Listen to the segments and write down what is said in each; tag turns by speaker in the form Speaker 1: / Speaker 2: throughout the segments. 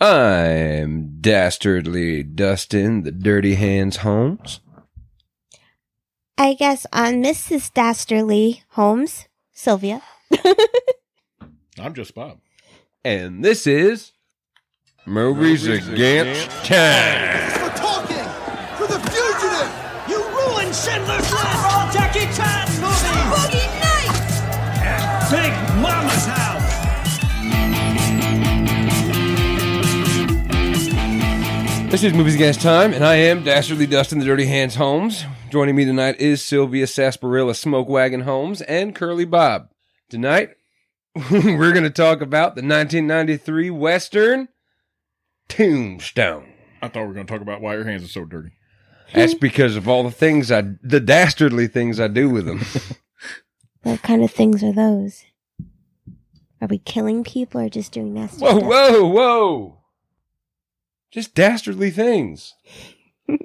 Speaker 1: I'm dastardly Dustin, the dirty hands Holmes.
Speaker 2: I guess I'm Mrs. Dastardly Holmes, Sylvia.
Speaker 3: I'm just Bob.
Speaker 1: And this is Movies, Against Time.
Speaker 4: for talking, for the fugitive. You ruined Schindler's List. All Jackie Chan movies. Boogie Nights. And Big Mama's house.
Speaker 1: This is Movies Against Time, and I am dastardly Dustin, the dirty hands Holmes. Joining me tonight is Sylvia Sarsaparilla Smoke Wagon Holmes and Curly Bob. Tonight, we're going to talk about the 1993 Western Tombstone.
Speaker 3: I thought we were going to talk about why your hands are so dirty.
Speaker 1: That's because of all the things I, the dastardly things I do with them.
Speaker 2: What kind of things are those? Are we killing people or just doing nasty
Speaker 1: Whoa,
Speaker 2: stuff?
Speaker 1: whoa, whoa. Just dastardly things. I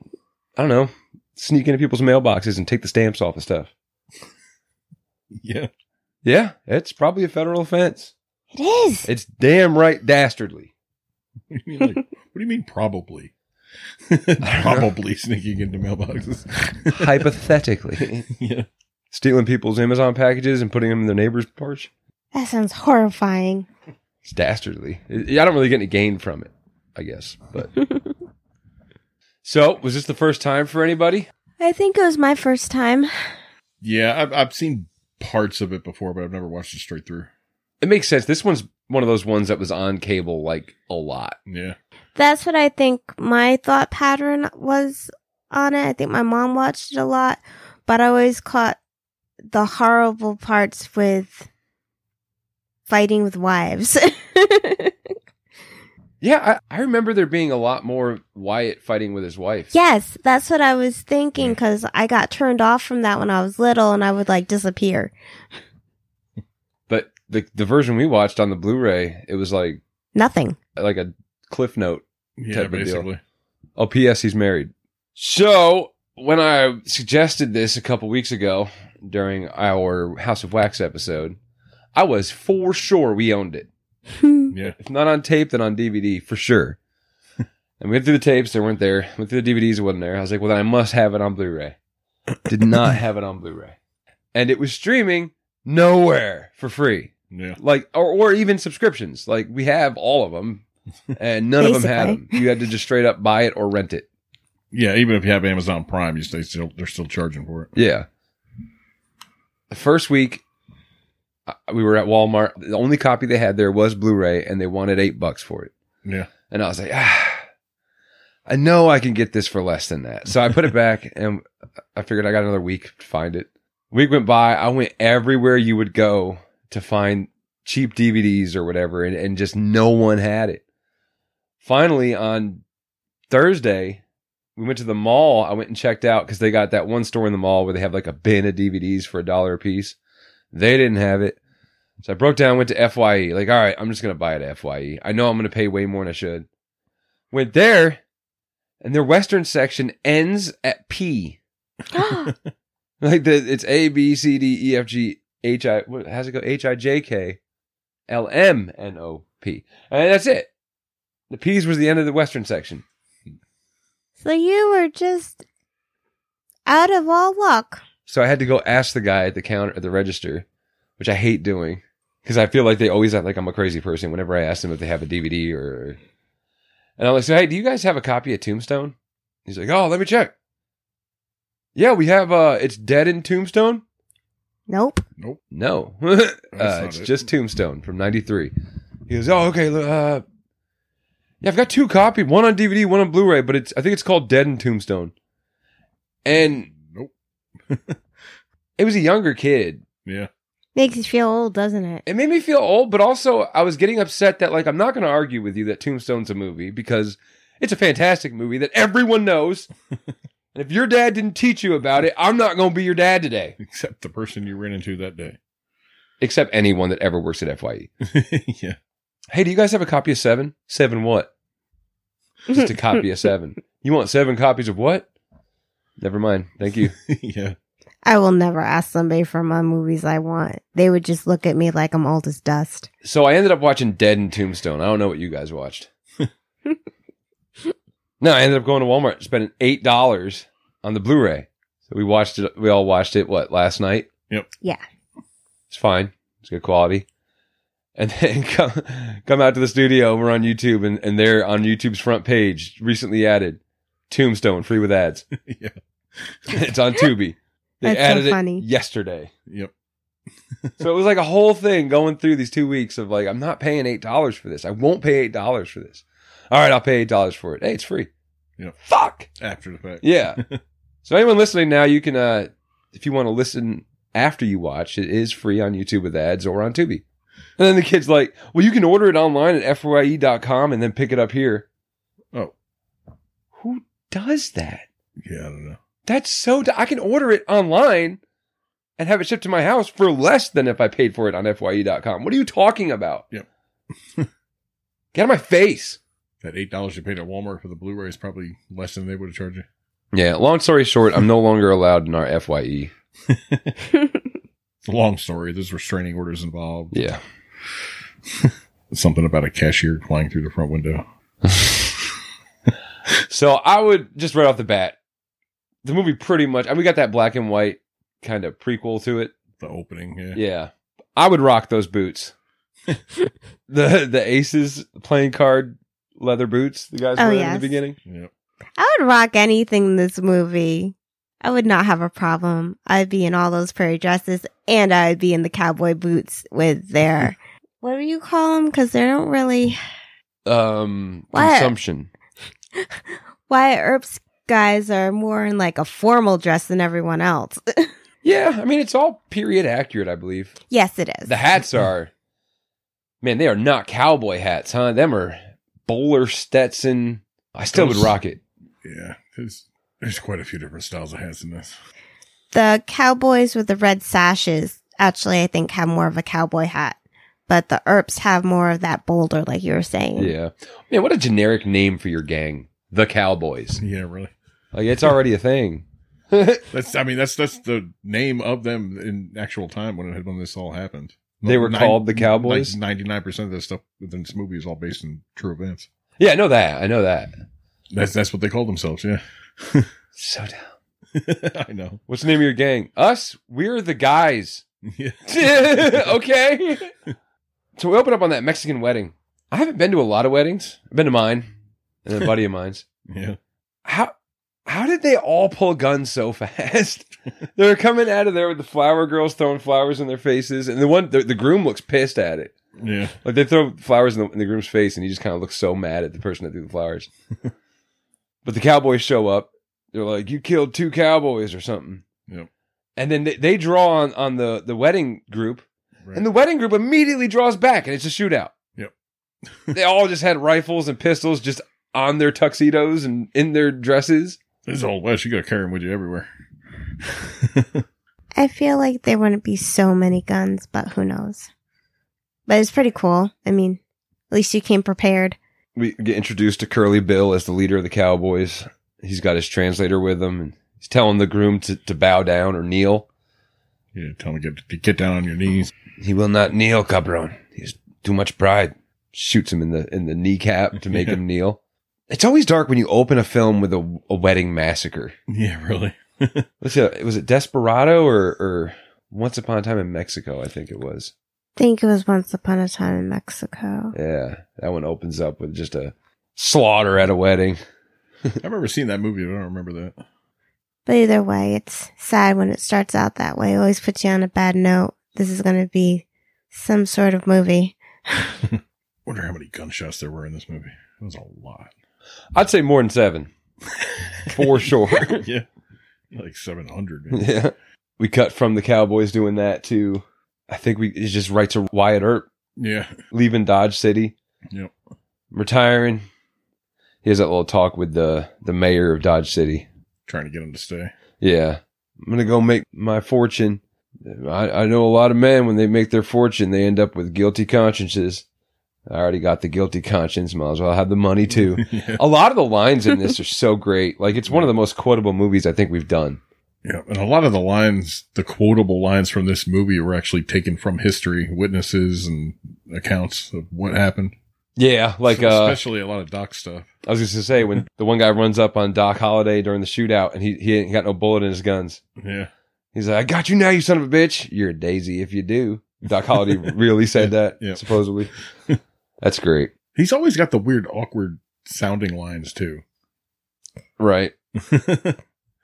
Speaker 1: don't know. Sneak into people's mailboxes and take the stamps off and stuff.
Speaker 3: Yeah.
Speaker 1: Yeah, it's probably a federal offense.
Speaker 2: It is.
Speaker 1: It's damn right dastardly.
Speaker 3: What do you mean? Like, what do you mean? Probably. probably sneaking into mailboxes.
Speaker 1: Hypothetically.
Speaker 3: yeah.
Speaker 1: Stealing people's Amazon packages and putting them in their neighbor's porch.
Speaker 2: That sounds horrifying.
Speaker 1: It's dastardly. I I don't really get any gain from it, I guess. But So, was this the first time for anybody?
Speaker 2: I think it was my first time.
Speaker 3: Yeah. I've I've seen parts of it before, but I've never watched it straight through.
Speaker 1: It makes sense. This one's one of those ones that was on cable like a lot.
Speaker 3: Yeah.
Speaker 2: That's what I think my thought pattern was on it. I think my mom watched it a lot, but I always caught the horrible parts with fighting with wives.
Speaker 1: Yeah, I, I remember there being a lot more Wyatt fighting with his wife.
Speaker 2: yes, that's what I was thinking because I got turned off from that when I was little and I would like disappear.
Speaker 1: But the the version we watched on the Blu-ray, it was like
Speaker 2: Nothing.
Speaker 1: like a cliff note.
Speaker 3: Yeah.
Speaker 1: Type of deal.
Speaker 3: Basically.
Speaker 1: Oh, P.S. He's married. So when I suggested this a couple weeks ago during our House of Wax episode, I was for sure we owned it.
Speaker 3: Yeah.
Speaker 1: If not on tape, then on DVD for sure. and we went through the tapes; they weren't there. Went through the DVDs; it wasn't there. I was like, "Well, then I must have it on Blu-ray." Did not have it on Blu-ray, and it was streaming nowhere for free,
Speaker 3: Yeah.
Speaker 1: like or, or even subscriptions. Like we have all of them, and none of them had them.
Speaker 2: Basically.
Speaker 1: You had to just straight up buy it or rent it.
Speaker 3: Yeah. Even if you have Amazon Prime, you stay still. They're still charging for it.
Speaker 1: Yeah. The first week, I- we were at Walmart. The only copy they had there was Blu-ray, and they wanted eight bucks for it.
Speaker 3: Yeah.
Speaker 1: And I was like, ah, I know I can get this for less than that. So I put it back and I figured I got another week to find it. Week went by. I went everywhere you would go to find cheap DVDs or whatever, and, and just no one had it. Finally, on Thursday, we went to the mall. I went and checked out because they got that one store in the mall where they have like a bin of DVDs for a dollar a piece. They didn't have it. So I broke down, went to FYE. Like, all right, I'm just going to buy it at FYE. I know I'm going to pay way more than I should. Went there, and their Western section ends at P. Like, the, it's A, B, C, D, E, F, G, H, I, what, how's it go? H, I, J, K, L, M, N, O, P. And that's it. The P's was the end of the Western section.
Speaker 2: so you were just out of all luck.
Speaker 1: So I had to go ask the guy at the counter at the register, which I hate doing because I feel like they always act like I'm a crazy person whenever I ask them if they have a DVD or. And I'm like, so hey, do you guys have a copy of Tombstone? He's like, oh, let me check. Yeah, we have. uh It's Dead in Tombstone.
Speaker 2: Nope.
Speaker 3: Nope.
Speaker 1: No, uh,
Speaker 3: not
Speaker 1: it's
Speaker 3: it.
Speaker 1: just Tombstone from '93. He goes, oh, okay. Uh, yeah, I've got two copies, one on DVD, one on Blu-ray, but it's I think it's called Dead in Tombstone. And
Speaker 3: Nope.
Speaker 1: it was a younger kid.
Speaker 3: Yeah.
Speaker 2: Makes you feel old, doesn't it?
Speaker 1: It made me feel old, but also I was getting upset that like I'm not going to argue with you that Tombstone's a movie because it's a fantastic movie that everyone knows. and if your dad didn't teach you about it, I'm not going to be your dad today,
Speaker 3: Except the person you ran into that day.
Speaker 1: except anyone that ever works at FYE.
Speaker 3: yeah.
Speaker 1: Hey, do you guys have a copy of Seven? Seven what? Just a copy of Seven. You want seven copies of what? Never mind. Thank you.
Speaker 3: yeah.
Speaker 2: I will never ask somebody for my movies I want. They would just look at me like I'm old as dust.
Speaker 1: So I ended up watching Dead and Tombstone. I don't know what you guys watched. no, I ended up going to Walmart, spending eight dollars on the Blu-ray. So we watched it. We all watched it. What last night?
Speaker 3: Yep.
Speaker 2: Yeah.
Speaker 1: It's fine. It's good quality. And then come come out to the studio. We're on YouTube, and and they're on YouTube's front page. Recently added Tombstone, free with ads.
Speaker 3: Yeah.
Speaker 1: it's on Tubi. They
Speaker 2: That's so
Speaker 1: added
Speaker 2: funny.
Speaker 1: it yesterday.
Speaker 3: Yep.
Speaker 1: So it was like a whole thing going through these two weeks of like, I'm not paying eight dollars for this. I won't pay eight dollars for this. All right, I'll pay eight dollars for it. Hey, it's free.
Speaker 3: Yeah.
Speaker 1: Fuck.
Speaker 3: After the fact.
Speaker 1: Yeah. so anyone listening now, you can uh if you want to listen after you watch, it is free on YouTube with ads or on Tubi. And then the kid's like, Well, you can order it online at FYE.com and then pick it up here.
Speaker 3: Oh.
Speaker 1: Who does that?
Speaker 3: Yeah, I don't know.
Speaker 1: That's so. d- I can order it online and have it shipped to my house for less than if I paid for it on fye.com. What are you talking about?
Speaker 3: Yep.
Speaker 1: Get out of my face.
Speaker 3: That eight dollars you paid at Walmart for the Blu-ray is probably less than they would have charged you.
Speaker 1: Yeah. Long story short, I'm no longer allowed in our E. FYE.
Speaker 3: It's a long story. There's restraining orders involved.
Speaker 1: Yeah.
Speaker 3: Something about a cashier flying through the front window.
Speaker 1: So I would just right off the bat, the movie pretty much, and we got that black and white kind of prequel to it.
Speaker 3: The opening. Yeah.
Speaker 1: Yeah. I would rock those boots. the the aces playing card leather boots the guys
Speaker 2: Oh,
Speaker 1: wearing in
Speaker 2: yes.
Speaker 1: the beginning.
Speaker 3: Yep.
Speaker 2: I would rock anything in this movie. I would not have a problem. I'd be in all those prairie dresses and I'd be in the cowboy boots with their, what do you call them? Because they don't really,
Speaker 1: Um
Speaker 2: What?
Speaker 1: consumption.
Speaker 2: Wyatt Earp's guys are more in like a formal dress than everyone else.
Speaker 1: Yeah, I mean it's all period accurate, I believe.
Speaker 2: yes, it is.
Speaker 1: The hats are man, they are not cowboy hats, huh? Them are bowler Stetson. I still would
Speaker 3: Those-
Speaker 1: rock it.
Speaker 3: Yeah. There's there's quite a few different styles of hats in this.
Speaker 2: The cowboys with the red sashes actually, I think, have more of a cowboy hat, but the Earps have more of that boulder, like you were saying.
Speaker 1: Yeah. Man, what a generic name for your gang. The Cowboys.
Speaker 3: Yeah, really.
Speaker 1: Like it's already a thing.
Speaker 3: That's I mean that's that's the name of them in actual time when it when this all happened.
Speaker 1: They were called the Cowboys?
Speaker 3: Ninety nine percent of the stuff within this movie is all based on true events.
Speaker 1: Yeah, I know that. I know that.
Speaker 3: That's that's what they call themselves. Yeah,
Speaker 1: So down.
Speaker 3: I know.
Speaker 1: What's the name of your gang? Us? We're the guys.
Speaker 3: Yeah,
Speaker 1: okay. So we open up on that Mexican wedding. I haven't been to a lot of weddings. I've been to mine and a buddy of mine's.
Speaker 3: yeah.
Speaker 1: how how did they all pull guns so fast? they were coming out of there with the flower girls throwing flowers in their faces, and the one the, the groom looks pissed at it.
Speaker 3: Yeah.
Speaker 1: Like they throw flowers in the, in the groom's face, and he just kind of looks so mad at the person that threw the flowers. but the cowboys show up. They're like, "You killed two cowboys or something."
Speaker 3: Yep.
Speaker 1: And then they, they draw on on the the wedding group,
Speaker 3: Right.
Speaker 1: and the wedding group immediately draws back, and it's a shootout.
Speaker 3: Yep.
Speaker 1: they all just had rifles and pistols just on their tuxedos and in their dresses.
Speaker 3: this is old west. You gotta carry them with you everywhere.
Speaker 2: I feel like there wouldn't be so many guns, but who knows? But it's pretty cool. I mean, at least you came prepared.
Speaker 1: we get introduced to Curly Bill as the leader of the Cowboys. He's got his translator with him, and he's telling the groom to, to bow down or kneel.
Speaker 3: Yeah, tell them to get to get down on your knees.
Speaker 1: He will not kneel, cabron. He's too much pride. Shoots him in the in the kneecap to make him kneel. It's always dark when you open a film with a, a wedding massacre.
Speaker 3: Yeah, really.
Speaker 1: Let's see, was it Desperado or, or Once Upon a Time in Mexico? I think it was.
Speaker 2: think it was once upon a time in Mexico.
Speaker 1: Yeah, that one opens up with just a slaughter at a wedding.
Speaker 3: I've never seen that movie. But I don't remember that.
Speaker 2: But either way, it's sad when it starts out that way. It always puts you on a bad note. This is going to be some sort of movie.
Speaker 3: Wonder how many gunshots there were in this movie. It was a lot.
Speaker 1: I'd say more than seven, for sure.
Speaker 3: yeah, like seven hundred.
Speaker 1: Yeah. We cut from the Cowboys doing that to, I think we it's just right to Wyatt Earp
Speaker 3: yeah.
Speaker 1: leaving Dodge City,
Speaker 3: Yep.
Speaker 1: retiring. He has that little talk with the the mayor of Dodge City.
Speaker 3: Trying to get them to stay.
Speaker 1: Yeah, I'm gonna go make my fortune. I, I know a lot of men when they make their fortune, they end up with guilty consciences. I already got the guilty conscience. Might as well have the money too.
Speaker 3: yeah.
Speaker 1: a lot of the lines in this are so great. Like it's one of the most quotable movies I think we've done.
Speaker 3: Yeah, and a lot of the lines, the quotable lines from this movie were actually taken from history, witnesses and accounts of what happened.
Speaker 1: Yeah, like uh,
Speaker 3: especially a lot of doc stuff.
Speaker 1: I was just gonna say when the one guy runs up on Doc Holliday during the shootout and he he ain't got no bullet in his guns.
Speaker 3: Yeah,
Speaker 1: He's like, "I got you now, you son of a bitch. You're a daisy if you do." Doc Holliday really said that
Speaker 3: Yeah.
Speaker 1: supposedly. That's great,
Speaker 3: he's always got the weird, awkward sounding lines too.
Speaker 1: right?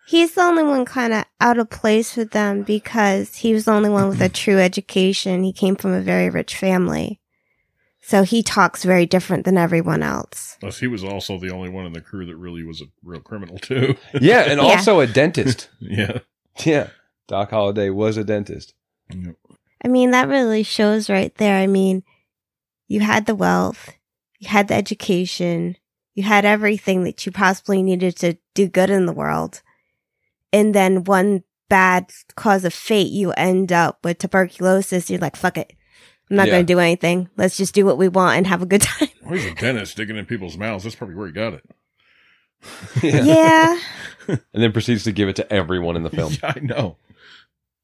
Speaker 2: He's the only one kind of out of place with them because he was the only one with a true education. He came from a very rich family. So he talks very different than everyone else.
Speaker 3: Plus, he was also the only one in the crew that really was a real criminal too.
Speaker 1: Yeah, and
Speaker 2: Yeah.
Speaker 1: also a dentist.
Speaker 3: yeah.
Speaker 1: Yeah, Doc Holliday was a dentist.
Speaker 3: Yep.
Speaker 2: I mean, that really shows right there. I mean, you had the wealth, you had the education, you had everything that you possibly needed to do good in the world. And then one bad cause of fate, you end up with tuberculosis. You're like, fuck it. I'm not
Speaker 1: Yeah.
Speaker 2: going to do anything. Let's just do what we want and have a good time.
Speaker 3: Well, he's a dentist digging in people's mouths. That's probably where he got it.
Speaker 1: Yeah.
Speaker 2: yeah.
Speaker 1: and then proceeds to give it to everyone in the film
Speaker 3: Yeah, I know.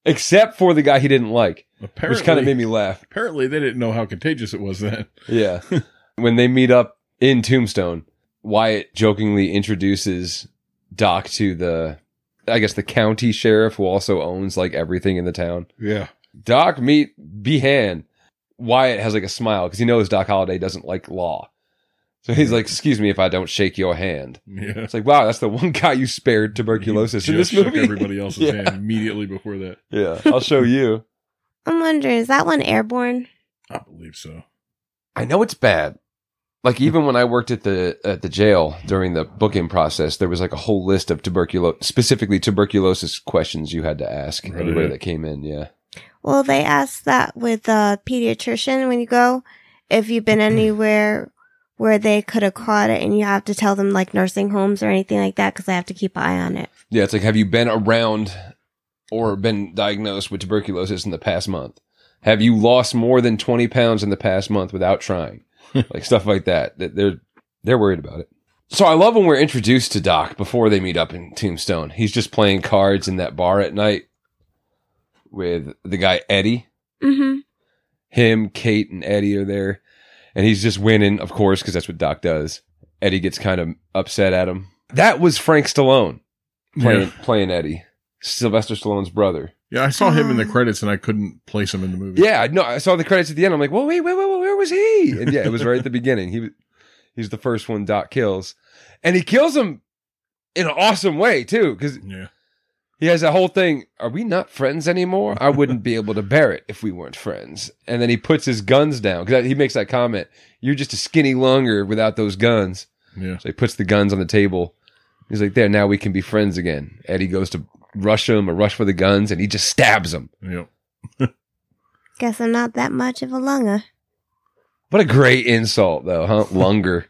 Speaker 1: except for the guy he didn't like,
Speaker 3: Apparently,
Speaker 1: which kind of made me laugh.
Speaker 3: apparently they didn't know how contagious it was then.
Speaker 1: Yeah. when they meet up in Tombstone, Wyatt jokingly introduces Doc to the, I guess, the county sheriff who also owns like everything in the town.
Speaker 3: Yeah.
Speaker 1: Doc, meet Behan. Wyatt has like a smile because he knows Doc Holliday doesn't like law. So he's like, Excuse me if I don't shake your hand.
Speaker 3: Yeah.
Speaker 1: It's like, wow, that's the one guy you spared tuberculosis
Speaker 3: He
Speaker 1: in this
Speaker 3: just shook
Speaker 1: movie.
Speaker 3: Everybody else's
Speaker 1: Yeah.
Speaker 3: hand immediately before that.
Speaker 1: yeah, I'll show you.
Speaker 2: I'm wondering, is that one airborne?
Speaker 3: I believe so.
Speaker 1: I know it's bad. Like even when I worked at the at the jail during the booking process, there was like a whole list of tuberculosis, specifically tuberculosis questions you had to ask
Speaker 3: Really?
Speaker 1: everybody that came in. Yeah,
Speaker 2: Well, they ask that with a pediatrician when you go, if you've been anywhere where they could have caught it, and you have to tell them like nursing homes or anything like that because they have to keep eye on it.
Speaker 1: yeah. It's like, have you been around or been diagnosed with tuberculosis in the past month? Have you lost more than twenty pounds in the past month without trying? like stuff like that. That they're they're worried about it. So I love when we're introduced to Doc before they meet up in Tombstone. He's just playing cards in that bar at night with the guy Eddie.
Speaker 2: Mm-hmm.
Speaker 1: him, Kate, and Eddie are there, and he's just winning, of course, because that's what Doc does. Eddie gets kind of upset at him. That was Frank Stallone playing playing Eddie, Sylvester Stallone's brother.
Speaker 3: Yeah, I saw him in the
Speaker 2: Ah.
Speaker 3: credits and I couldn't place him in the movie.
Speaker 1: Yeah, I- no, I saw the credits at the end. I'm like, well, wait, wait, wait, wait, where was he? And yeah, it was right at the beginning. He was he's the first one Doc kills, and he kills him in an awesome way too, because
Speaker 3: Yeah.
Speaker 1: He has that whole thing. Are we not friends anymore? I wouldn't be able to bear it if we weren't friends. And then he puts his guns down because he makes that comment. You're just a skinny longer without those guns.
Speaker 3: Yeah.
Speaker 1: So he puts the guns on the table. He's like, "There, now we can be friends again." Eddie goes to rush him or rush for the guns, and he just stabs him.
Speaker 3: Yep.
Speaker 2: Guess I'm not that much of a lunga.
Speaker 1: What a great insult, though, huh? Longer.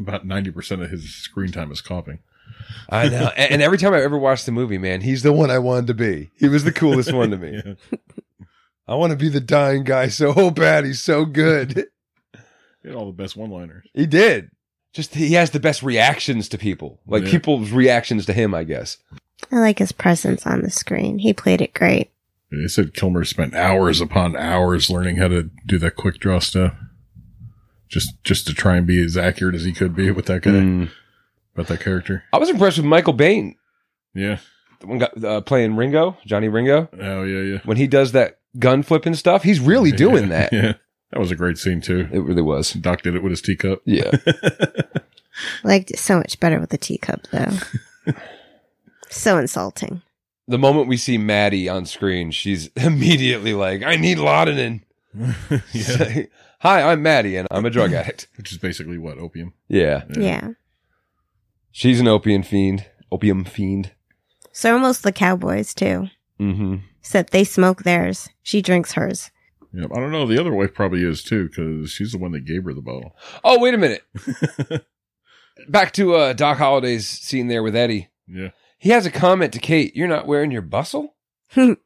Speaker 3: About 90% of his screen time is coughing.
Speaker 1: I know. And, and every time I ever watched the movie, man, he's the one I wanted to be. He was the coolest one to me.
Speaker 3: Yeah.
Speaker 1: I want to be the dying guy so bad. He's so good.
Speaker 3: He had all the best one liners.
Speaker 1: He did. Just he has the best reactions to people. Like
Speaker 3: Yeah.
Speaker 1: people's reactions to him, I guess.
Speaker 2: I like his presence on the screen. He played it great.
Speaker 3: They said Kilmer spent hours upon hours learning how to do that quick draw stuff. Just just to try and be as accurate as he could be with that guy, about that character.
Speaker 1: I was impressed with Michael Bain,
Speaker 3: Yeah.
Speaker 1: the one guy uh, playing Ringo, Johnny Ringo.
Speaker 3: Oh yeah, yeah.
Speaker 1: When he does that gun flipping stuff, he's really doing
Speaker 3: Yeah.
Speaker 1: that.
Speaker 3: Yeah. That was a great scene too.
Speaker 1: It really was.
Speaker 3: Doc did it with his teacup.
Speaker 1: Yeah.
Speaker 2: Liked it so much better with the teacup though. so insulting.
Speaker 1: the moment we see Maddie on screen, she's immediately like, "I need laudanum." She's
Speaker 3: yeah.
Speaker 1: like, Hi, I'm Maddie, and I'm a drug addict.
Speaker 3: Which is basically what, opium?
Speaker 1: Yeah,
Speaker 3: Mm.
Speaker 2: Yeah.
Speaker 1: she's an opium fiend. Opium fiend.
Speaker 2: So almost the Cowboys too.
Speaker 1: Mm-hmm.
Speaker 2: Except they smoke theirs. She drinks hers.
Speaker 3: Yeah. I don't know. The other wife probably is too, because she's the one that gave her the bottle.
Speaker 1: Oh, wait a minute. Back to uh, Doc Holliday's scene there with Eddie.
Speaker 3: Yeah.
Speaker 1: He has a comment to Kate. You're not wearing your bustle.
Speaker 3: Oh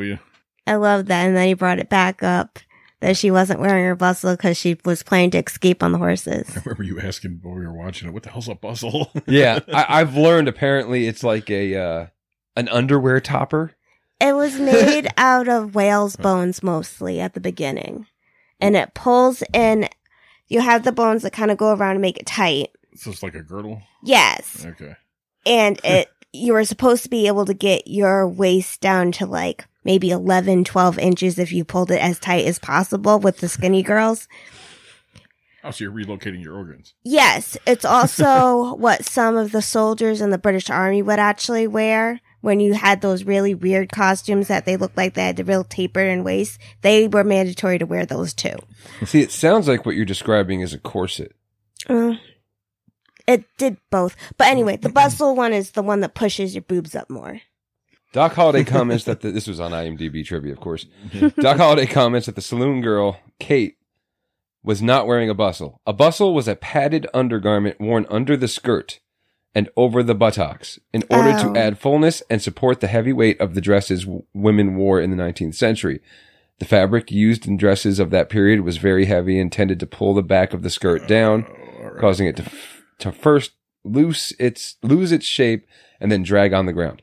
Speaker 3: yeah.
Speaker 2: I love that. And then he brought it back up that she wasn't wearing her bustle because she was planning to escape on the horses.
Speaker 3: I remember you asking while we were watching it, what the hell's a bustle?
Speaker 1: Yeah, I, I've learned apparently it's like a uh, an underwear topper.
Speaker 2: It was made out of whale's bones mostly at the beginning. and it pulls in. You have the bones that kind of go around and make it tight.
Speaker 3: So it's like a girdle.
Speaker 2: Yes.
Speaker 3: Okay.
Speaker 2: and it you were supposed to be able to get your waist down to like maybe 11 12 inches if you pulled it as tight as possible with the skinny girls
Speaker 3: Oh, so you're relocating your organs.
Speaker 2: yes it's also what some of the soldiers in the british army would actually wear when you had those really weird costumes that they looked like they had the real taper and waist they were mandatory to wear those too
Speaker 1: See, it sounds like what you're describing is a corset.
Speaker 2: Uh, it did both but anyway the bustle one is the one that pushes your boobs up more
Speaker 1: Doc Holliday comments that the, this was on IMDb trivia, of course. Doc Holliday comments that the saloon girl Kate was not wearing a bustle. A bustle was a padded undergarment worn under the skirt and over the buttocks in order
Speaker 2: Oh.
Speaker 1: to add fullness and support the heavy weight of the dresses w- women wore in the 19th century. The fabric used in dresses of that period was very heavy and tended to pull the back of the skirt down
Speaker 3: Oh, all right.
Speaker 1: causing it to f- to first loose its lose its shape and then drag on the ground.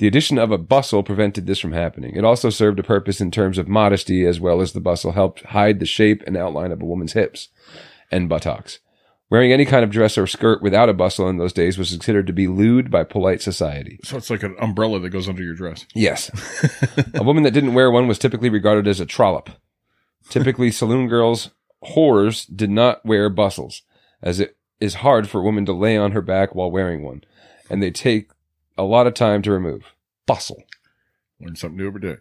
Speaker 1: The addition of a bustle prevented this from happening. It also served a purpose in terms of modesty, as well as the bustle helped hide the shape and outline of a woman's hips and buttocks. Wearing any kind of dress or skirt without a bustle in those days was considered to be lewd by polite society.
Speaker 3: So it's like an umbrella that goes under your dress.
Speaker 1: Yes. a woman that didn't wear one was typically regarded as a trollop. Typically, saloon girls, whores, did not wear bustles, as it is hard for a woman to lay on her back while wearing one, and they take a lot of time to remove. Bustle.
Speaker 3: Learn something new every day.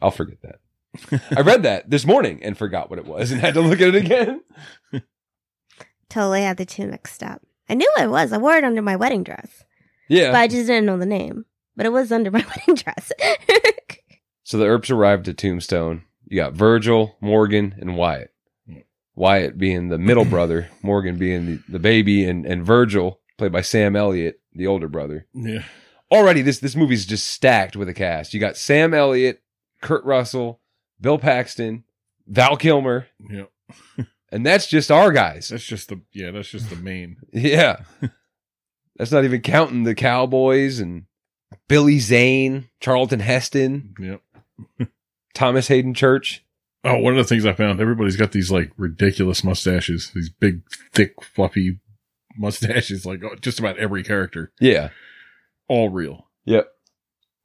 Speaker 1: I'll forget that. I read that this morning and forgot what it was and had to look at it again.
Speaker 2: Totally had the two mixed up. I knew I was. I wore it under my wedding dress, but
Speaker 1: Yeah.
Speaker 2: I just didn't know the name. But it was under my wedding dress.
Speaker 1: So the Earps arrived at Tombstone. You got Virgil, Morgan, and Wyatt. Wyatt being the middle brother, Morgan being the, the baby, and, and Virgil, played by Sam Elliott, the older brother.
Speaker 3: Yeah.
Speaker 1: Already, this, this movie's just stacked with a cast. You got Sam Elliott, Kurt Russell, Bill Paxton, Val Kilmer,
Speaker 3: Yeah.
Speaker 1: and that's just our guys.
Speaker 3: That's just the yeah. That's just the main.
Speaker 1: Yeah. that's not even counting the Cowboys and Billy Zane, Charlton Heston,
Speaker 3: Yep.
Speaker 1: Thomas Hayden Church.
Speaker 3: Oh, one of the things I found, everybody's got these like ridiculous mustaches, these big, thick, fluffy mustaches, like oh, just about every character,
Speaker 1: Yeah.
Speaker 3: all real.
Speaker 1: Yep.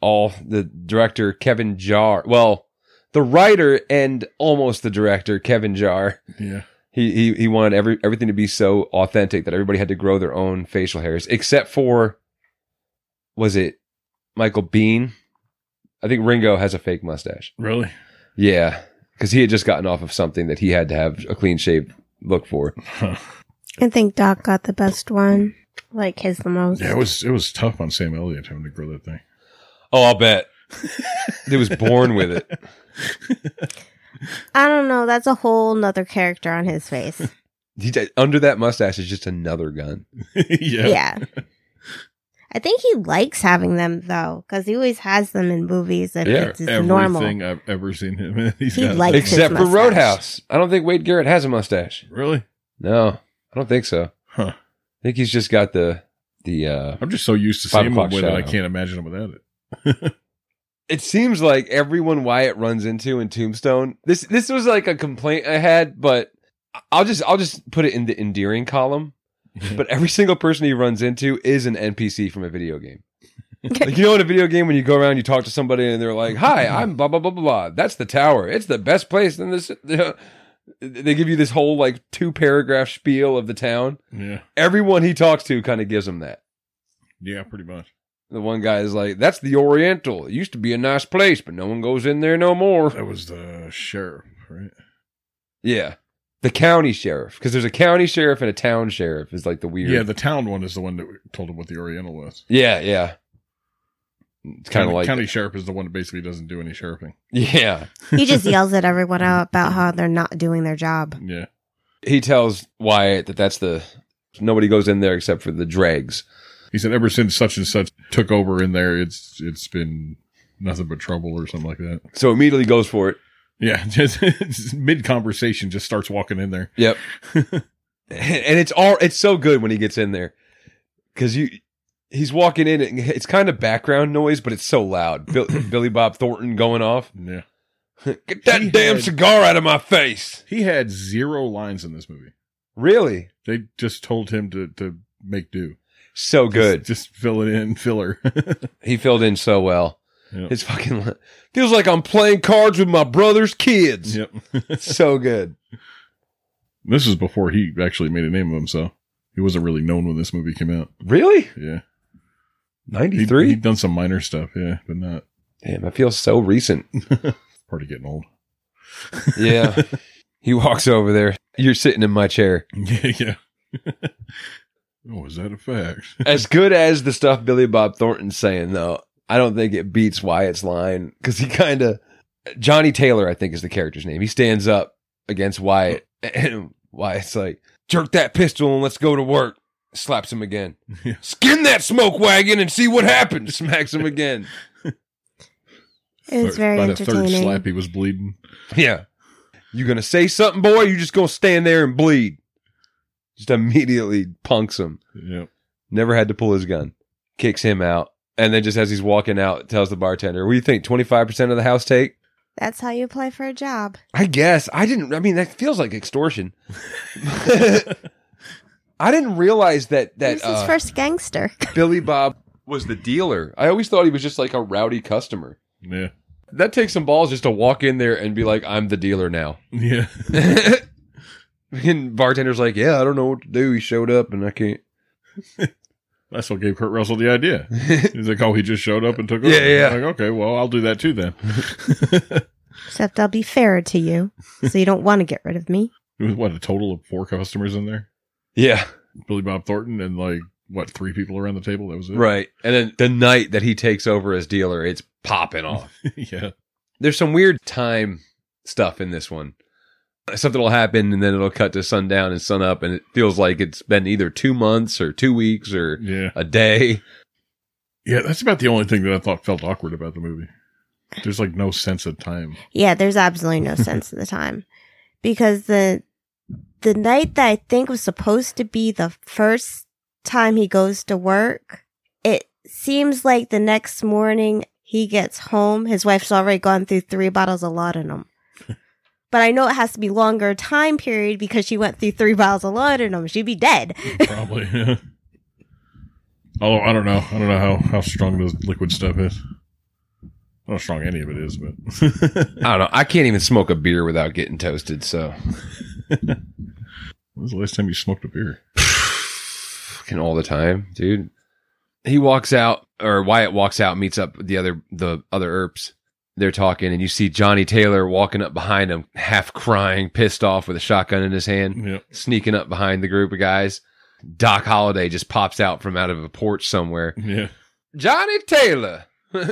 Speaker 1: All the director Kevin Jar. Well, the writer and almost the director Kevin Jar.
Speaker 3: Yeah.
Speaker 1: He he he wanted every everything to be so authentic that everybody had to grow their own facial hairs, except for was it Michael Bean? I think Ringo has a fake mustache.
Speaker 3: Really?
Speaker 1: Yeah, because he had just gotten off of something that he had to have a clean shaved look for.
Speaker 3: Huh.
Speaker 2: I think Doc got the best one. Like his the most.
Speaker 3: Yeah, it was it was tough on Sam Elliott having to grow that thing.
Speaker 1: Oh, I'll bet. he was born with it.
Speaker 2: I don't know. That's a whole nother character on his face.
Speaker 1: He, did- under that mustache is just another gun.
Speaker 3: yeah.
Speaker 2: yeah. I think he likes having them though, because he always has them in movies and
Speaker 1: Yeah,
Speaker 2: it's, it's
Speaker 3: Everything
Speaker 2: normal.
Speaker 3: I've ever seen him in, he's
Speaker 2: He
Speaker 3: got
Speaker 2: likes- his
Speaker 1: Except for
Speaker 2: mustache.
Speaker 1: Roadhouse. I don't think Wade Garrett has a mustache.
Speaker 3: Really?
Speaker 1: No, I don't think so.
Speaker 3: Huh.
Speaker 1: I think he's just got the the uh
Speaker 3: I'm just so used to
Speaker 1: Five
Speaker 3: seeing him
Speaker 1: o'clock
Speaker 3: with it, I
Speaker 1: shadow.
Speaker 3: can't imagine him without it.
Speaker 1: it seems like everyone Wyatt runs into in Tombstone. This this was like a complaint I had, but I'll just I'll just put it in the endearing column. But every single person he runs into is an NPC from a video game. like you know in a video game when you go around you talk to somebody and they're like, "Hi, I'm blah blah blah blah blah. That's the tower. It's the best place in this they give you this whole like two paragraph spiel of the town.
Speaker 3: yeah.
Speaker 1: Everyone he talks to kind of gives him that.
Speaker 3: Yeah, pretty much.
Speaker 1: The one guy is like, "That's the Oriental. It used to be a nice place, but no one goes in there no more."
Speaker 3: That was the sheriff, right?
Speaker 1: Yeah. The county sheriff, because there's a county sheriff and a town sheriff is like the weird.
Speaker 3: Yeah, the town one is the one that told him what the Oriental was.
Speaker 1: yeah, yeah. It's kind of
Speaker 3: County-
Speaker 1: like
Speaker 3: county sheriff is the one that basically doesn't do any sheriffing.
Speaker 1: yeah.
Speaker 2: he just yells at everyone out about how they're not doing their job.
Speaker 3: Yeah.
Speaker 1: He tells Wyatt that that's the nobody goes in there except for the dregs.
Speaker 3: He said ever since such and such took over in there, it's it's been nothing but trouble or something like that.
Speaker 1: So immediately goes for it.
Speaker 3: Yeah, just, mid conversation, just starts walking in there.
Speaker 1: Yep. and it's all it's so good when he gets in there because you he's walking in and it's kind of background noise, but it's so loud. Bill, Billy Bob Thornton going off.
Speaker 3: Yeah,
Speaker 1: Get that
Speaker 3: He
Speaker 1: damn
Speaker 3: had-
Speaker 1: cigar out of my face.
Speaker 3: He had zero lines in this movie.
Speaker 1: Really?
Speaker 3: They just told him to to make do.
Speaker 1: So
Speaker 3: Just-
Speaker 1: good.
Speaker 3: Just, fill it in, filler.
Speaker 1: He filled in so well.
Speaker 3: Yep.
Speaker 1: His fucking li- feels like I'm playing cards with my brother's kids.
Speaker 3: yep.
Speaker 1: So good.
Speaker 3: This is before he actually made a name of himself. He wasn't really known when this movie came out.
Speaker 1: Really?
Speaker 3: Yeah. He-
Speaker 1: 93?
Speaker 3: He'd done some minor stuff, yeah, but not
Speaker 1: Damn, I feel so recent.
Speaker 3: already getting old.
Speaker 1: Yeah. he walks over there. You're sitting in my chair.
Speaker 3: Yeah, yeah. oh, is that a fact?
Speaker 1: As good as the stuff Billy Bob Thornton's saying, though, I don't think it beats Wyatt's line because he kind of Johnny Taylor, I think, is the character's name. He stands up against Wyatt, and Wyatt's like, "Jerk that pistol and let's go to work." Slaps him again.
Speaker 3: Yeah.
Speaker 1: Skin that smoke wagon and see what happens. Smacks him again.
Speaker 2: It was
Speaker 3: Third-
Speaker 2: very
Speaker 3: By the third
Speaker 2: entertaining.
Speaker 3: slap, he was bleeding.
Speaker 1: Yeah. You gonna say something, boy? You just gonna stand there and bleed? Just immediately punks him.
Speaker 3: Yep.
Speaker 1: Never had to pull his gun. Kicks him out. And then just as he's walking out, tells the bartender, What do you think? 25% of the house take?
Speaker 2: That's how you apply for a job.
Speaker 1: I guess. I didn't I mean that feels like extortion. I didn't realize that that
Speaker 2: Who's his
Speaker 1: uh,
Speaker 2: first gangster?
Speaker 1: Billy Bob was the dealer. I always thought he was just like a rowdy customer.
Speaker 3: Yeah.
Speaker 1: That takes some balls just to walk in there and be like, I'm the dealer now.
Speaker 3: Yeah.
Speaker 1: and bartender's like, Yeah, I don't know what to do. He showed up and I can't
Speaker 3: That's what gave Kurt Russell the idea. He's like, oh, he just showed up and took over.
Speaker 1: Yeah, yeah.
Speaker 3: Like, okay, well, I'll do that too then.
Speaker 2: Except I'll be fairer to you, so you don't want to get rid of me.
Speaker 3: It was what a total of four customers in there.
Speaker 1: Yeah.
Speaker 3: Billy Bob Thornton and like what three people around the table. That was it.
Speaker 1: Right. And then the night that he takes over as dealer, it's popping off.
Speaker 3: yeah.
Speaker 1: there's some weird time stuff in this one. Something will happen and then it'll cut to sundown and sun up, and it feels like it's been either two months or two weeks or
Speaker 3: Yeah.
Speaker 1: a day.
Speaker 3: Yeah. That's about the only thing that I thought felt awkward about the movie. There's like no sense of time.
Speaker 2: Yeah, there's absolutely no sense of the time because the the night that I think was supposed to be the first time he goes to work, it seems like the next morning he gets home, his wife's already gone through three bottles of laudanum. But I know it has to be longer time period because she went through three bottles of laudanum. She'd be dead.
Speaker 3: Probably. oh, I don't know. I don't know how, how strong this liquid stuff is. I don't know how strong any of it is, but
Speaker 1: I don't know. I can't even smoke a beer without getting toasted. So,
Speaker 3: when was the last time you smoked a beer?
Speaker 1: fucking all the time, dude. He walks out, or Wyatt walks out, meets up with the other the other Earps. They're talking, and you see Johnny Taylor walking up behind him, half crying, pissed off, with a shotgun in his hand.
Speaker 3: Yeah.
Speaker 1: sneaking up behind the group of guys. Doc Holliday just pops out from out of a porch somewhere.
Speaker 3: Yeah.
Speaker 1: Johnny Taylor, and,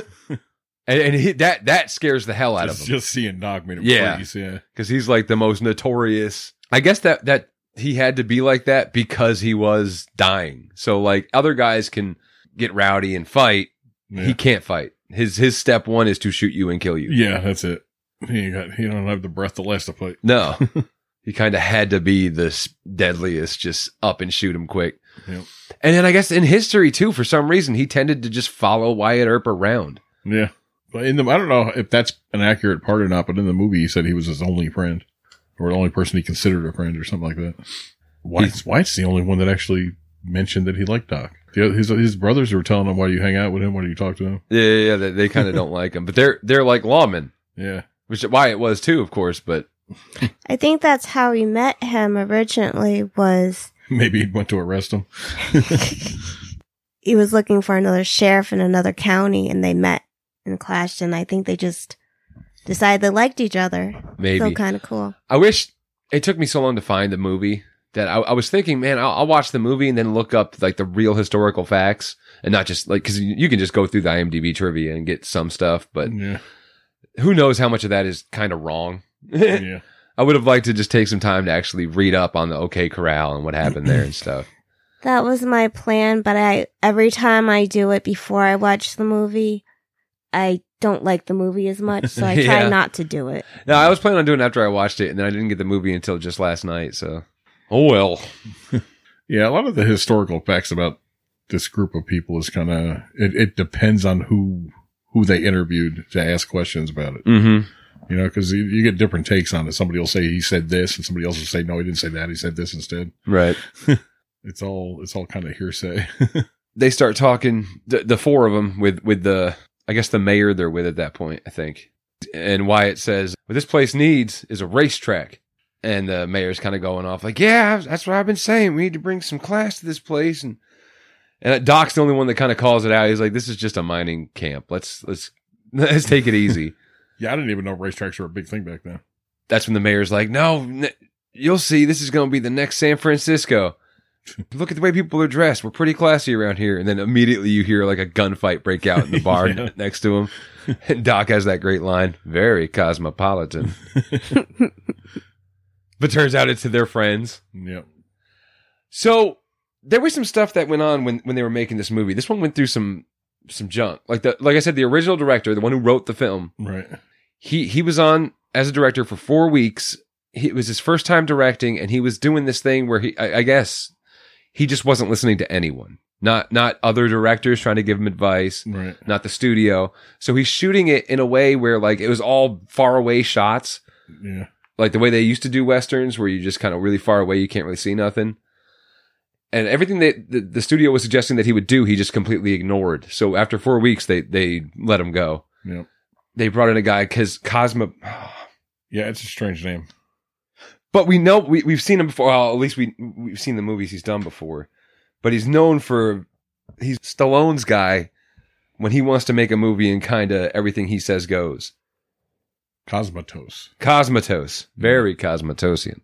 Speaker 1: and he, that that scares the hell out
Speaker 3: Just,
Speaker 1: of him
Speaker 3: just seeing Dog made him
Speaker 1: Yeah.
Speaker 3: freeze, Yeah.
Speaker 1: because he's like the most notorious. I guess that that he had to be like that because he was dying. So like other guys can get rowdy and fight.
Speaker 3: Yeah.
Speaker 1: He can't fight. His his step one is to shoot you and kill you.
Speaker 3: yeah, that's it. He ain't got he don't have the breath to last a fight.
Speaker 1: No. he kind of had to be the s- deadliest, just up and shoot him quick.
Speaker 3: Yep.
Speaker 1: And then I guess in history too, for some reason, he tended to just follow Wyatt Earp around.
Speaker 3: Yeah. But in the I don't know if that's an accurate part or not, but in the movie he said he was his only friend. Or the only person he considered a friend or something like that. White's White's the only one that actually mentioned that he liked Doc. The other, his his brothers were telling him why do you hang out with him, why do you talk to him?
Speaker 1: Yeah, yeah, yeah, they, they kind of don't like him, but they're they're like lawmen,
Speaker 3: Yeah.
Speaker 1: which Wyatt was too, of course. But
Speaker 2: I think that's how we met him originally was
Speaker 3: Maybe he went to arrest him.
Speaker 2: he was looking for another sheriff in another county and they met and clashed and I think they just decided they liked each other. So
Speaker 1: maybe
Speaker 2: kind of cool.
Speaker 1: I wish it took me so long to find the movie that I, I was thinking, man, I'll, I'll watch the movie and then look up like the real historical facts and not just like because you can just go through the IMDb trivia and get some stuff, but
Speaker 3: yeah.
Speaker 1: who knows how much of that is kind of wrong.
Speaker 3: Yeah.
Speaker 1: I would have liked to just take some time to actually read up on the OK Corral and what happened there and stuff.
Speaker 2: That was my plan, but I every time I do it before I watch the movie, I don't like the movie as much, so I try
Speaker 1: Yeah.
Speaker 2: not to do it.
Speaker 1: No, I was planning on doing it after I watched it, and then I didn't get the movie until just last night. So, oh well.
Speaker 3: Yeah, a lot of the historical facts about this group of people is kind of it, it depends on who who they interviewed to ask questions about it.
Speaker 1: Mm-hmm.
Speaker 3: You know, because you, you get different takes on it. Somebody will say he said this, and somebody else will say no, he didn't say that. He said this instead.
Speaker 1: Right.
Speaker 3: It's all it's all kind of hearsay.
Speaker 1: They start talking, the, the four of them with, with the, I guess the mayor they're with at that point, I think. And Wyatt says, what this place needs is a racetrack. And the mayor's kind of going off like, yeah, that's what I've been saying. We need to bring some class to this place. And, and Doc's the only one that kind of calls it out. He's like, this is just a mining camp. Let's, let's, let's take it easy.
Speaker 3: yeah, I didn't even know racetracks were a big thing back then.
Speaker 1: that's when the mayor's like, "No, n- you'll see. This is going to be the next San Francisco. Look at the way people are dressed. We're pretty classy around here." And then immediately you hear like a gunfight break out in the bar
Speaker 3: Yeah.
Speaker 1: n- next to him. And Doc has that great line, "Very cosmopolitan." but turns out it's to their friends.
Speaker 3: Yeah,
Speaker 1: So there was some stuff that went on when when they were making this movie. This one went through some some junk. Like the like I said, the original director, the one who wrote the film,
Speaker 3: right.
Speaker 1: he he was on as a director for four weeks. He, it was his first time directing, and he was doing this thing where he, I, I guess, he just wasn't listening to anyone, not not other directors trying to give him advice,
Speaker 3: Right.
Speaker 1: not the studio. So he's shooting it in a way where like it was all far away shots,
Speaker 3: Yeah.
Speaker 1: like the way they used to do westerns, where you just kind of really far away, you can't really see nothing. And everything that the, the studio was suggesting that he would do, he just completely ignored. So after four weeks, they they let him go.
Speaker 3: Yeah.
Speaker 1: They brought in a guy because Cosmo.
Speaker 3: Yeah, it's a strange name.
Speaker 1: But we know we we've seen him before. Well, at least we we've seen the movies he's done before. But he's known for he's Stallone's guy when he wants to make a movie and kind of everything he says goes.
Speaker 3: Cosmatos.
Speaker 1: Cosmatos, very Cosmatosian.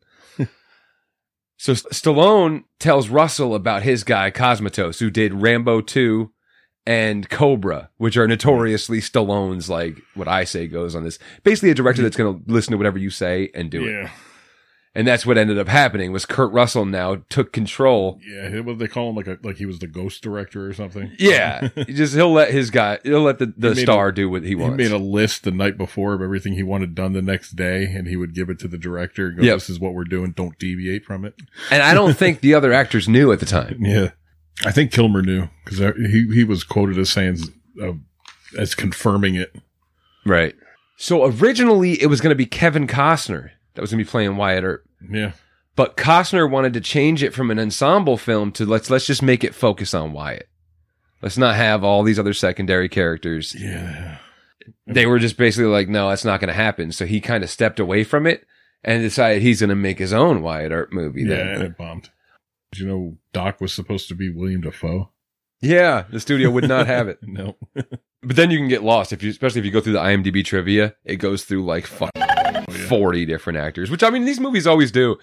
Speaker 1: so S- Stallone tells Russell about his guy Cosmatos, who did Rambo two and Cobra, which are notoriously Stallone's. Like what I say goes on this. Basically, a director that's going to listen to whatever you say and do it.
Speaker 3: yeah.
Speaker 1: And that's what ended up happening was Kurt Russell now took control.
Speaker 3: Yeah. What do they call him? Like a like he was the ghost director or something.
Speaker 1: Yeah. he just he'll let his guy he'll let the, the
Speaker 3: made
Speaker 1: star
Speaker 3: a-
Speaker 1: do what he
Speaker 3: He
Speaker 1: wants.
Speaker 3: made a list the night before of everything he wanted done the next day, and he would give it to the director. And go,
Speaker 1: Yep.
Speaker 3: This is what we're doing. Don't deviate from it.
Speaker 1: and I don't think the other actors knew at the time.
Speaker 3: Yeah, I think Kilmer knew because he he was quoted as saying uh, as confirming it.
Speaker 1: Right. So originally it was gonna be Kevin Costner that was gonna be playing Wyatt Earp.
Speaker 3: Yeah,
Speaker 1: But Costner wanted to change it from an ensemble film to let's let's just make it focus on Wyatt. Let's not have all these other secondary characters.
Speaker 3: yeah,
Speaker 1: They were just basically like, no, that's not gonna happen. So he kind of stepped away from it and decided he's gonna make his own Wyatt Earp movie
Speaker 3: yeah.
Speaker 1: then.
Speaker 3: And it bombed. Did you know Doc was supposed to be William Defoe?
Speaker 1: Yeah, the studio would not have it.
Speaker 3: No,
Speaker 1: But then you can get lost if you, especially if you go through the IMDb trivia. It goes through like fuck
Speaker 3: Oh,
Speaker 1: Oh,
Speaker 3: yeah.
Speaker 1: forty different actors, which I mean, these movies always do.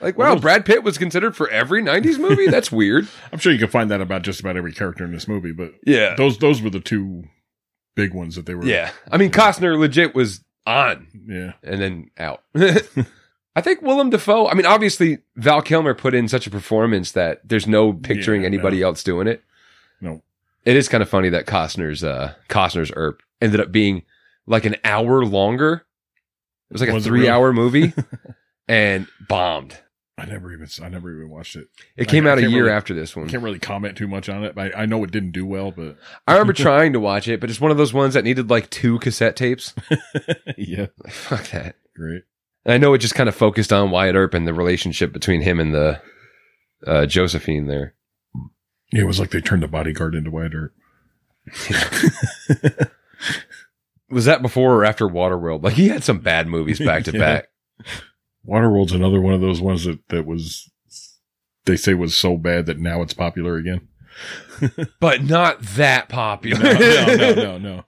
Speaker 1: like, wow,
Speaker 3: Almost-
Speaker 1: Brad Pitt was considered for every '90s movie. That's weird.
Speaker 3: I'm sure you can find that about just about every character in this movie. But
Speaker 1: Yeah,
Speaker 3: those those were the two big ones that they were.
Speaker 1: yeah. I mean, Costner legit was on
Speaker 3: yeah.
Speaker 1: and then out. I think Willem Dafoe. I mean, obviously Val Kilmer put in such a performance that there's no picturing
Speaker 3: Yeah,
Speaker 1: anybody else doing it.
Speaker 3: No,
Speaker 1: It is kind of funny that Costner's uh Costner's ERP ended up being like an hour longer. It was like
Speaker 3: Was
Speaker 1: a
Speaker 3: it really?
Speaker 1: three hour movie and bombed.
Speaker 3: I never even I never even watched it.
Speaker 1: It came
Speaker 3: I
Speaker 1: out a
Speaker 3: can't
Speaker 1: year
Speaker 3: really-
Speaker 1: after this one.
Speaker 3: Can't really comment too much on it. But I, I know it didn't do well, but
Speaker 1: I remember trying to watch it, but it's one of those ones that needed like two cassette tapes.
Speaker 3: yeah,
Speaker 1: Like, fuck that.
Speaker 3: great.
Speaker 1: And I know it just kind of focused on Wyatt Earp and the relationship between him and the uh, Josephine there.
Speaker 3: Yeah, it was like they turned the bodyguard into Wyatt Earp.
Speaker 1: Was that before or after Waterworld? Like he had some bad movies back to
Speaker 3: Yeah.
Speaker 1: back.
Speaker 3: Waterworld's another one of those ones that that was they say was so bad that now it's popular again.
Speaker 1: But not that popular.
Speaker 3: No, no, no, no, no.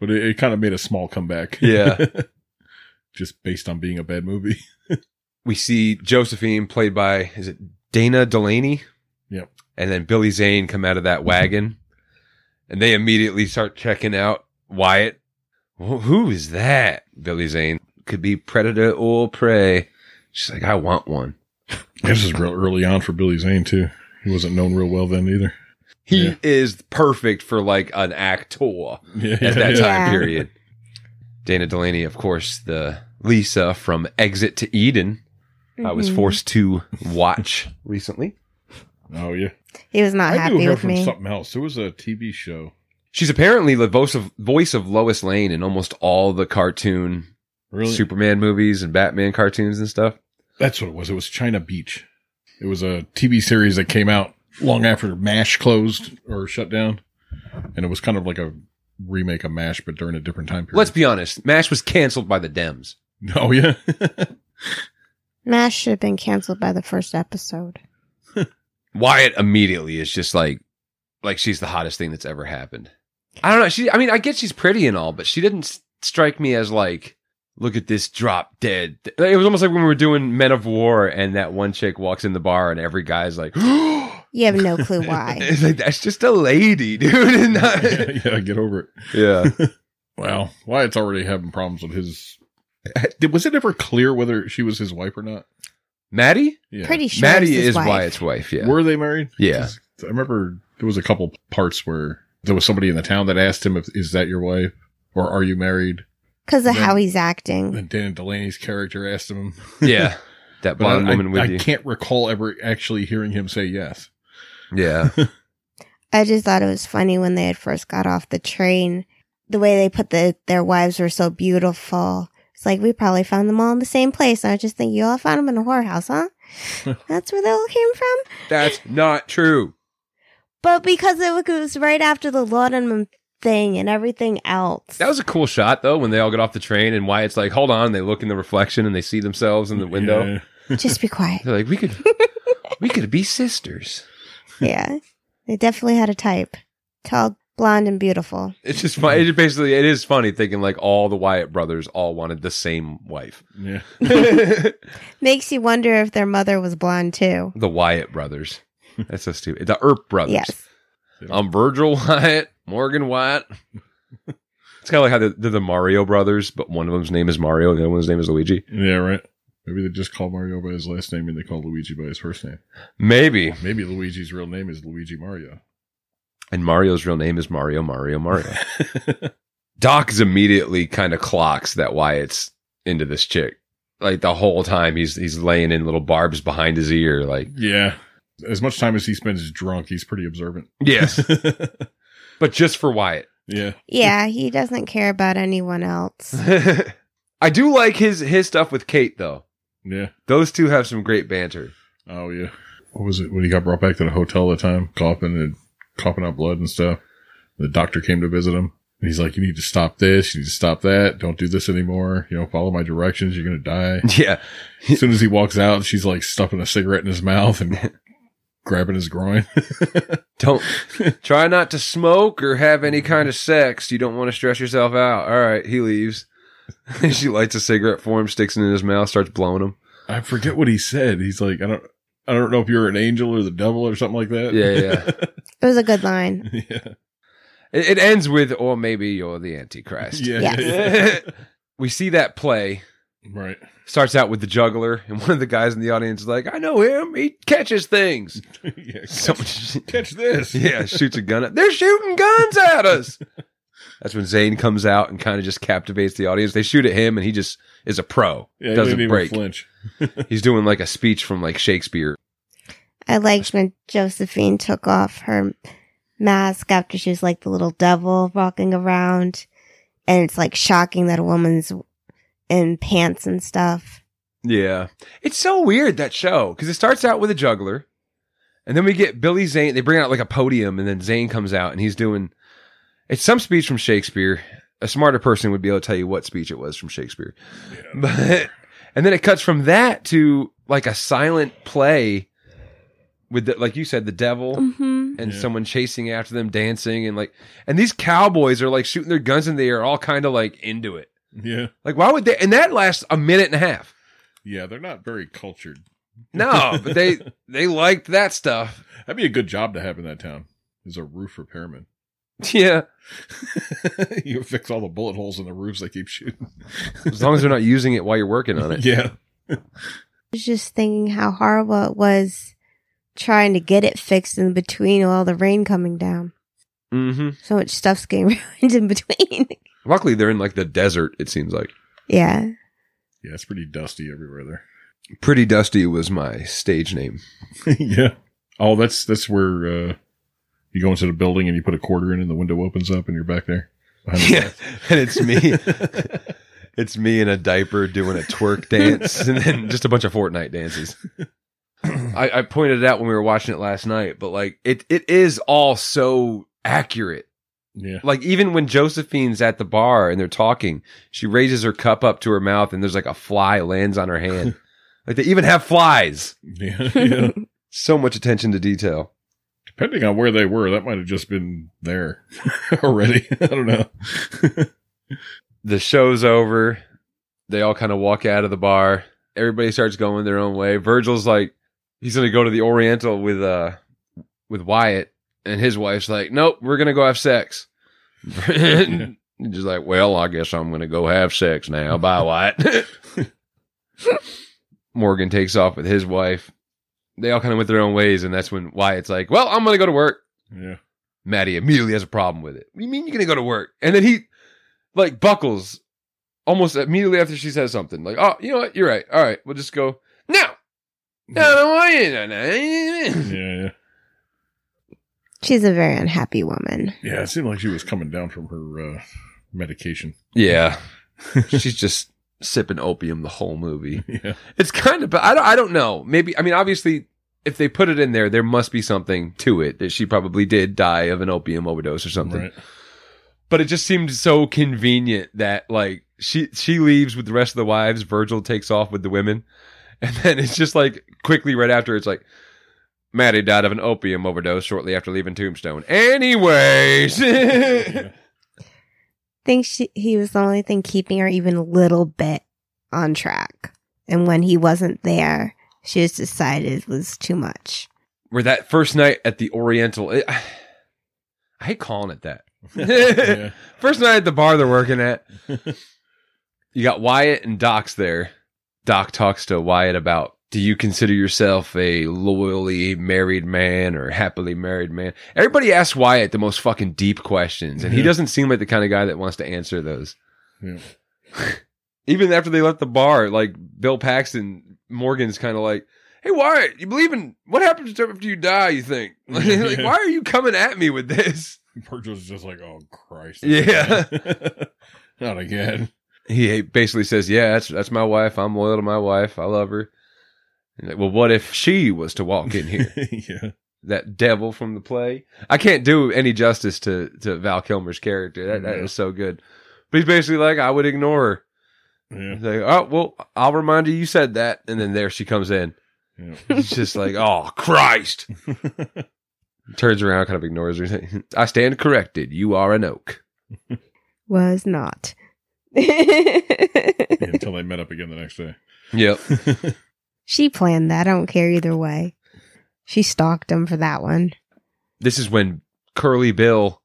Speaker 3: But it, it kind of made a small comeback.
Speaker 1: Yeah.
Speaker 3: Just based on being a bad movie.
Speaker 1: we see Josephine played by is it Dana Delaney?
Speaker 3: Yep.
Speaker 1: And then Billy Zane come out of that wagon, and they immediately start checking out Wyatt. Wh- Who is that? Billy Zane could be predator or prey. She's like, I want one.
Speaker 3: This is real early on for Billy Zane too. He wasn't known real well then either.
Speaker 1: He
Speaker 3: Yeah.
Speaker 1: is perfect for like an actor
Speaker 3: Yeah,
Speaker 1: at that
Speaker 2: yeah.
Speaker 1: time
Speaker 2: Yeah.
Speaker 1: period. Dana Delaney, of course, the Lisa from Exit to Eden. I was
Speaker 2: Mhm.
Speaker 1: forced to watch recently.
Speaker 3: Oh yeah,
Speaker 2: He was not
Speaker 3: I knew
Speaker 2: happy
Speaker 3: her
Speaker 2: with
Speaker 3: from
Speaker 2: me.
Speaker 3: something else. There was a TV show.
Speaker 1: She's apparently the voice of voice of Lois Lane in almost all the cartoon
Speaker 3: Really?
Speaker 1: Superman movies and Batman cartoons and stuff.
Speaker 3: That's what it was. It was China Beach. It was a TV series that came out long after MASH closed or shut down. And it was kind of like a remake of MASH, but during a different time period.
Speaker 1: Let's be honest, MASH was canceled by the Dems.
Speaker 3: oh, yeah.
Speaker 2: Mash should have been canceled by the first episode.
Speaker 1: Wyatt immediately is just like like she's the hottest thing that's ever happened. I don't know. She I mean, I get she's pretty and all, but she didn't s- strike me as like look at this drop dead. th- It was almost like when we were doing Men of War and that one chick walks in the bar and every guy's like
Speaker 2: You have no clue why.
Speaker 1: It's like that's just a lady, dude. And not-
Speaker 3: yeah, yeah, get over it.
Speaker 1: yeah.
Speaker 3: Well, Wyatt's already having problems with his. Did- Was it ever clear whether she was his wife or not?
Speaker 1: Maddie?
Speaker 3: Yeah.
Speaker 2: Pretty sure
Speaker 1: Maddie
Speaker 2: it's
Speaker 1: is
Speaker 2: his wife.
Speaker 1: Wyatt's wife, yeah.
Speaker 3: Were they married?
Speaker 1: Yeah.
Speaker 3: I remember there was a couple parts where there was somebody in the town that asked him, if, "Is that your wife, or are you married?"
Speaker 2: Because of
Speaker 3: Yeah.
Speaker 2: how he's acting.
Speaker 3: And Dan Delaney's character asked him,
Speaker 1: yeah. That
Speaker 3: but I-
Speaker 1: blonde woman
Speaker 3: I,
Speaker 1: with
Speaker 3: I
Speaker 1: you.
Speaker 3: can't recall ever actually hearing him say yes.
Speaker 1: Yeah.
Speaker 2: I just thought it was funny when they had first got off the train. The way they put the their wives were so beautiful. It's like we probably found them all in the same place. I just think you all found them in a whorehouse, huh? That's where they all came from.
Speaker 1: That's not true.
Speaker 2: But because it was right after the laudanum thing and everything else.
Speaker 1: That was a cool shot though when they all get off the train and Wyatt's like, "Hold on." They look in the reflection and they see themselves in the window.
Speaker 3: Yeah.
Speaker 2: just be quiet.
Speaker 1: They're like, "We could we could be sisters."
Speaker 2: yeah. They definitely had a type. Tall, blonde, and beautiful.
Speaker 1: It's just funny. It basically it is funny thinking like all the Wyatt brothers all wanted the same wife.
Speaker 3: yeah.
Speaker 1: the
Speaker 2: Makes you wonder if their mother was blonde too.
Speaker 1: Wyatt brothers. That's so stupid. The Earp brothers.
Speaker 2: Yes.
Speaker 1: I'm Virgil Wyatt, Morgan Wyatt. It's kind of like how they're, they're the Mario brothers, but one of them's name is Mario and the other one's name is Luigi.
Speaker 3: Yeah, right. Maybe they just call Mario by his last name and they call Luigi by his first name.
Speaker 1: Maybe.
Speaker 3: Maybe Luigi's real name is Luigi Mario.
Speaker 1: And Mario's real name is Mario Mario Mario. Doc is immediately kind of clocks that Wyatt's into this chick. Like the whole time he's he's laying in little barbs behind his ear, like
Speaker 3: yeah. As much time as he spends drunk, he's pretty observant.
Speaker 1: yes, but just for Wyatt.
Speaker 3: yeah.
Speaker 2: Yeah, he doesn't care about anyone else.
Speaker 1: I do like his his stuff with Kate though.
Speaker 3: Yeah.
Speaker 1: Those two have some great banter.
Speaker 3: Oh yeah. What was it when he got brought back to the hotel at the time, coughing and coughing out blood and stuff? The doctor came to visit him, and he's like, "You need to stop this. You need to stop that. Don't do this anymore. You know, follow my directions. You're gonna die."
Speaker 1: Yeah,
Speaker 3: as soon as he walks out, she's like stuffing a cigarette in his mouth and grabbing his groin.
Speaker 1: don't try not to smoke or have any kind of sex. You don't want to stress yourself out. All right, he leaves. she lights a cigarette for him, sticks it in his mouth, starts blowing him.
Speaker 3: I forget what he said. He's like, "I don't." I don't know if you're an angel or the devil or something like that.
Speaker 1: Yeah,
Speaker 2: It was a good line.
Speaker 3: yeah. yeah.
Speaker 1: It, it ends with, "Or maybe you're the Antichrist."
Speaker 3: Yeah.
Speaker 2: Yes.
Speaker 3: yeah.
Speaker 1: we see that play
Speaker 3: Right.
Speaker 1: starts out with the juggler, and one of the guys in the audience is like, "I know him. He catches things."
Speaker 3: yeah. Catch,
Speaker 1: Someone,
Speaker 3: catch this.
Speaker 1: yeah, shoots a gun. At, They're shooting guns at us. That's when Zane comes out and kind of just captivates the audience. They shoot at him, and he just is a pro.
Speaker 3: Yeah, he
Speaker 1: Doesn't
Speaker 3: didn't even
Speaker 1: break.
Speaker 3: flinch.
Speaker 1: He's doing like a speech from like Shakespeare.
Speaker 2: I liked when Josephine took off her mask after she was like the little devil walking around. And it's like shocking that a woman's in pants and stuff.
Speaker 1: Yeah, it's so weird that show because it starts out with a juggler, and then we get Billy Zane. They bring out like a podium, and then Zane comes out and he's doing it's some speech from Shakespeare. A smarter person would be able to tell you what speech it was from Shakespeare. But and then it cuts from that to like a silent play with the, like you said the devil
Speaker 2: Mm-hmm.
Speaker 1: and
Speaker 3: Yeah.
Speaker 1: someone chasing after them dancing and like and these cowboys are like shooting their guns in the air all kind of like into it.
Speaker 3: Yeah.
Speaker 1: Like why would they and that lasts a minute and a half.
Speaker 3: Yeah, they're not very cultured.
Speaker 1: No, but they they liked that stuff.
Speaker 3: That'd be a good job to have in that town. Is a roof repairman.
Speaker 1: Yeah.
Speaker 3: you fix all the bullet holes in the roofs they keep shooting.
Speaker 1: As long as they're not using it while you're working on it.
Speaker 3: yeah.
Speaker 2: I was just thinking how horrible it was trying to get it fixed in between all the rain coming down.
Speaker 1: hmm
Speaker 2: So much stuff's getting ruined in between.
Speaker 1: Luckily they're in like the desert it seems like.
Speaker 2: yeah.
Speaker 3: Yeah, it's pretty dusty everywhere
Speaker 1: Pretty Dusty was my stage name.
Speaker 3: there. yeah. Oh, that's that's where uh You go into the building and you put a quarter in, and the window opens up, and you're back there. behind the
Speaker 1: Yeah, and it's me. it's me in a diaper doing a twerk dance, and then just a bunch of Fortnite dances. I, I pointed it out when we were watching it last night, but like it, it is all so accurate.
Speaker 3: Yeah.
Speaker 1: Like even when Josephine's at the bar and they're talking, she raises her cup up to her mouth, and there's like a fly lands on her hand. like they even have flies.
Speaker 3: Yeah. yeah.
Speaker 1: So much attention to detail.
Speaker 3: Depending on where they were, that might have just been there already. I don't know.
Speaker 1: the show's over. They all kind of walk out of the bar. Everybody starts going their own way. Virgil's like, he's gonna go to the Oriental with uh with Wyatt, and his wife's like, nope, we're gonna go have sex. And Just like, well, I guess I'm gonna go have sex now. Bye, Wyatt. Morgan takes off with his wife. They all kind of went their own ways, and that's when Wyatt's like, well, I'm gonna go to work.
Speaker 3: Yeah.
Speaker 1: Maddie immediately has a problem with it. What do you mean you're gonna go to work? And then he like buckles almost immediately after she says something. Like, oh, you know what? You're right. All right, we'll just go. No, no, I don't want you. No, no.
Speaker 3: Yeah. Yeah.
Speaker 2: She's a very unhappy woman.
Speaker 3: Yeah. It seemed like she was coming down from her uh, medication.
Speaker 1: Yeah, she's just sipping opium the whole movie.
Speaker 3: Yeah.
Speaker 1: It's kind of, but I don't, I don't know. Maybe I mean, obviously, if they put it in there, there must be something to it that she probably did die of an opium overdose or something.
Speaker 3: Right.
Speaker 1: but it just seemed so convenient that like she she leaves with the rest of the wives virgil takes off with the women and then it's just like quickly right after it's like maddie died of an opium overdose shortly after leaving tombstone anyways
Speaker 3: Yeah.
Speaker 2: Think she he was the only thing keeping her even a little bit on track. And when he wasn't there, she was decided it was too much.
Speaker 1: where that first night at the oriental it, i hate calling it that
Speaker 3: yeah.
Speaker 1: first night at the bar they're working at you got wyatt and doc's there doc talks to wyatt about do you consider yourself a loyally married man or happily married man everybody asks wyatt the most fucking deep questions and he
Speaker 3: Yeah.
Speaker 1: doesn't seem like the kind of guy that wants to answer those
Speaker 3: Yeah.
Speaker 1: even after they left the bar like bill paxton morgan's kind of like hey wyatt you believe in what happens after you die you think like
Speaker 3: Yeah.
Speaker 1: why are you coming at me with this
Speaker 3: Virgil's just like, oh Christ.
Speaker 1: Yeah.
Speaker 3: Not again.
Speaker 1: he basically says, "Yeah, that's that's my wife. I'm loyal to my wife. I love her." And like, well, what if she was to walk in here?
Speaker 3: yeah.
Speaker 1: that devil from the play. I can't do any justice to to Val Kilmer's character. That, that
Speaker 3: No.
Speaker 1: is so good. But he's basically like, "I would ignore her."
Speaker 3: Yeah.
Speaker 1: He's like, "Oh well, I'll remind you you said that." And then there she comes in.
Speaker 3: Yeah.
Speaker 1: He's just like, "Oh Christ!" Turns around, kind of ignores her. I stand corrected. You are an oak.
Speaker 2: Was not.
Speaker 3: Yeah, Until they met up again the next day.
Speaker 1: Yep.
Speaker 2: she planned that. I don't care either way. She stalked him for that one.
Speaker 1: this is when Curly Bill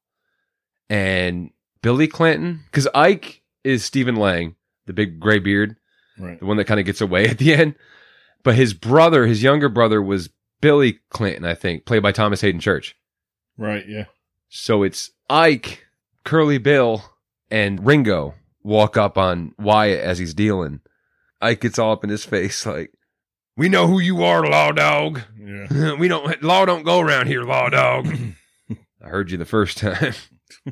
Speaker 1: and Billy Clanton, because Ike is Stephen Lang, the big gray beard,
Speaker 3: Right.
Speaker 1: the one that kind of gets away at the end. But his brother, his younger brother, was Billy Clanton, I think, played by Thomas Hayden Church.
Speaker 3: Right. Yeah.
Speaker 1: So it's Ike, Curly Bill, and Ringo walk up on Wyatt as he's dealing. Ike gets all up in his face like, "We know who you are, law dog."
Speaker 3: Yeah.
Speaker 1: we don't law don't go around here, law dog. I heard you the first time.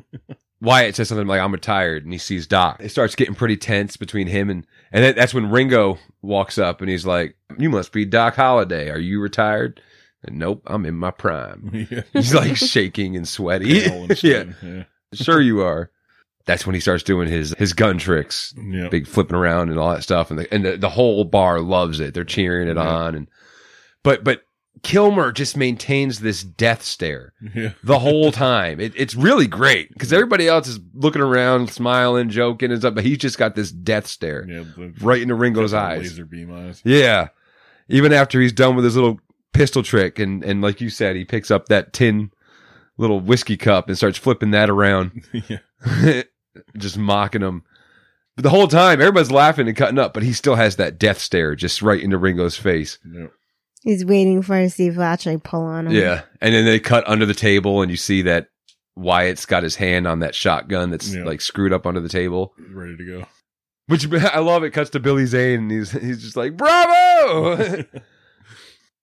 Speaker 1: Wyatt says something like, "I'm retired," and he sees Doc. It starts getting pretty tense between him and and that, that's when Ringo walks up and he's like, "You must be Doc Holliday. Are you retired?" And nope, I'm in my prime.
Speaker 3: Yeah.
Speaker 1: He's like shaking and sweaty.
Speaker 3: All in
Speaker 1: yeah,
Speaker 3: stone. Yeah.
Speaker 1: sure you are. That's when he starts doing his his gun tricks,
Speaker 3: Yeah.
Speaker 1: big flipping around and all that stuff and the, and the, the whole bar loves it they're cheering it
Speaker 3: Yeah.
Speaker 1: on and but but kilmer just maintains this death stare
Speaker 3: Yeah.
Speaker 1: the whole time it, it's really great because everybody else is looking around smiling joking and stuff but he's just got this death stare
Speaker 3: Yeah. the-
Speaker 1: right into ringo's
Speaker 3: the
Speaker 1: eyes
Speaker 3: Laser beam eyes.
Speaker 1: yeah even after he's done with his little pistol trick and and like you said he picks up that tin little whiskey cup and starts flipping that around
Speaker 3: yeah.
Speaker 1: just mocking him. But the whole time, everybody's laughing and cutting up, but he still has that death stare just right into Ringo's face.
Speaker 3: No.
Speaker 2: He's waiting for her to see if he'll actually pull on him.
Speaker 1: Yeah. And then they cut under the table, and you see that Wyatt's got his hand on that shotgun that's
Speaker 3: Yeah.
Speaker 1: like screwed up under the table.
Speaker 3: Ready to go.
Speaker 1: Which I love. It cuts to Billy Zane, and he's, he's just like, Bravo!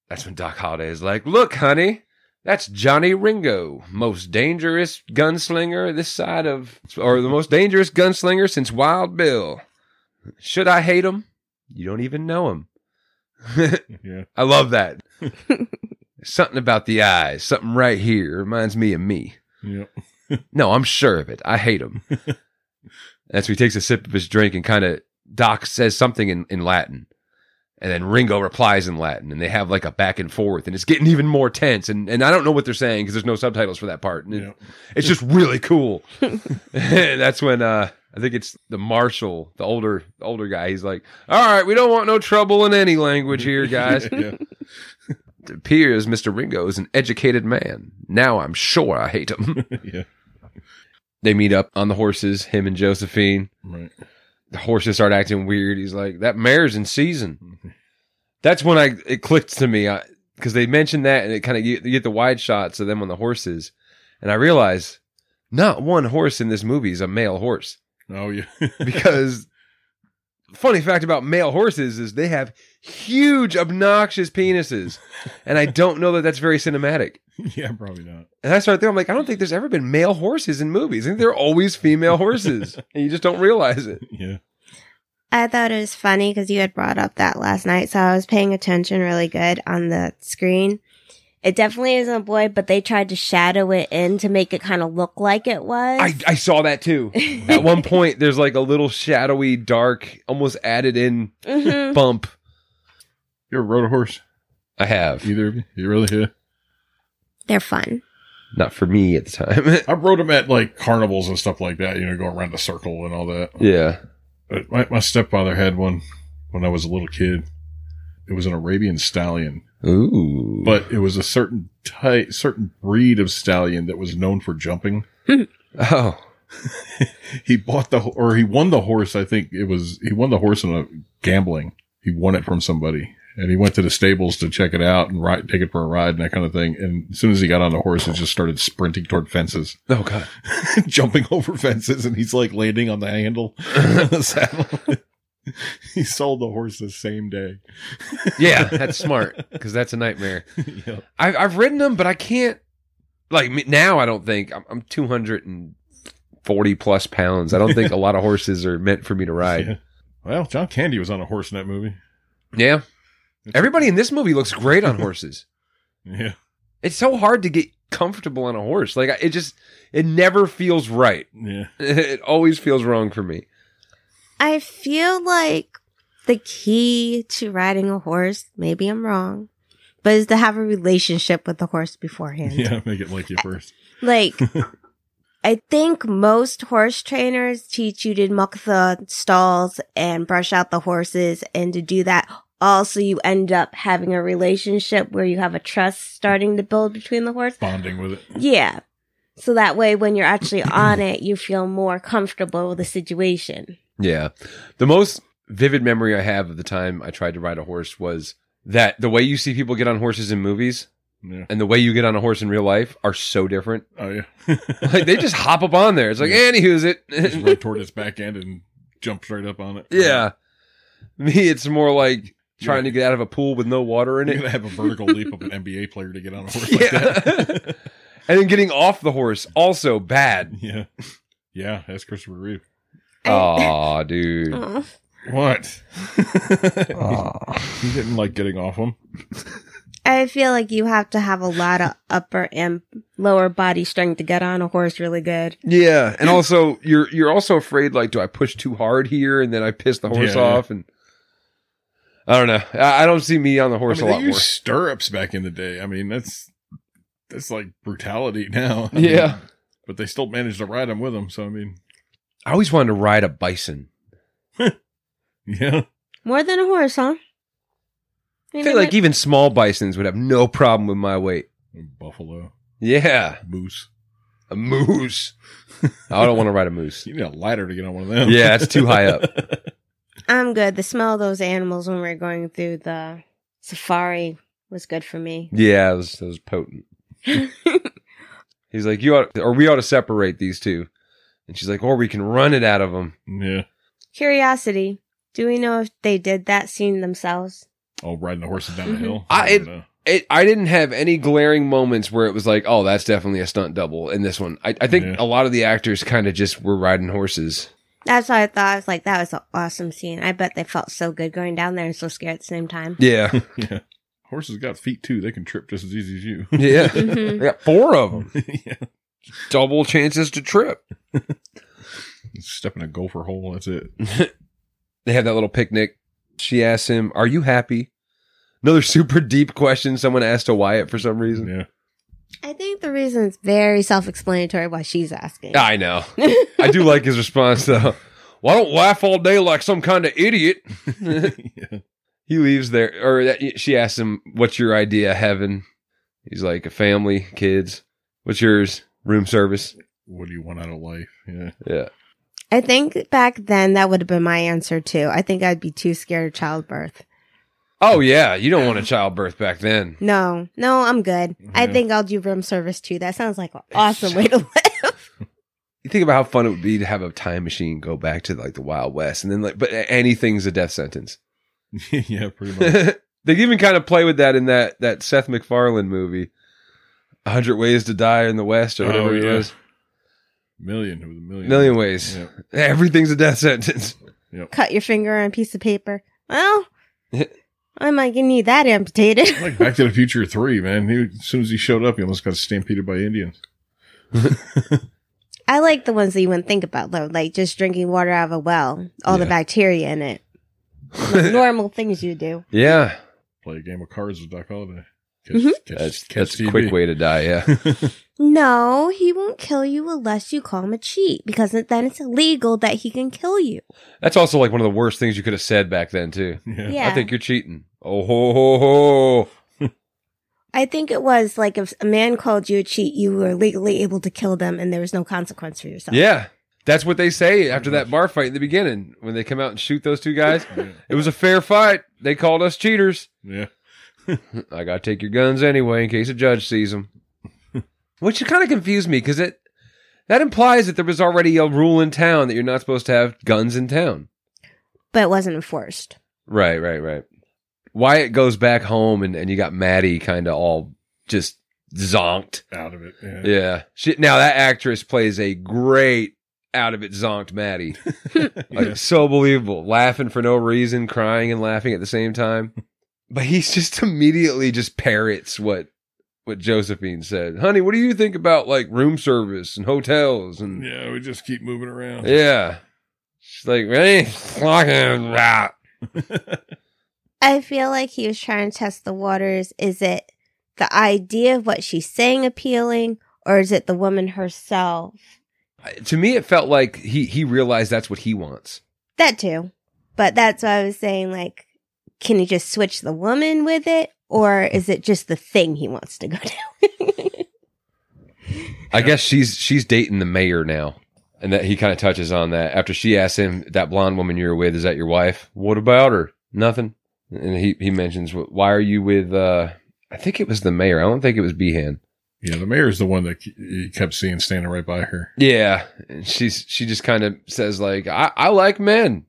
Speaker 1: that's when Doc Holliday is like, Look, honey, That's Johnny Ringo, most dangerous gunslinger this side of, or the most dangerous gunslinger since Wild Bill. Should I hate him? You don't even know him.
Speaker 3: Yeah.
Speaker 1: I love that. something about the eyes, something right here reminds me of me.
Speaker 3: Yep.
Speaker 1: No, I'm sure of it. I hate him. That's when he takes a sip of his drink and kind of Doc says something in, in Latin. And then Ringo replies in Latin and they have like a back and forth and it's getting even more tense. And, and I don't know what they're saying because there's no subtitles for that part. And it-
Speaker 3: Yep.
Speaker 1: it's just really cool. And that's when uh, I think it's the marshal, the older the older guy. He's like, "All right, we don't want no trouble in any language here, guys."
Speaker 3: yeah.
Speaker 1: it appears Mr. Ringo is an educated man. Now I'm sure I hate him.
Speaker 3: Yeah.
Speaker 1: they meet up on the horses, him and Josephine.
Speaker 3: Right.
Speaker 1: The horses start acting weird. He's like, "That mare's in season." That's when I it clicked to me because they mentioned that and it kind of you, you get the wide shots of them on the horses, and I realized not one horse in this movie is a male horse.
Speaker 3: Oh yeah.
Speaker 1: because funny fact about male horses is they have huge obnoxious penises and i don't know that that's very cinematic
Speaker 3: yeah, probably not.
Speaker 1: and i start there i'm like i don't think there's ever been male horses in movies i think they're always female horses and you just don't realize it
Speaker 3: Yeah.
Speaker 2: I thought it was funny because you had brought up that last night, so I was paying attention really good on the screen. It definitely isn't a boy, but they tried to shadow it in to make it kind of look like it was.
Speaker 1: i, I saw that too at one point there's like a little shadowy dark almost added in
Speaker 2: Mhm.
Speaker 1: bump
Speaker 3: You ever rode a horse?
Speaker 1: i have
Speaker 3: Either of you? You really? Yeah.
Speaker 2: They're fun.
Speaker 1: not for me at the time
Speaker 3: I rode them at like carnivals and stuff like that. You know, going around the circle and all that.
Speaker 1: yeah
Speaker 3: But my, my stepfather had one when I was a little kid. It was an Arabian stallion,
Speaker 1: ooh
Speaker 3: but it was a certain type, certain breed of stallion that was known for jumping.
Speaker 1: oh
Speaker 3: He bought the ho- or he won the horse. I think it was he won the horse in a gambling. He won it from somebody, and he went to the stables to check it out and ride, take it for a ride and that kind of thing. And as soon as he got on the horse, it just started sprinting toward fences,
Speaker 1: oh god
Speaker 3: jumping over fences, and he's like landing on the handle of the saddle. he sold the horse the same day.
Speaker 1: yeah that's smart because that's a nightmare
Speaker 3: Yep.
Speaker 1: I've I've ridden them, but I can't. Like me- now, I don't think I'm, I'm 240 plus pounds. I don't think a lot of horses are meant for me to ride.
Speaker 3: Yeah. Well, John Candy was on a horse in that movie.
Speaker 1: Yeah, everybody in this movie looks great on horses.
Speaker 3: Yeah.
Speaker 1: It's so hard to get comfortable on a horse. Like I- it just, it never feels right.
Speaker 3: Yeah.
Speaker 1: It always feels wrong for me.
Speaker 2: I feel like the key to riding a horse, maybe I'm wrong, but is to have a relationship with the horse beforehand.
Speaker 3: Yeah. Make it like you first.
Speaker 2: Like, I think most horse trainers teach you to muck the stalls and brush out the horses and to do that. Also, you end up having a relationship where you have a trust starting to build between the horse.
Speaker 3: Bonding with it.
Speaker 2: Yeah. So that way, when you're actually on it, you feel more comfortable with the situation.
Speaker 1: Yeah. The most vivid memory I have of the time I tried to ride a horse was that the way you see people get on horses in movies
Speaker 3: Yeah.
Speaker 1: and the way you get on a horse in real life are so different.
Speaker 3: Oh, yeah.
Speaker 1: like they just hop up on there. It's like, and who's it?
Speaker 3: just run toward its back end and jump straight up on it.
Speaker 1: yeah. Me, it's more like trying to get out of a pool with no water in
Speaker 3: You're
Speaker 1: it.
Speaker 3: going to have a vertical leap of an NBA player to get on a horse like
Speaker 1: Yeah.
Speaker 3: that.
Speaker 1: and then getting off the horse, also bad.
Speaker 3: yeah. Yeah. That's Christopher Reeve.
Speaker 2: I-
Speaker 1: Aw, dude.
Speaker 2: Aw.
Speaker 3: What?
Speaker 1: Aw.
Speaker 3: he didn't like getting off him.
Speaker 2: I feel like you have to have a lot of upper and lower body strength to get on a horse really good.
Speaker 1: Yeah. And also you're you're also afraid like, do I push too hard here and then I piss the horse
Speaker 3: Yeah.
Speaker 1: off and I don't know. I, I don't see me on the
Speaker 3: I
Speaker 1: horse a
Speaker 3: mean, they
Speaker 1: lot
Speaker 3: used
Speaker 1: more.
Speaker 3: stirrups back in the day. I mean, that's that's like brutality now. I
Speaker 1: Yeah.
Speaker 3: mean, but they still managed to ride him with them. So, I mean,
Speaker 1: I always wanted to ride a bison.
Speaker 3: yeah.
Speaker 2: More than a horse, huh?
Speaker 1: I
Speaker 2: I mean,
Speaker 1: feel
Speaker 2: they
Speaker 1: like
Speaker 2: might-
Speaker 1: even small bisons would have no problem with my weight.
Speaker 3: Buffalo,
Speaker 1: Yeah.
Speaker 3: moose.
Speaker 1: A moose. I don't want to ride a moose.
Speaker 3: You need a ladder to get on one of them.
Speaker 1: Yeah, it's too high up.
Speaker 2: I'm good. The smell of those animals when we are going through the safari was good for me.
Speaker 1: Yeah, it was, it was potent. He's like, you ought, or we ought to separate these two. And she's like, or we can run it out of them.
Speaker 3: yeah.
Speaker 2: Curiosity. Do we know if they did that scene themselves?
Speaker 3: Oh, riding the horses down the hill.
Speaker 1: I-
Speaker 3: don't know.
Speaker 1: it, I didn't have any glaring moments where it was like, oh, that's definitely a stunt double in this one. I, I think
Speaker 3: Yeah.
Speaker 1: a lot of the actors kind of just were riding horses.
Speaker 2: That's what I thought. I was like, that was an awesome scene. I bet they felt so good going down there and so scared at the same time.
Speaker 1: Yeah.
Speaker 3: yeah. Horses got feet too. They can trip just as easy as you.
Speaker 1: Yeah. I
Speaker 2: Mhm.
Speaker 1: got four of them.
Speaker 3: yeah.
Speaker 1: Double chances to trip.
Speaker 3: Step in a gopher hole. That's it.
Speaker 1: They had that little picnic. She asks him, Are you happy? Another super deep question someone asked to Wyatt for some reason.
Speaker 3: Yeah.
Speaker 2: I think the reason is very self explanatory why she's asking.
Speaker 1: I know. I do like his response though. Well, I don't laugh all day like some kind of idiot.
Speaker 3: yeah.
Speaker 1: he leaves there, or that, she asks him, "What's your idea of heaven?" He's like, "A family, kids. What's yours? Room service."
Speaker 3: What do you want out of life? Yeah.
Speaker 1: Yeah,
Speaker 2: I think back then that would have been my answer too. I think I'd be too scared of childbirth.
Speaker 1: Oh yeah, you don't want a childbirth back then.
Speaker 2: No, no, I'm good. I
Speaker 3: Yeah.
Speaker 2: think I'll do room service too. That sounds like an awesome way to live.
Speaker 1: You think about how fun it would be to have a time machine go back to like the Wild West, and then like, but anything's a death sentence.
Speaker 3: yeah, pretty much.
Speaker 1: they even kind of play with that in that that Seth MacFarlane movie, "A Hundred Ways to Die in the West" or whatever
Speaker 3: Oh,
Speaker 1: it
Speaker 3: yeah.
Speaker 1: was.
Speaker 3: Million. It was a million.
Speaker 1: Million ways.
Speaker 3: Yeah.
Speaker 1: Everything's a death sentence.
Speaker 2: Cut your finger on a piece of paper. Well, I might need that amputated.
Speaker 3: Like Back to the Future 3, man. He, as soon as he showed up, he almost got stampeded by Indians.
Speaker 2: I like the ones that you wouldn't think about though, like just drinking water out of a well, all the
Speaker 1: Yeah.
Speaker 2: bacteria in it. Like normal things you do.
Speaker 1: Yeah,
Speaker 3: Play a game of cards with Doc Holliday. Catch,
Speaker 2: Mhm.
Speaker 3: catch,
Speaker 1: Mm-hmm. that's
Speaker 3: catch
Speaker 1: that's a quick way to die. Yeah.
Speaker 2: No, he won't kill you unless you call him a cheat because then it's illegal that he can kill you.
Speaker 1: That's also like one of the worst things you could have said back then, too.
Speaker 3: Yeah.
Speaker 2: Yeah.
Speaker 1: I think you're cheating. Oh ho ho ho!
Speaker 2: I think it was like if a man called you a cheat, you were legally able to kill them and there was no consequence for yourself.
Speaker 1: Yeah, that's what they say after that bar fight in the beginning when they come out and shoot those two guys.
Speaker 3: Oh, Yeah.
Speaker 1: it was a fair fight. They called us cheaters.
Speaker 3: Yeah.
Speaker 1: I gotta take your guns anyway in case a judge sees them. Which kind of confused me because it that implies that there was already a rule in town that you're not supposed to have guns in town.
Speaker 2: But it wasn't enforced.
Speaker 1: Right, right, right. Wyatt goes back home and, and you got Maddie kind of all just zonked.
Speaker 3: Out of it. Yeah.
Speaker 1: Yeah. She, now that actress plays a great out of it zonked Maddie. Like
Speaker 3: Yeah.
Speaker 1: so believable. Laughing for no reason, crying and laughing at the same time. But he's just immediately just parrots what what Josephine said. Honey, what do you think about like room service and hotels and
Speaker 3: Yeah, we just keep moving around.
Speaker 1: Yeah. She's like, "We ain't talking about
Speaker 2: I feel like he was trying to test the waters. Is it the idea of what she's saying appealing or is it the woman herself?
Speaker 1: To me it felt like he he realized that's what he wants.
Speaker 2: That too. But that's why I was saying, like, can he just switch the woman with it? Or is it just the thing he wants to go down?
Speaker 1: I guess she's she's dating the mayor now, and that he kind of touches on that after she asks him, "That blonde woman you're with is that your wife? What about her? Nothing." And he he mentions, "Wh- "Why are you with?" uh I think it was the mayor. I don't think it was Behan.
Speaker 3: Yeah, the mayor's the one that ke- he kept seeing standing right by her.
Speaker 1: Yeah, and she's she just kind of says like, "I I like men.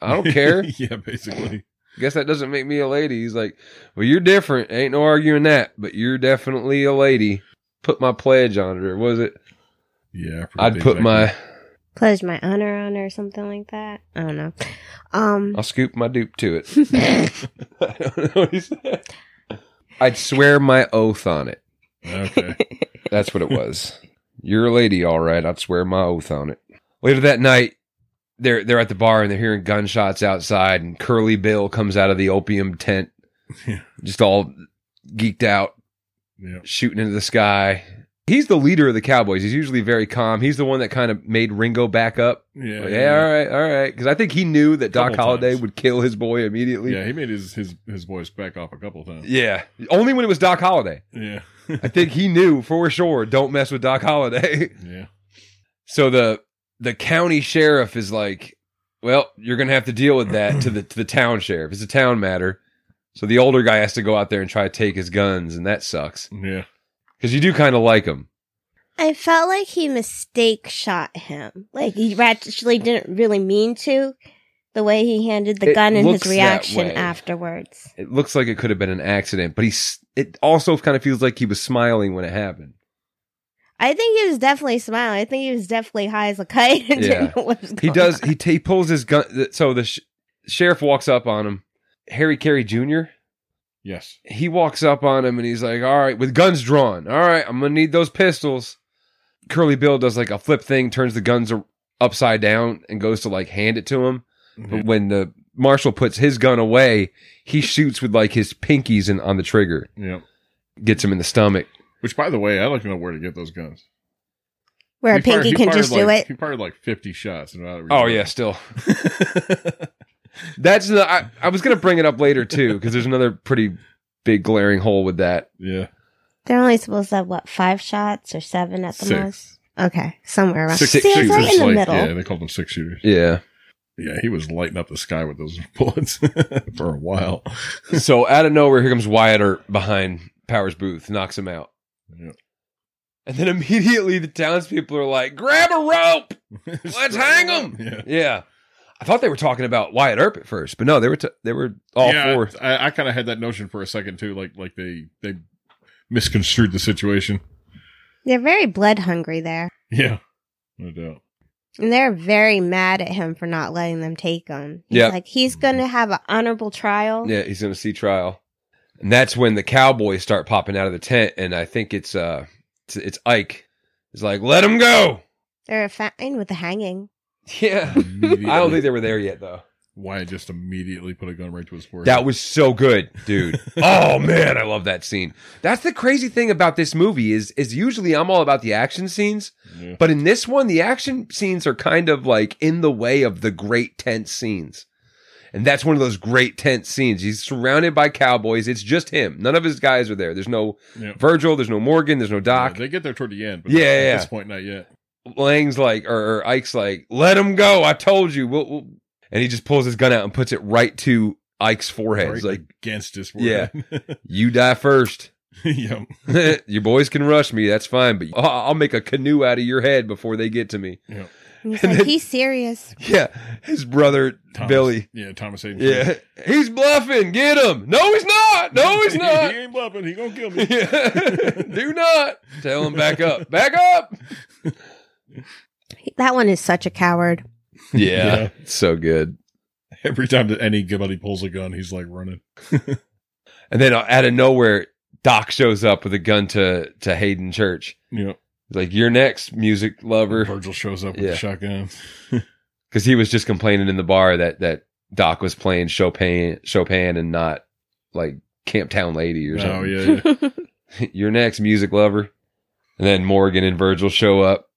Speaker 1: I don't care.
Speaker 3: yeah, basically.
Speaker 1: Guess that doesn't make me a lady." He's like, "Well, you're different. Ain't no arguing that, but you're definitely a lady." Put my pledge on it, or was it?
Speaker 3: Yeah. I forget
Speaker 1: I'd
Speaker 3: the
Speaker 1: put
Speaker 3: exact
Speaker 1: my,
Speaker 2: Pledge my honor on her or something like that. I don't know. Um,
Speaker 1: I'll scoop my dupe to it. I don't know what he said. I'd swear my oath on it.
Speaker 3: name. Okay.
Speaker 1: That's what it was. You're a lady, all right. I'd swear my oath on it. Later that night, they're they're at the bar and they're hearing gunshots outside, and Curly Bill comes out of the opium tent,
Speaker 3: Yeah.
Speaker 1: just all geeked out,
Speaker 3: Yeah.
Speaker 1: shooting into the sky. He's the leader of the Cowboys. He's usually very calm. He's the one that kind of made Ringo back up.
Speaker 3: Yeah.
Speaker 1: Like, yeah, all right, all right. Because I think he knew that Doc
Speaker 3: Couple
Speaker 1: Holliday
Speaker 3: times.
Speaker 1: would kill his boy immediately.
Speaker 3: Yeah, he made his, his, his voice back off a couple of times.
Speaker 1: yeah. Only when it was Doc Holliday.
Speaker 3: Yeah.
Speaker 1: I think he knew for sure. Don't mess with Doc Holliday.
Speaker 3: Yeah.
Speaker 1: So the the county sheriff is like, well, you're gonna have to deal with that to the to the town sheriff. It's a town matter. So the older guy has to go out there and try to take his guns, and that sucks
Speaker 3: Yeah.
Speaker 1: because you do kind of like him.
Speaker 2: I felt like he mistake shot him. Like, he actually didn't really mean to. The way he handed the
Speaker 1: It
Speaker 2: gun and his
Speaker 1: looks that
Speaker 2: reaction
Speaker 1: way.
Speaker 2: afterwards.
Speaker 1: It looks like it could have been an accident, but he's it also kind of feels like he was smiling when it happened.
Speaker 2: I think he was definitely smiling. I think he was definitely high as a kite and
Speaker 1: Yeah.
Speaker 2: didn't know what was
Speaker 1: He
Speaker 2: going
Speaker 1: does.
Speaker 2: on.
Speaker 1: He, t- he pulls his gun. th- So the sh- sheriff walks up on him. Harry Carey Jr.
Speaker 3: Yes.
Speaker 1: He walks up on him and he's like, "All right, with guns drawn. All right, I'm gonna need those pistols." Curly Bill does like a flip thing, turns the guns ar- upside down, and goes to like hand it to him. But when the marshal puts his gun away, he shoots with like his pinkies in, on the trigger,
Speaker 3: Yeah.
Speaker 1: gets him in the stomach.
Speaker 3: Which, by the way, I'd like to know where to get those guns.
Speaker 2: Where
Speaker 3: He fired-
Speaker 2: Pinky
Speaker 3: he
Speaker 2: can
Speaker 3: fired
Speaker 2: just do
Speaker 3: like-
Speaker 2: it.
Speaker 3: He fired like 50 shots. And without
Speaker 1: Oh
Speaker 3: reloading.
Speaker 1: yeah, still. That's the. I, I was gonna bring it up later too because there's another pretty big glaring hole with that.
Speaker 3: yeah.
Speaker 2: They're only supposed to have what five shots or seven at the
Speaker 3: Six.
Speaker 2: most. Okay, somewhere around.
Speaker 1: Six-
Speaker 2: See, it's
Speaker 1: six
Speaker 2: right
Speaker 1: is
Speaker 2: in the
Speaker 3: like-
Speaker 2: middle.
Speaker 3: Yeah, they called them six shooters.
Speaker 1: Yeah.
Speaker 3: Yeah, he was lighting up the sky with those bullets for a while.
Speaker 1: so out of nowhere, here comes Wyatt Earp behind Powers Booth, knocks him out,
Speaker 3: Yeah.
Speaker 1: and then immediately the townspeople are like, "Grab a rope, let's hang him."
Speaker 3: Yeah.
Speaker 1: Yeah. I thought they were talking about Wyatt Earp at first, but no, they were t- they were all
Speaker 3: yeah,
Speaker 1: four.
Speaker 3: I, I kind of had that notion for a second too, like like they they misconstrued the situation.
Speaker 2: They're very blood hungry there,
Speaker 3: Yeah, no doubt.
Speaker 2: and they're very mad at him for not letting them take him. He's
Speaker 1: Yeah.
Speaker 2: like he's going to have an honorable trial.
Speaker 1: Yeah, he's going to see trial, and that's when the cowboys start popping out of the tent, and I think it's uh, it's, it's Ike. He's like, "Let him go."
Speaker 2: They're fine with the hanging.
Speaker 1: Yeah, I don't think they were there yet though.
Speaker 3: why just immediately put a gun right to his forehead.
Speaker 1: That was so good, dude. oh man, I love that scene. That's the crazy thing about this movie is is usually I'm all about the action scenes,
Speaker 3: Yeah.
Speaker 1: but in this one the action scenes are kind of like in the way of the great tense scenes. And that's one of those great tense scenes. He's surrounded by cowboys. It's just him. None of his guys are there. There's no
Speaker 3: Yeah.
Speaker 1: Virgil, there's no Morgan, there's no Doc.
Speaker 3: Yeah, they get there toward the end, but
Speaker 1: Yeah,
Speaker 3: not- at
Speaker 1: yeah,
Speaker 3: this
Speaker 1: yeah.
Speaker 3: point not yet.
Speaker 1: Lang's like or, or Ike's like, "Let him go. I told you." We'll, we'll-" And he just pulls his gun out and puts it right to Ike's forehead.
Speaker 3: Right
Speaker 1: He's like,
Speaker 3: against his
Speaker 1: Yeah.
Speaker 3: forehead.
Speaker 1: "You die first.
Speaker 3: yeah,
Speaker 1: your boys can rush me. That's fine, but I- I'll make a canoe out of your head before they get to me.
Speaker 2: And he's
Speaker 1: And
Speaker 2: like
Speaker 1: then-
Speaker 2: he's serious.
Speaker 1: Yeah, his brother
Speaker 3: Thomas-
Speaker 1: Billy.
Speaker 3: Yeah, Thomas Hayden.
Speaker 1: Yeah, he's bluffing. Get him. No, he's not. No, he's not.
Speaker 3: he ain't bluffing. He gonna kill me.
Speaker 1: Yeah. Do not tell him back up. Back up.
Speaker 2: He- That one is such a coward.
Speaker 3: Yeah.
Speaker 1: so good.
Speaker 3: Every time that anybody pulls a gun, he's like running.
Speaker 1: And then uh, out of nowhere, Doc shows up with a gun to to Hayden Church.
Speaker 3: You know,
Speaker 1: He's like, "You're next, music lover,"
Speaker 3: Virgil shows up with
Speaker 1: Yeah.
Speaker 3: a shotgun.
Speaker 1: because he was just complaining in the bar that that Doc was playing Chopin, Chopin, and not like Camp Town Lady or something.
Speaker 3: Oh yeah, yeah.
Speaker 1: your next music lover. And then Morgan and Virgil show up,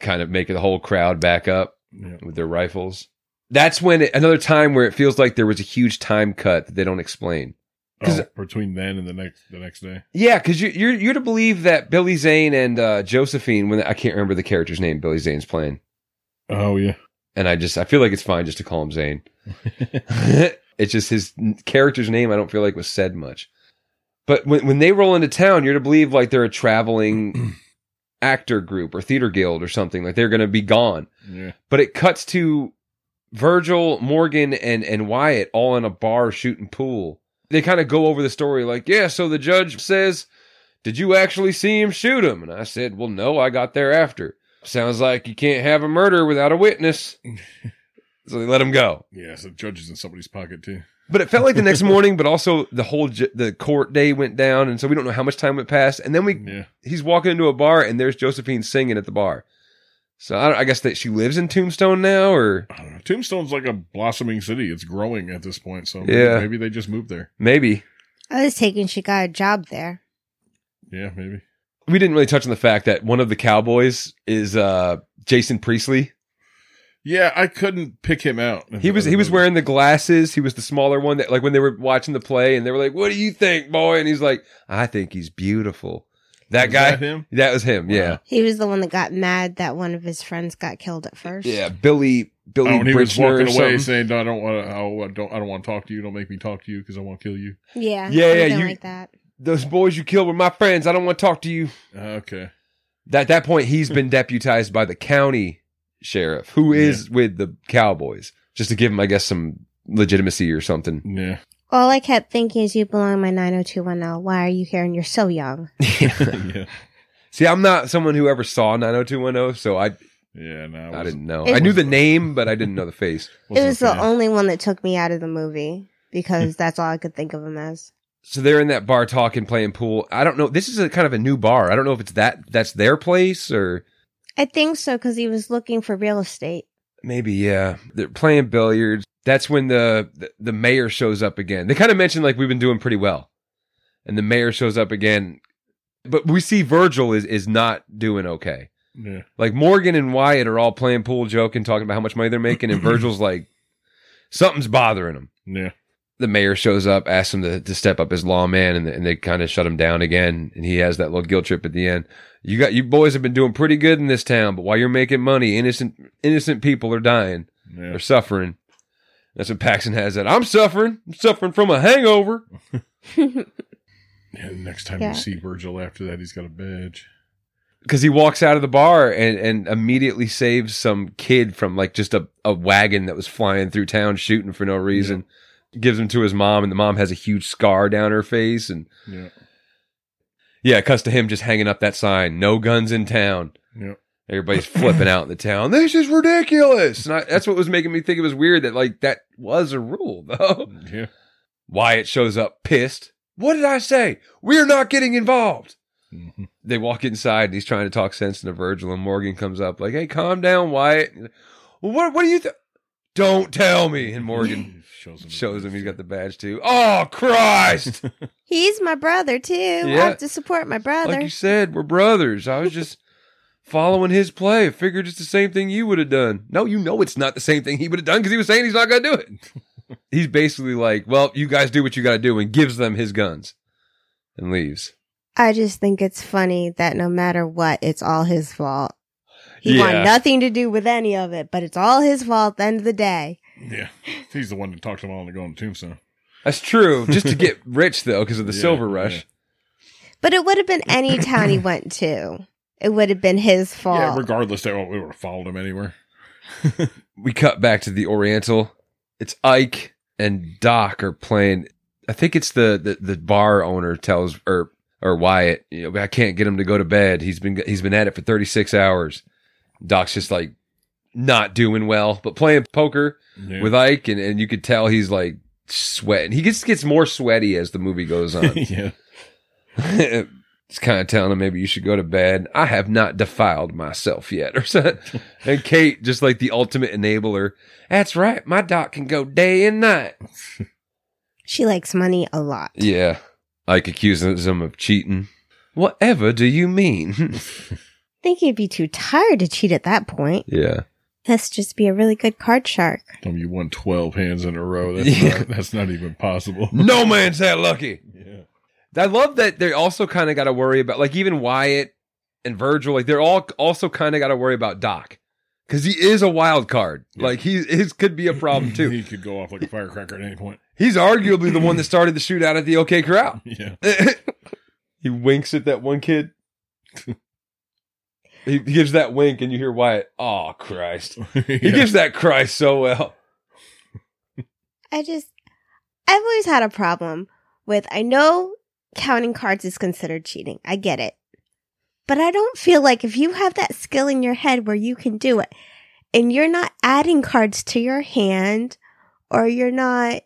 Speaker 1: kind of making the whole crowd back up
Speaker 3: yeah.
Speaker 1: with their rifles. That's when it, another time where it feels like there was a huge time cut that they don't explain. 'Cause-
Speaker 3: Oh, between then and the next the next day.
Speaker 1: Yeah, because you, you're you're to believe that Billy Zane and uh, Josephine, when I can't remember the character's name, Billy Zane's playing,
Speaker 3: Oh yeah.
Speaker 1: and I just I feel like it's fine just to call him Zane. it's just his n- character's name I don't feel like was said much. But when when they roll into town, you're to believe like they're a traveling actor group or theater guild or something. Like they're going to be gone.
Speaker 3: Yeah.
Speaker 1: But it cuts to Virgil, Morgan, and and Wyatt all in a bar shooting pool. They kind of go over the story like, yeah. So the judge says, "Did you actually see him shoot him?" And I said, "Well, no. I got there after." Sounds like you can't have a murder without a witness. so they let him go
Speaker 3: Yeah, so the judge is in somebody's pocket too.
Speaker 1: but it felt like the next morning but also the whole j- the court day went down and so we don't know how much time went past and then we
Speaker 3: Yeah.
Speaker 1: he's walking into a bar and there's josephine singing at the bar so i, don't, I guess that she lives in tombstone now or
Speaker 3: I don't know. Tombstone's like a blossoming city. It's growing at this point, so
Speaker 1: Yeah.
Speaker 3: maybe they just moved there.
Speaker 1: maybe
Speaker 2: I was taking she got a job there.
Speaker 3: Yeah, maybe.
Speaker 1: we didn't really touch on the fact that one of the cowboys is uh jason priestley
Speaker 3: Yeah, I couldn't pick him out.
Speaker 1: he was he was wearing the glasses he was the smaller one that like when they were watching the play and they were like what do you think boy and he's like i think he's beautiful that
Speaker 3: Is
Speaker 1: guy
Speaker 3: that him?
Speaker 1: that was him yeah
Speaker 3: Wow.
Speaker 2: He was the one that got mad that one of his friends got killed at first.
Speaker 1: yeah billy billy
Speaker 3: Oh, and he was
Speaker 1: Britchner or
Speaker 3: walking away
Speaker 1: something.
Speaker 3: saying, "No, I don't want to. I don't. I don't want to talk to you. Don't make me talk to you because I want to kill you."
Speaker 2: Yeah.
Speaker 1: Yeah, yeah,
Speaker 2: something
Speaker 1: you-
Speaker 2: like that.
Speaker 1: those boys you killed were my friends. I don't want to talk to you.
Speaker 3: Uh, okay.
Speaker 1: At that point, he's been deputized by the county sheriff, who is with the Cowboys, just to give him, I guess, some legitimacy or something.
Speaker 3: Yeah.
Speaker 2: All I kept thinking is, you belong in my 90210. Why are you here and you're so young?
Speaker 3: yeah.
Speaker 1: See, I'm not someone who ever saw 90210, so I
Speaker 3: Yeah, no.
Speaker 1: I didn't know.
Speaker 2: It
Speaker 1: I knew
Speaker 2: was-
Speaker 1: the name, but I didn't know the face.
Speaker 2: it was the only one that took me out of the movie because that's all I could think of him as.
Speaker 1: So they're in that bar talking, playing pool. I don't know. This is a kind of a new bar. I don't know if it's that that's their place or
Speaker 2: I think so because he was looking for real estate.
Speaker 1: maybe yeah. They're playing billiards. That's when the the, the mayor shows up again. They kind of mentioned like we've been doing pretty well, and the mayor shows up again. But we see Virgil is is not doing okay.
Speaker 3: Yeah.
Speaker 1: Like Morgan and Wyatt are all playing pool, joking, talking about how much money they're making, and Virgil's like something's bothering him.
Speaker 3: Yeah.
Speaker 1: the mayor shows up, asks him to, to step up as lawman, and, and they kind of shut him down again. And he has that little guilt trip at the end. You got you boys have been doing pretty good in this town, but while you're making money, innocent innocent people are dying,
Speaker 3: Yeah.
Speaker 1: they're suffering. That's what Paxton has. That I'm suffering, I'm suffering from a hangover.
Speaker 3: Yeah, next time
Speaker 2: Yeah.
Speaker 3: you see Virgil after that, he's got a badge.
Speaker 1: Because he walks out of the bar and, and immediately saves some kid from like just a, a wagon that was flying through town shooting for no reason. Gives him to his mom, and the mom has a huge scar down her face, and
Speaker 3: Yeah.
Speaker 1: Yeah, it cuts to him just hanging up that sign, no guns in town.
Speaker 3: Yeah.
Speaker 1: Everybody's flipping out in the town. This is ridiculous. And I, that's what was making me think it was weird that like that was a rule though.
Speaker 3: Yeah.
Speaker 1: Wyatt shows up pissed. What did I say? We're not getting involved.
Speaker 3: Mhm.
Speaker 1: They walk inside and he's trying to talk sense into Virgil and Morgan comes up like, "Hey, calm down, Wyatt." Well, what what do you th- Don't tell me. And Morgan
Speaker 3: Mm-hmm. shows him.
Speaker 1: shows him he's got the badge too. Oh, Christ.
Speaker 2: He's my brother too. I
Speaker 1: Yeah.
Speaker 2: have to support my brother.
Speaker 1: Like you said, we're brothers. I was just following his play. I figured it's the same thing you would have done. No, you know it's not the same thing he would have done because he was saying he's not going to do it. he's basically like, well, you guys do what you got to do and gives them his guns and leaves.
Speaker 2: I just think it's funny that no matter what, it's all his fault. He
Speaker 1: Yeah.
Speaker 2: wanted nothing to do with any of it, but it's all his fault at the end of the day.
Speaker 3: Yeah. He's the one that talked him all into going to Tombstone.
Speaker 1: That's true. Just to get rich, though, because of the
Speaker 3: Yeah,
Speaker 1: silver rush.
Speaker 2: But it would have been any town he went to. It would have been his fault.
Speaker 3: Yeah, regardless, that we would have followed him anywhere.
Speaker 1: we cut back to the Oriental. It's Ike and Doc are playing. I think it's the the, the bar owner tells or or Wyatt, you know, I can't get him to go to bed. He's been he's been at it for 36 hours. Doc's just like not doing well, but playing poker
Speaker 3: Yeah.
Speaker 1: with Ike and, and you could tell he's like sweating. He gets gets more sweaty as the movie goes on.
Speaker 3: yeah.
Speaker 1: It's kind of telling him maybe you should go to bed. I have not defiled myself yet, or something. And Kate, just like the ultimate enabler, that's right. My doc can go day and night.
Speaker 2: she likes money a lot.
Speaker 1: Yeah, Ike accuses him of cheating. Whatever do you mean?
Speaker 2: I think he'd be too tired to cheat at that point.
Speaker 1: yeah,
Speaker 2: Let's just be a really good card shark.
Speaker 3: Tom, you won 12 hands in a row. That's,
Speaker 1: Yeah.
Speaker 3: not, that's not even possible.
Speaker 1: no man's that lucky.
Speaker 3: Yeah.
Speaker 1: I love that they also kind of got to worry about like even Wyatt and Virgil, like they're all also kind of got to worry about Doc because he is a wild card.
Speaker 3: Yeah.
Speaker 1: Like he his could be a problem too.
Speaker 3: He could go off like a firecracker at any point.
Speaker 1: He's arguably the one that started the shootout at the OK Corral.
Speaker 3: Yeah.
Speaker 1: he winks at that one kid. he gives that wink, and you hear Wyatt. Oh Christ! He
Speaker 3: Yeah.
Speaker 1: gives that Christ so well.
Speaker 2: I just, I've always had a problem with, I know counting cards is considered cheating. I get it. But I don't feel like if you have that skill in your head where you can do it and you're not adding cards to your hand or you're not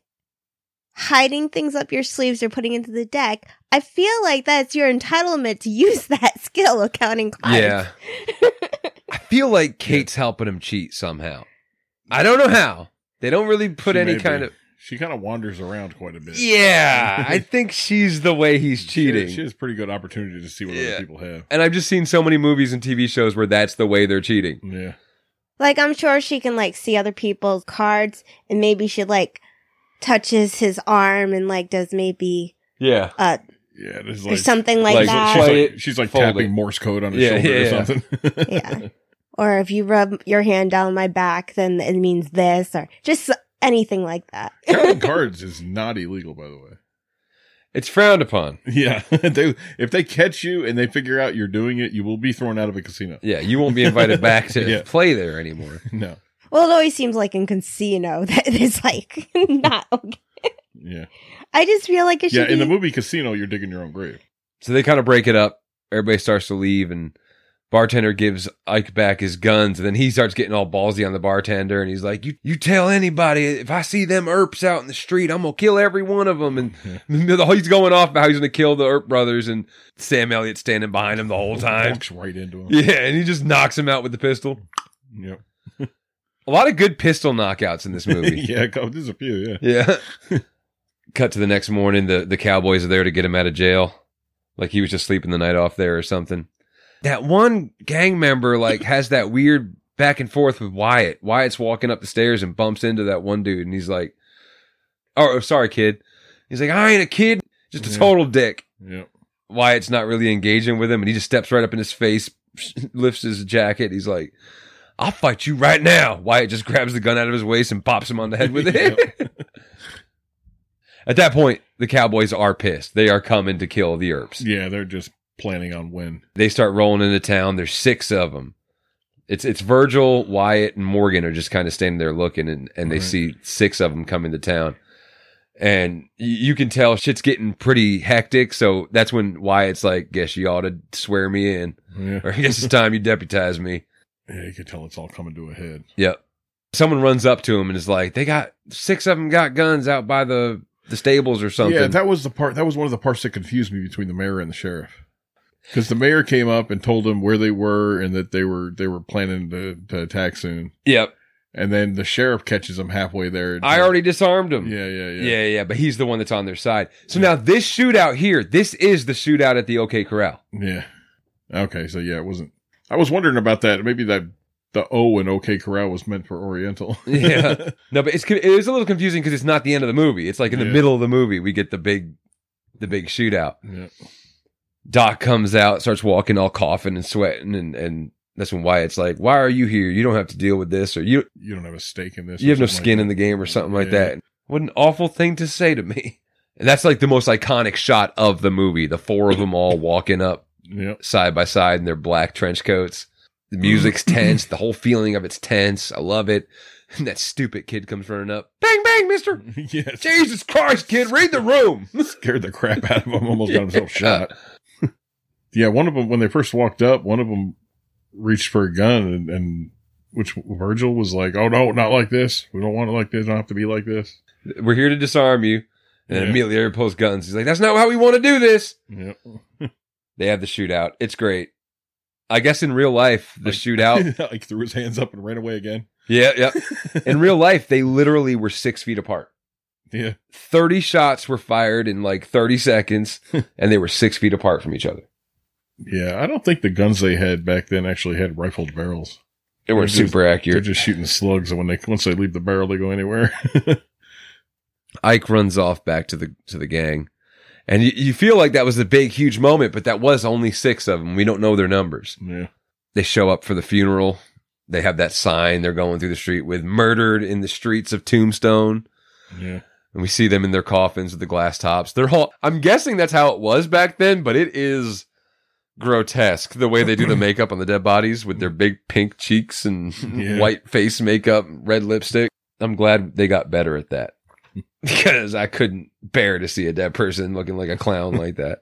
Speaker 2: hiding things up your sleeves or putting into the deck, I feel like that's your entitlement to use that skill of counting cards.
Speaker 1: Yeah, I feel like Kate's helping him cheat somehow. I don't know how. They don't really put
Speaker 3: She
Speaker 1: any
Speaker 3: may
Speaker 1: kind
Speaker 3: be.
Speaker 1: of.
Speaker 3: She kind of wanders around quite a bit.
Speaker 1: Yeah, I think she's the way he's cheating.
Speaker 3: She, she has pretty good opportunity to see what
Speaker 1: Yeah.
Speaker 3: other people have.
Speaker 1: and I've just seen so many movies and TV shows where that's the way they're cheating.
Speaker 3: Yeah.
Speaker 2: Like I'm sure she can like see other people's cards and maybe she like touches his arm and like does maybe
Speaker 1: Yeah.
Speaker 2: uh
Speaker 3: Yeah. This is
Speaker 2: or
Speaker 3: like,
Speaker 2: something like,
Speaker 1: like,
Speaker 2: that.
Speaker 1: so-
Speaker 3: She's
Speaker 1: Play
Speaker 3: like,
Speaker 1: it,
Speaker 3: she's like
Speaker 1: fold
Speaker 3: tapping
Speaker 1: it.
Speaker 3: Morse code on his
Speaker 1: Yeah,
Speaker 3: shoulder
Speaker 1: yeah, yeah.
Speaker 3: or something.
Speaker 2: yeah. Or if you rub your hand down my back then it means this or just s- anything like that.
Speaker 3: Counting cards is not illegal, by the way.
Speaker 1: It's frowned upon.
Speaker 3: Yeah, they, if they catch you and they figure out you're doing it, you will be thrown out of a casino.
Speaker 1: Yeah, you won't be invited back to
Speaker 3: Yeah.
Speaker 1: play there anymore.
Speaker 3: No,
Speaker 2: well, it always seems like in casino that it's like not okay.
Speaker 3: Yeah.
Speaker 2: I just feel like it
Speaker 3: Yeah.
Speaker 2: should
Speaker 3: In
Speaker 2: be
Speaker 3: the movie Casino, you're digging your own grave.
Speaker 1: So they kind of break it up. Everybody starts to leave, and bartender gives Ike back his guns, and then he starts getting all ballsy on the bartender, and he's like, "You, you tell anybody if I see them Erps out in the street, I'm gonna kill every one of them." And he's going off about how he's gonna kill the Erp brothers, and Sam Elliott standing behind him the whole time.
Speaker 3: Walks right into him.
Speaker 1: Yeah, and he just knocks him out with the pistol.
Speaker 3: Yep.
Speaker 1: A lot of good pistol knockouts in this movie.
Speaker 3: yeah. go- There's a few. Yeah.
Speaker 1: Yeah. Cut to the next morning. The the Cowboys are there to get him out of jail. Like he was just sleeping the night off there or something. That one gang member like has that weird back and forth with Wyatt. Wyatt's walking up the stairs and bumps into that one dude, and he's like, "Oh, sorry, kid." He's like, "I ain't a kid, just a
Speaker 3: Yeah.
Speaker 1: total dick."
Speaker 3: Yep.
Speaker 1: Wyatt's not really engaging with him, and he just steps right up in his face, lifts his jacket. He's like, "I'll fight you right now." Wyatt just grabs the gun out of his waist and pops him on the head with it. At that point, the Cowboys are pissed. They are coming to kill the Earps.
Speaker 3: Yeah. They're just planning on when.
Speaker 1: They start rolling into town. There's six of them. It's it's Virgil, Wyatt, and Morgan are just kind of standing there looking, and, and they
Speaker 3: Right.
Speaker 1: see six of them coming to town. And y- you can tell shit's getting pretty hectic. So that's when Wyatt's like, "Guess you ought to swear me in."
Speaker 3: Yeah.
Speaker 1: or I guess it's time you deputize me.
Speaker 3: yeah. You could tell it's all coming to a head.
Speaker 1: Yep. Someone runs up to him and is like, they got six of them got guns out by the, the stables or something.
Speaker 3: Yeah, that was the part. That was one of the parts that confused me between the mayor and the sheriff, because the mayor came up and told them where they were and that they were they were planning to, to attack soon,
Speaker 1: yep.
Speaker 3: and then the sheriff catches them halfway there.
Speaker 1: I already disarmed him.
Speaker 3: Yeah, yeah, yeah,
Speaker 1: Yeah. yeah, But he's the one that's on their side. So now this shootout here, this is the shootout at the OK Corral.
Speaker 3: yeah. Okay, so yeah, it wasn't. I was wondering about that. Maybe that the O and OK Corral was meant for Oriental.
Speaker 1: Yeah. No, but it's it is a little confusing because it's not the end of the movie. It's like in the
Speaker 3: Yeah.
Speaker 1: middle of the movie we get the big the big shootout.
Speaker 3: yeah.
Speaker 1: Doc comes out, starts walking all coughing and sweating, and and that's when Wyatt's like, "Why are you here? You don't have to deal with this, or you
Speaker 3: You don't have a stake in this.
Speaker 1: you
Speaker 3: or
Speaker 1: have no
Speaker 3: something like
Speaker 1: skin
Speaker 3: that.
Speaker 1: in the game or something like
Speaker 3: Yeah.
Speaker 1: that. What an awful thing to say to me. And that's like the most iconic shot of the movie. The four of them all walking up
Speaker 3: Yep.
Speaker 1: side by side in their black trench coats.
Speaker 3: Mm.
Speaker 1: The music's tense. The whole feeling of it's tense. I love it. And that stupid kid comes running up. Bang, bang, mister.
Speaker 3: yes.
Speaker 1: Jesus Christ, kid, read the room.
Speaker 3: scared the crap out of him. Almost got himself shot. yeah, one of them when they first walked up, one of them reached for a gun, and, and which Virgil was like, "Oh no, not like this. We don't want it like this. Don't have to be like this."
Speaker 1: We're here to disarm you. And
Speaker 3: Yeah.
Speaker 1: immediately everybody pulls guns. He's like, that's not how we want to do this.
Speaker 3: Yep.
Speaker 1: They have the shootout. It's great. I guess in real life, the
Speaker 3: Like-
Speaker 1: shootout.
Speaker 3: like threw his hands up and ran away again.
Speaker 1: Yeah, yeah. In real life, they literally were six feet apart.
Speaker 3: Yeah,
Speaker 1: 30 shots were fired in like 30 seconds and they were six feet apart from each other.
Speaker 3: yeah. I don't think the guns they had back then actually had rifled barrels.
Speaker 1: They were
Speaker 3: They're just-
Speaker 1: super
Speaker 3: They're
Speaker 1: accurate.
Speaker 3: just shooting slugs, and when they once they leave the barrel, they go anywhere.
Speaker 1: Ike runs off back to the to the gang. And you, you feel like that was the big, huge moment, but that was only six of them. We don't know their numbers.
Speaker 3: yeah,
Speaker 1: They show up for the funeral. They have that sign. They're going through the street with murdered in the streets of Tombstone.
Speaker 3: yeah.
Speaker 1: and we see them in their coffins with the glass tops. They're all I'm guessing that's how it was back then, but it is grotesque the way they do the makeup on the dead bodies with their big pink cheeks and
Speaker 3: Yeah.
Speaker 1: white face makeup, red lipstick. I'm glad they got better at that. Because I couldn't bear to see a dead person looking like a clown like that.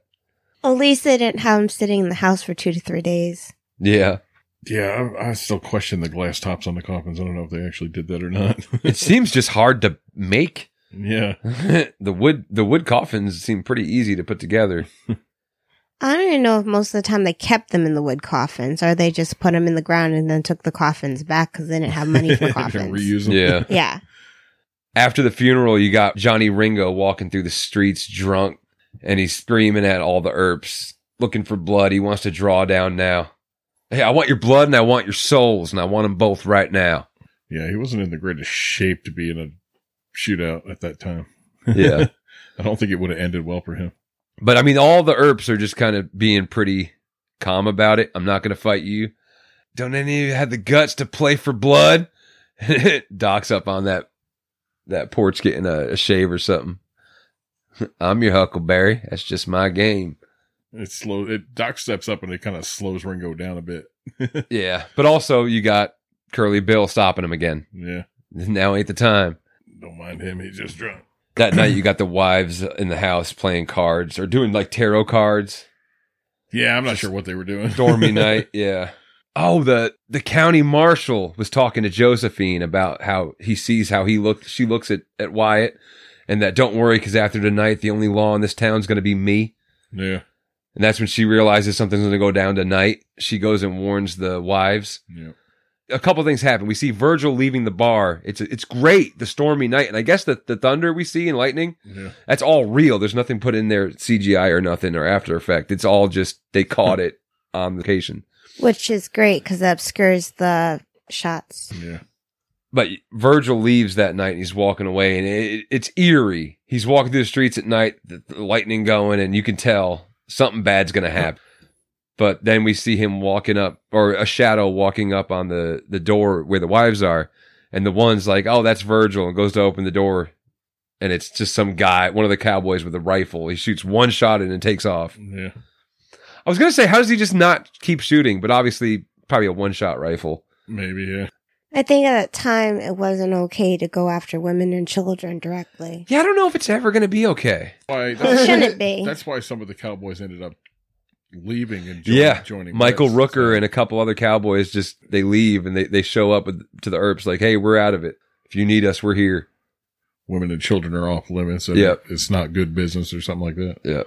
Speaker 2: At least they didn't have him sitting in the house for two to three days.
Speaker 1: Yeah.
Speaker 3: Yeah, I, I still question the glass tops on the coffins. I don't know if they actually did that or not.
Speaker 1: It seems just hard to make.
Speaker 3: yeah.
Speaker 1: the wood the wood coffins seem pretty easy to put together.
Speaker 2: I don't even know if most of the time they kept them in the wood coffins, or they just put them in the ground and then took the coffins back because they didn't have money for
Speaker 3: They
Speaker 2: coffins.
Speaker 3: reuse 'em.
Speaker 1: Yeah.
Speaker 2: yeah,
Speaker 1: after the funeral, you got Johnny Ringo walking through the streets drunk and he's screaming at all the erps looking for blood. He wants to draw down now. Hey, I want your blood and I want your souls and I want them both right now.
Speaker 3: Yeah, he wasn't in the greatest shape to be in a shootout at that time.
Speaker 1: Yeah.
Speaker 3: I don't think it would have ended well for him.
Speaker 1: but I mean, all the erps are just kind of being pretty calm about it. I'm not going to fight you. Don't any of you have the guts to play for blood? Doc's up on that that porch getting a, a shave or something. I'm your Huckleberry. That's just my game.
Speaker 3: It slow. It Doc steps up and it kind of slows Ringo down a bit.
Speaker 1: Yeah, but also you got Curly Bill stopping him again.
Speaker 3: Yeah,
Speaker 1: Now ain't the time.
Speaker 3: don't mind him. He's just drunk.
Speaker 1: That night, you got the wives in the house playing cards or doing like tarot cards.
Speaker 3: Yeah, I'm not sure what they were doing.
Speaker 1: Dormy night, yeah. Oh, the the county marshal was talking to Josephine about how he sees how he looked. She looks at at Wyatt, and that don't worry because after tonight, the only law in this town's going to be me.
Speaker 3: yeah,
Speaker 1: And that's when she realizes something's going to go down tonight. She goes and warns the wives.
Speaker 3: yeah.
Speaker 1: a couple things happen. We see Virgil leaving the bar. It's it's great, the stormy night, and I guess the the thunder we see and lightning.
Speaker 3: Yeah.
Speaker 1: That's all real. There's nothing put in there CGI or nothing or After Effect. It's all just they caught it on location.
Speaker 2: which is great because that obscures the shots.
Speaker 3: Yeah.
Speaker 1: But Virgil leaves that night. and He's walking away, and it, it's eerie. He's walking through the streets at night, the, the lightning going, and you can tell something bad's gonna happen. But then we see him walking up, or a shadow walking up on the the door where the wives are, and the one's like, "Oh, that's Virgil," and goes to open the door, and it's just some guy, one of the cowboys with a rifle. He shoots one shot and it takes off.
Speaker 3: Yeah.
Speaker 1: I was gonna say, how does he just not keep shooting? But obviously, probably a one shot rifle.
Speaker 3: Maybe. Yeah.
Speaker 2: I think at that time it wasn't okay to go after women and children directly.
Speaker 1: Yeah, I don't know if it's ever gonna be okay.
Speaker 3: Why?
Speaker 2: It shouldn't be.
Speaker 3: That's why some of the cowboys ended up leaving and join,
Speaker 1: Yeah,
Speaker 3: joining
Speaker 1: Michael
Speaker 3: Chris.
Speaker 1: Rooker and a couple other Cowboys just they leave and they, they show up with, to the Earps like, hey, we're out of it. If you need us, we're here.
Speaker 3: women and children are off limits. And
Speaker 1: Yep.
Speaker 3: It's not good business or something like that.
Speaker 1: Yeah.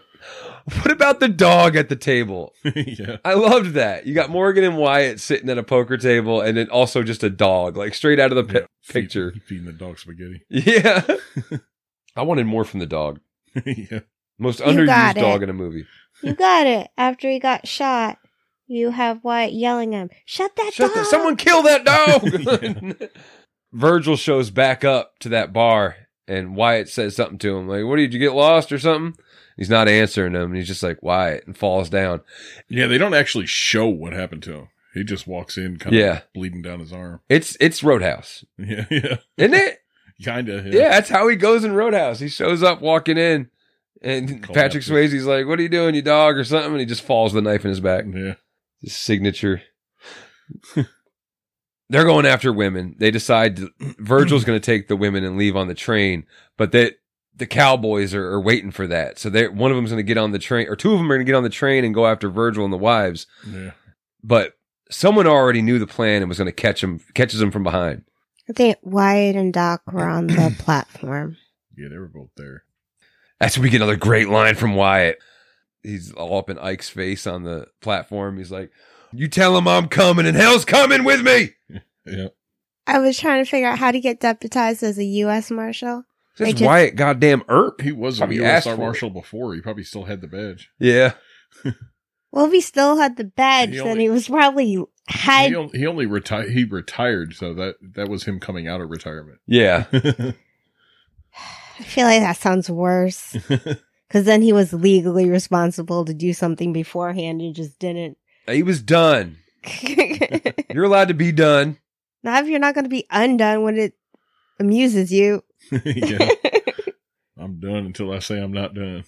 Speaker 1: What about the dog at the table?
Speaker 3: yeah.
Speaker 1: I loved that. You got Morgan and Wyatt sitting at a poker table, and then also just a dog, like straight out of the pi-
Speaker 3: Yeah.
Speaker 1: picture.
Speaker 3: Feed- feeding the dog spaghetti.
Speaker 1: Yeah. I wanted more from the dog.
Speaker 3: yeah.
Speaker 1: Most
Speaker 2: You
Speaker 1: underused
Speaker 2: got it.
Speaker 1: dog in a movie.
Speaker 2: You got it. After he got shot, you have Wyatt yelling at him, "Shut that
Speaker 1: Shut
Speaker 2: dog!"
Speaker 1: that, someone kill that dog. Virgil shows back up to that bar and Wyatt says something to him like, What did you get lost or something? He's not answering him and he's just like Wyatt and falls down.
Speaker 3: Yeah. They don't actually show what happened to him. He just walks in, kind
Speaker 1: Yeah.
Speaker 3: of bleeding down his arm.
Speaker 1: It's it's Roadhouse.
Speaker 3: Yeah. Yeah.
Speaker 1: Isn't it?
Speaker 3: Kind of.
Speaker 1: Yeah, that's how he goes in Roadhouse. He shows up walking in and Patrick
Speaker 3: Collapses.
Speaker 1: Swayze's like, What are you doing, you dog or something? And he just falls the knife in his back.
Speaker 3: Yeah.
Speaker 1: His signature. They're going after women. They decide to- Virgil's going to take the women and leave on the train, but that the cowboys are, are waiting for that. So they one of them's going to get on the train, or two of them are going to get on the train and go after Virgil and the wives.
Speaker 3: Yeah.
Speaker 1: But someone already knew the plan and was going to catch him, catches him from behind.
Speaker 2: I think Wyatt and Doc were on the platform.
Speaker 3: Yeah. They were both there.
Speaker 1: That's when we get another great line from Wyatt. He's all up in Ike's face on the platform. He's like, "You tell him I'm coming, and hell's coming with me."
Speaker 3: Yeah.
Speaker 2: I was trying to figure out how to get deputized as a U.S. marshal. They
Speaker 1: That's
Speaker 2: just-
Speaker 1: Wyatt, goddamn erp.
Speaker 3: He was a
Speaker 1: Probably asked
Speaker 3: U.S.
Speaker 1: for it.
Speaker 3: marshal before. He probably still had the badge.
Speaker 1: Yeah.
Speaker 2: Well, if he still had the badge,
Speaker 3: He
Speaker 2: then
Speaker 3: only-
Speaker 2: he was probably had
Speaker 3: he only, he only retired. He retired, so that that was him coming out of retirement.
Speaker 1: Yeah.
Speaker 2: I feel like that sounds worse. Because then he was legally responsible to do something beforehand and just didn't.
Speaker 1: He was done.
Speaker 2: now,
Speaker 1: You're allowed to be done.
Speaker 2: if you're not going to be undone when it amuses you.
Speaker 3: yeah, I'm done until I say I'm not done.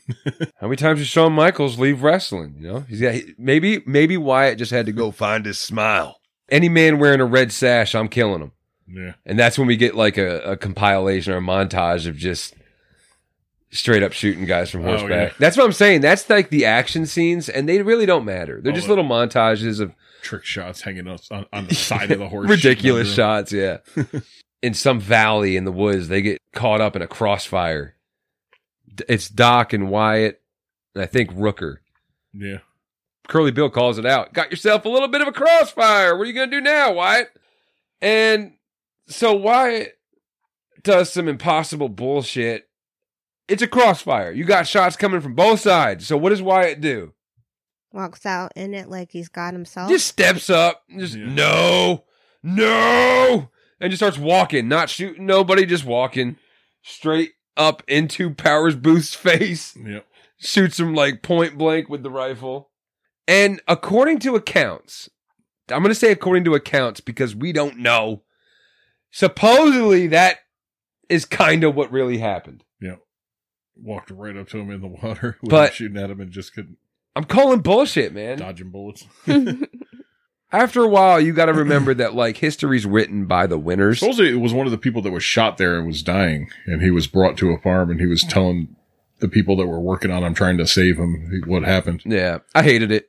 Speaker 1: How many times did Shawn Michaels leave wrestling? You know, he's got he- maybe maybe Wyatt just had to go find his smile. Any man wearing a red sash, I'm killing him.
Speaker 3: Yeah,
Speaker 1: And that's when we get like a, a compilation or a montage of just straight up shooting guys from
Speaker 3: Oh, yeah.
Speaker 1: horseback. That's what I'm saying. That's like the action scenes, and they really don't matter. They're
Speaker 3: Oh,
Speaker 1: just
Speaker 3: yeah.
Speaker 1: little montages of
Speaker 3: trick shots hanging on on, on the side of the horse.
Speaker 1: ridiculous
Speaker 3: shooting
Speaker 1: shots. Yeah, in some valley in the woods, they get caught up in a crossfire. D- It's Doc and Wyatt, and I think Rooker.
Speaker 3: under him.
Speaker 1: Curly Bill calls it out. Got yourself a little bit of a crossfire. What are you going to do now, Wyatt? And so Wyatt does some impossible bullshit. It's a crossfire. You got shots coming from both sides. So what does Wyatt do?
Speaker 2: Walks out in it like he's got himself.
Speaker 1: Just steps up, and just
Speaker 3: Yeah.
Speaker 1: no, no, and just starts walking, not shooting nobody, just walking straight up into Powers Booth's face.
Speaker 3: Yeah, yeah.
Speaker 1: shoots him like point blank with the rifle. And according to accounts, I'm going to say according to accounts because we don't know. Supposedly, that is kind of what really happened.
Speaker 3: Walked right up to him in the water, with
Speaker 1: But-
Speaker 3: him shooting at him and just couldn't
Speaker 1: I'm calling bullshit, man.
Speaker 3: dodging bullets.
Speaker 1: After a while, you got to remember that like history's written by the winners.
Speaker 3: Supposedly, it was one of the people that was shot there and was dying, and he was brought to a farm, and he was telling the people that were working on him, trying to save him, what happened.
Speaker 1: Yeah, I hated it.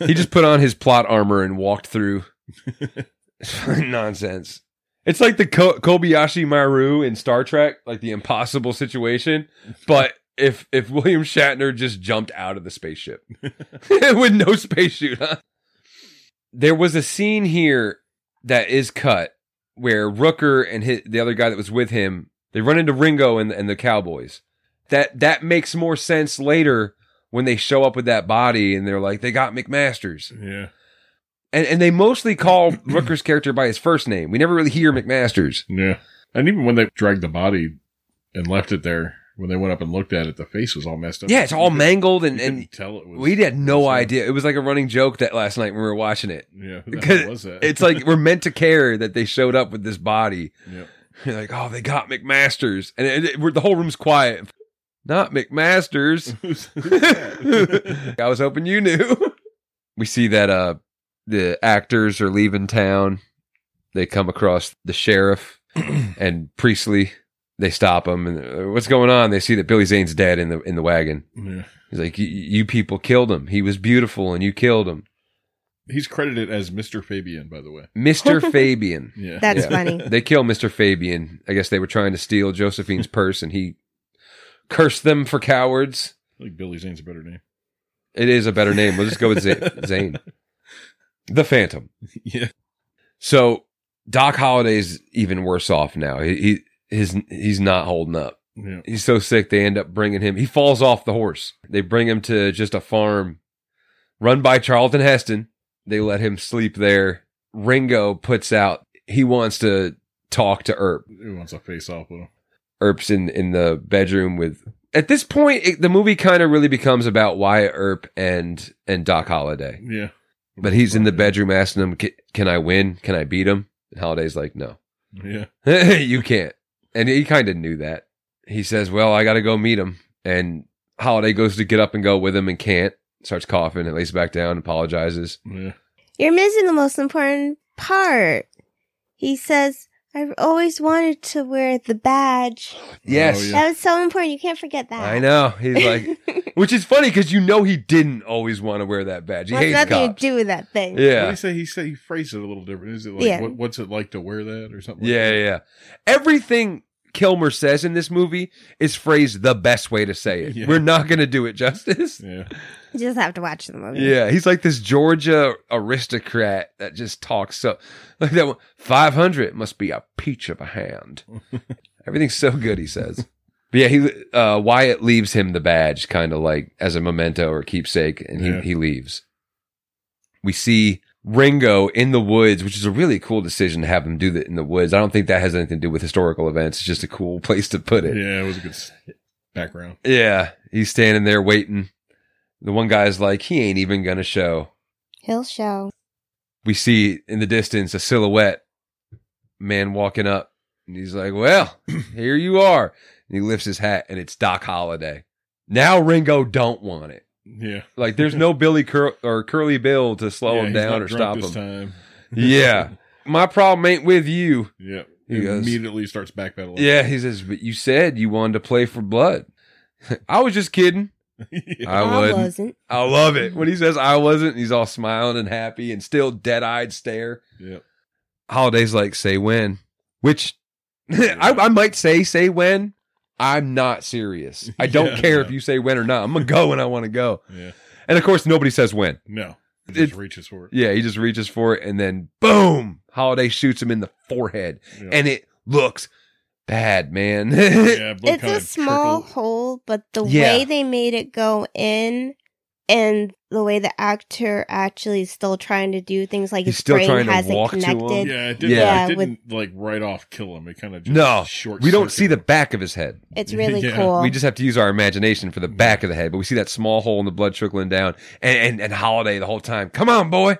Speaker 1: He just put on his plot armor and walked through. Nonsense. It's like the Ko- Kobayashi Maru in Star Trek, like the impossible situation, but if if William Shatner just jumped out of the spaceship with no spacesuit, huh? There was a scene here that is cut where Rooker and hi the other guy that was with him they run into Ringo and and the Cowboys. That that makes more sense later when they show up with that body and they're like they got McMasters
Speaker 3: yeah.
Speaker 1: and and they mostly call Rooker's character by his first name. We never really hear McMasters.
Speaker 3: Yeah. And even when they dragged the body and left it there, when they went up and looked at it, the face was all messed up.
Speaker 1: Yeah, it's all
Speaker 3: You
Speaker 1: mangled
Speaker 3: couldn't-
Speaker 1: and
Speaker 3: you
Speaker 1: and
Speaker 3: couldn't tell it was.
Speaker 1: we had no
Speaker 3: was him.
Speaker 1: idea. It was like a running joke that last night when we were watching it.
Speaker 3: Yeah. Who the
Speaker 1: Because
Speaker 3: hell was that?
Speaker 1: It's like we're meant to care that they showed up with this body.
Speaker 3: yeah.
Speaker 1: You're like, oh, they got McMasters, and it, it- we're, the whole room's quiet. Not McMasters.
Speaker 3: Who's- who's that?
Speaker 1: I was hoping you knew. We see that uh the actors are leaving town. They come across the sheriff and Priestley. They stop him and uh, what's going on? They see that Billy Zane's dead in the in the wagon.
Speaker 3: yeah.
Speaker 1: He's like, "You- "You people killed him. He was beautiful, and you killed him,
Speaker 3: He's credited as Mr. Fabian, by the way.
Speaker 1: Mister Fabian."
Speaker 3: Yeah.
Speaker 2: That's
Speaker 1: Yeah.
Speaker 2: funny.
Speaker 1: They kill Mister Fabian. I guess they were trying to steal Josephine's purse, and he cursed them for cowards.
Speaker 3: I think Billy Zane's a better name.
Speaker 1: It is a better name. We'll just go with Z- Zane, the Phantom.
Speaker 3: Yeah.
Speaker 1: So Doc Holliday's even worse off now. He, he his he's not holding up.
Speaker 3: Yeah.
Speaker 1: He's so sick they end up bringing him. He falls off the horse. They bring him to just a farm run by Charlton Heston. They let him sleep there. Ringo puts out he wants to talk to Erp.
Speaker 3: Who wants a face off with him?
Speaker 1: Erp's in in the bedroom with. At this point, it, the movie kind of really becomes about why Erp and and Doc Holliday.
Speaker 3: Yeah.
Speaker 1: But he's in the bedroom asking him, "Ca- "Can I win? Can I beat him?" And Holliday's like, "No."
Speaker 3: Yeah.
Speaker 1: you can't. And he kind of knew that. He says, Well, I got to go meet him. And Holiday goes to get up and go with him and can't, starts coughing and lays back down, apologizes.
Speaker 3: Yeah.
Speaker 2: You're missing the most important part. He says, I've always wanted to wear the badge.
Speaker 1: Yes.
Speaker 3: Oh, yeah.
Speaker 2: That was so important. You can't forget that.
Speaker 1: I know. He's like, which is funny because you know he didn't always want to wear that badge. He
Speaker 2: Well, it's
Speaker 1: hates
Speaker 2: nothing
Speaker 1: cops.
Speaker 2: to do with that thing.
Speaker 3: What did
Speaker 1: Yeah.
Speaker 3: he say? He said he phrased it a little different. Is it like,
Speaker 2: Yeah.
Speaker 3: what, what's it like to wear that or something? like
Speaker 1: Yeah.
Speaker 3: that?
Speaker 1: Yeah. Everything Kilmer says in this movie is phrased the best way to say it.
Speaker 3: Yeah.
Speaker 1: We're not going to do it justice.
Speaker 3: Yeah.
Speaker 2: You just have to watch the movie.
Speaker 1: Yeah, he's like this Georgia aristocrat that just talks so like that one. Five hundred must be a peach of a hand. Everything's so good, he says. But yeah, he uh, Wyatt leaves him the badge, kind of like as a memento or keepsake, and he
Speaker 3: Yeah.
Speaker 1: he leaves. We see Ringo in the woods, which is a really cool decision to have him do that in the woods. I don't think that has anything to do with historical events. It's just a cool place to put it.
Speaker 3: Yeah. It was a good s- background.
Speaker 1: yeah he's standing there waiting. The one guy's like, he ain't even gonna show.
Speaker 2: He'll show.
Speaker 1: we see in the distance a silhouette man walking up and he's like well here you are and he lifts his hat and it's doc holliday now ringo don't want it
Speaker 3: Yeah.
Speaker 1: like there's no billy Cur- or curly bill to slow
Speaker 3: Yeah,
Speaker 1: him
Speaker 3: he's
Speaker 1: down
Speaker 3: not
Speaker 1: or
Speaker 3: drunk
Speaker 1: stop him
Speaker 3: this Time.
Speaker 1: yeah my problem ain't with you
Speaker 3: Yeah.
Speaker 1: He
Speaker 3: He
Speaker 1: goes-
Speaker 3: immediately starts backpedaling.
Speaker 1: yeah he says but you said you wanted to play for blood i was just kidding
Speaker 3: Yeah.
Speaker 1: i wouldn't
Speaker 2: wasn't.
Speaker 1: i love it when he says i wasn't he's all smiling and happy and still dead-eyed stare
Speaker 3: yeah.
Speaker 1: holidays like say when which I, I might say say when i'm not serious i don't
Speaker 3: Yeah,
Speaker 1: care if
Speaker 3: no.
Speaker 1: you say when or not i'm gonna go when i want to go
Speaker 3: Yeah.
Speaker 1: and of course nobody says when
Speaker 3: No. He
Speaker 1: It-
Speaker 3: just reaches for it.
Speaker 1: yeah he just reaches for it and then boom holiday shoots him in the forehead
Speaker 3: Yeah.
Speaker 1: and it looks bad man
Speaker 3: yeah, blood
Speaker 2: It's
Speaker 3: kinda
Speaker 2: a small
Speaker 3: trickled.
Speaker 2: hole, but the
Speaker 1: Yeah.
Speaker 2: way they made it go in and the way the actor actually is still trying to do things like
Speaker 1: He's
Speaker 2: his
Speaker 1: still trying
Speaker 2: brain
Speaker 1: to
Speaker 2: hasn't
Speaker 1: walk to him.
Speaker 2: connected.
Speaker 3: Yeah, it didn't,
Speaker 1: Yeah,
Speaker 3: it
Speaker 2: with-
Speaker 3: didn't like right off kill him. It kind of just
Speaker 1: No,
Speaker 3: short.
Speaker 1: we don't see the
Speaker 3: circuited
Speaker 1: back of his head
Speaker 2: It's really
Speaker 3: Yeah.
Speaker 2: cool.
Speaker 1: we just have to use our imagination for the back of the head but we see that small hole in the blood trickling down and and, and holiday the whole time come on boy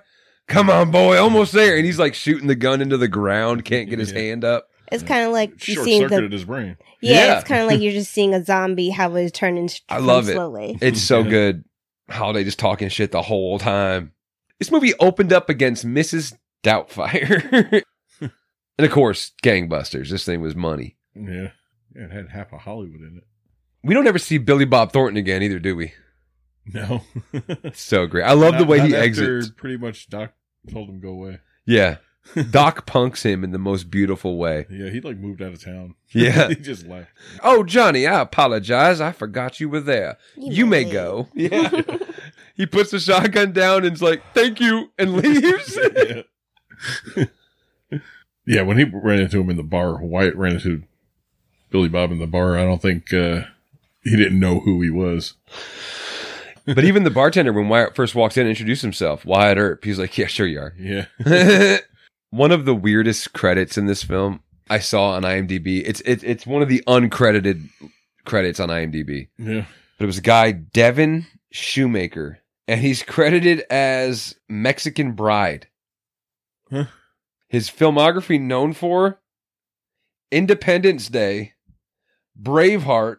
Speaker 1: come on boy almost there and he's like shooting the gun into the ground can't get his
Speaker 3: Yeah.
Speaker 1: hand up
Speaker 2: it's kind of like
Speaker 3: him.
Speaker 2: you
Speaker 3: Short
Speaker 2: seeing the
Speaker 3: circuited his brain.
Speaker 2: yeah,
Speaker 1: Yeah.
Speaker 2: It's kind of like you're just seeing a zombie how it was turned into
Speaker 1: I love it.
Speaker 2: slowly.
Speaker 1: It's so
Speaker 3: Yeah.
Speaker 1: good. Holiday just talking shit the whole time. This movie opened up against Mrs. Doubtfire. and of course, gangbusters. This thing was money.
Speaker 3: Yeah. yeah. It had half of Hollywood in it.
Speaker 1: We don't ever see Billy Bob Thornton again either, do we?
Speaker 3: No.
Speaker 1: So great. I love the
Speaker 3: Not-
Speaker 1: way
Speaker 3: not
Speaker 1: he
Speaker 3: after
Speaker 1: exits.
Speaker 3: Pretty much Doc told him go away.
Speaker 1: Yeah. Doc punks him in the most beautiful way.
Speaker 3: Yeah, he like moved out of town.
Speaker 1: Yeah.
Speaker 3: he just left.
Speaker 1: Oh, Johnny, I apologize. I forgot you were there. You, may go. Yeah. he puts the shotgun down and's like, thank you, and leaves.
Speaker 3: yeah. yeah, when he ran into him in the bar, Wyatt ran into Billy Bob in the bar. I don't think uh, he didn't know who he was.
Speaker 1: but even the bartender, when Wyatt first walks in and introduced himself, Wyatt Earp, he's like, yeah, sure you are.
Speaker 3: Yeah.
Speaker 1: one of the weirdest credits in this film I saw on IMDb. It's it, it's one of the uncredited credits on IMDb.
Speaker 3: Yeah.
Speaker 1: But it was a guy Devin Shoemaker, and he's credited as Mexican Bride.
Speaker 3: Huh.
Speaker 1: His filmography known for Independence Day, Braveheart,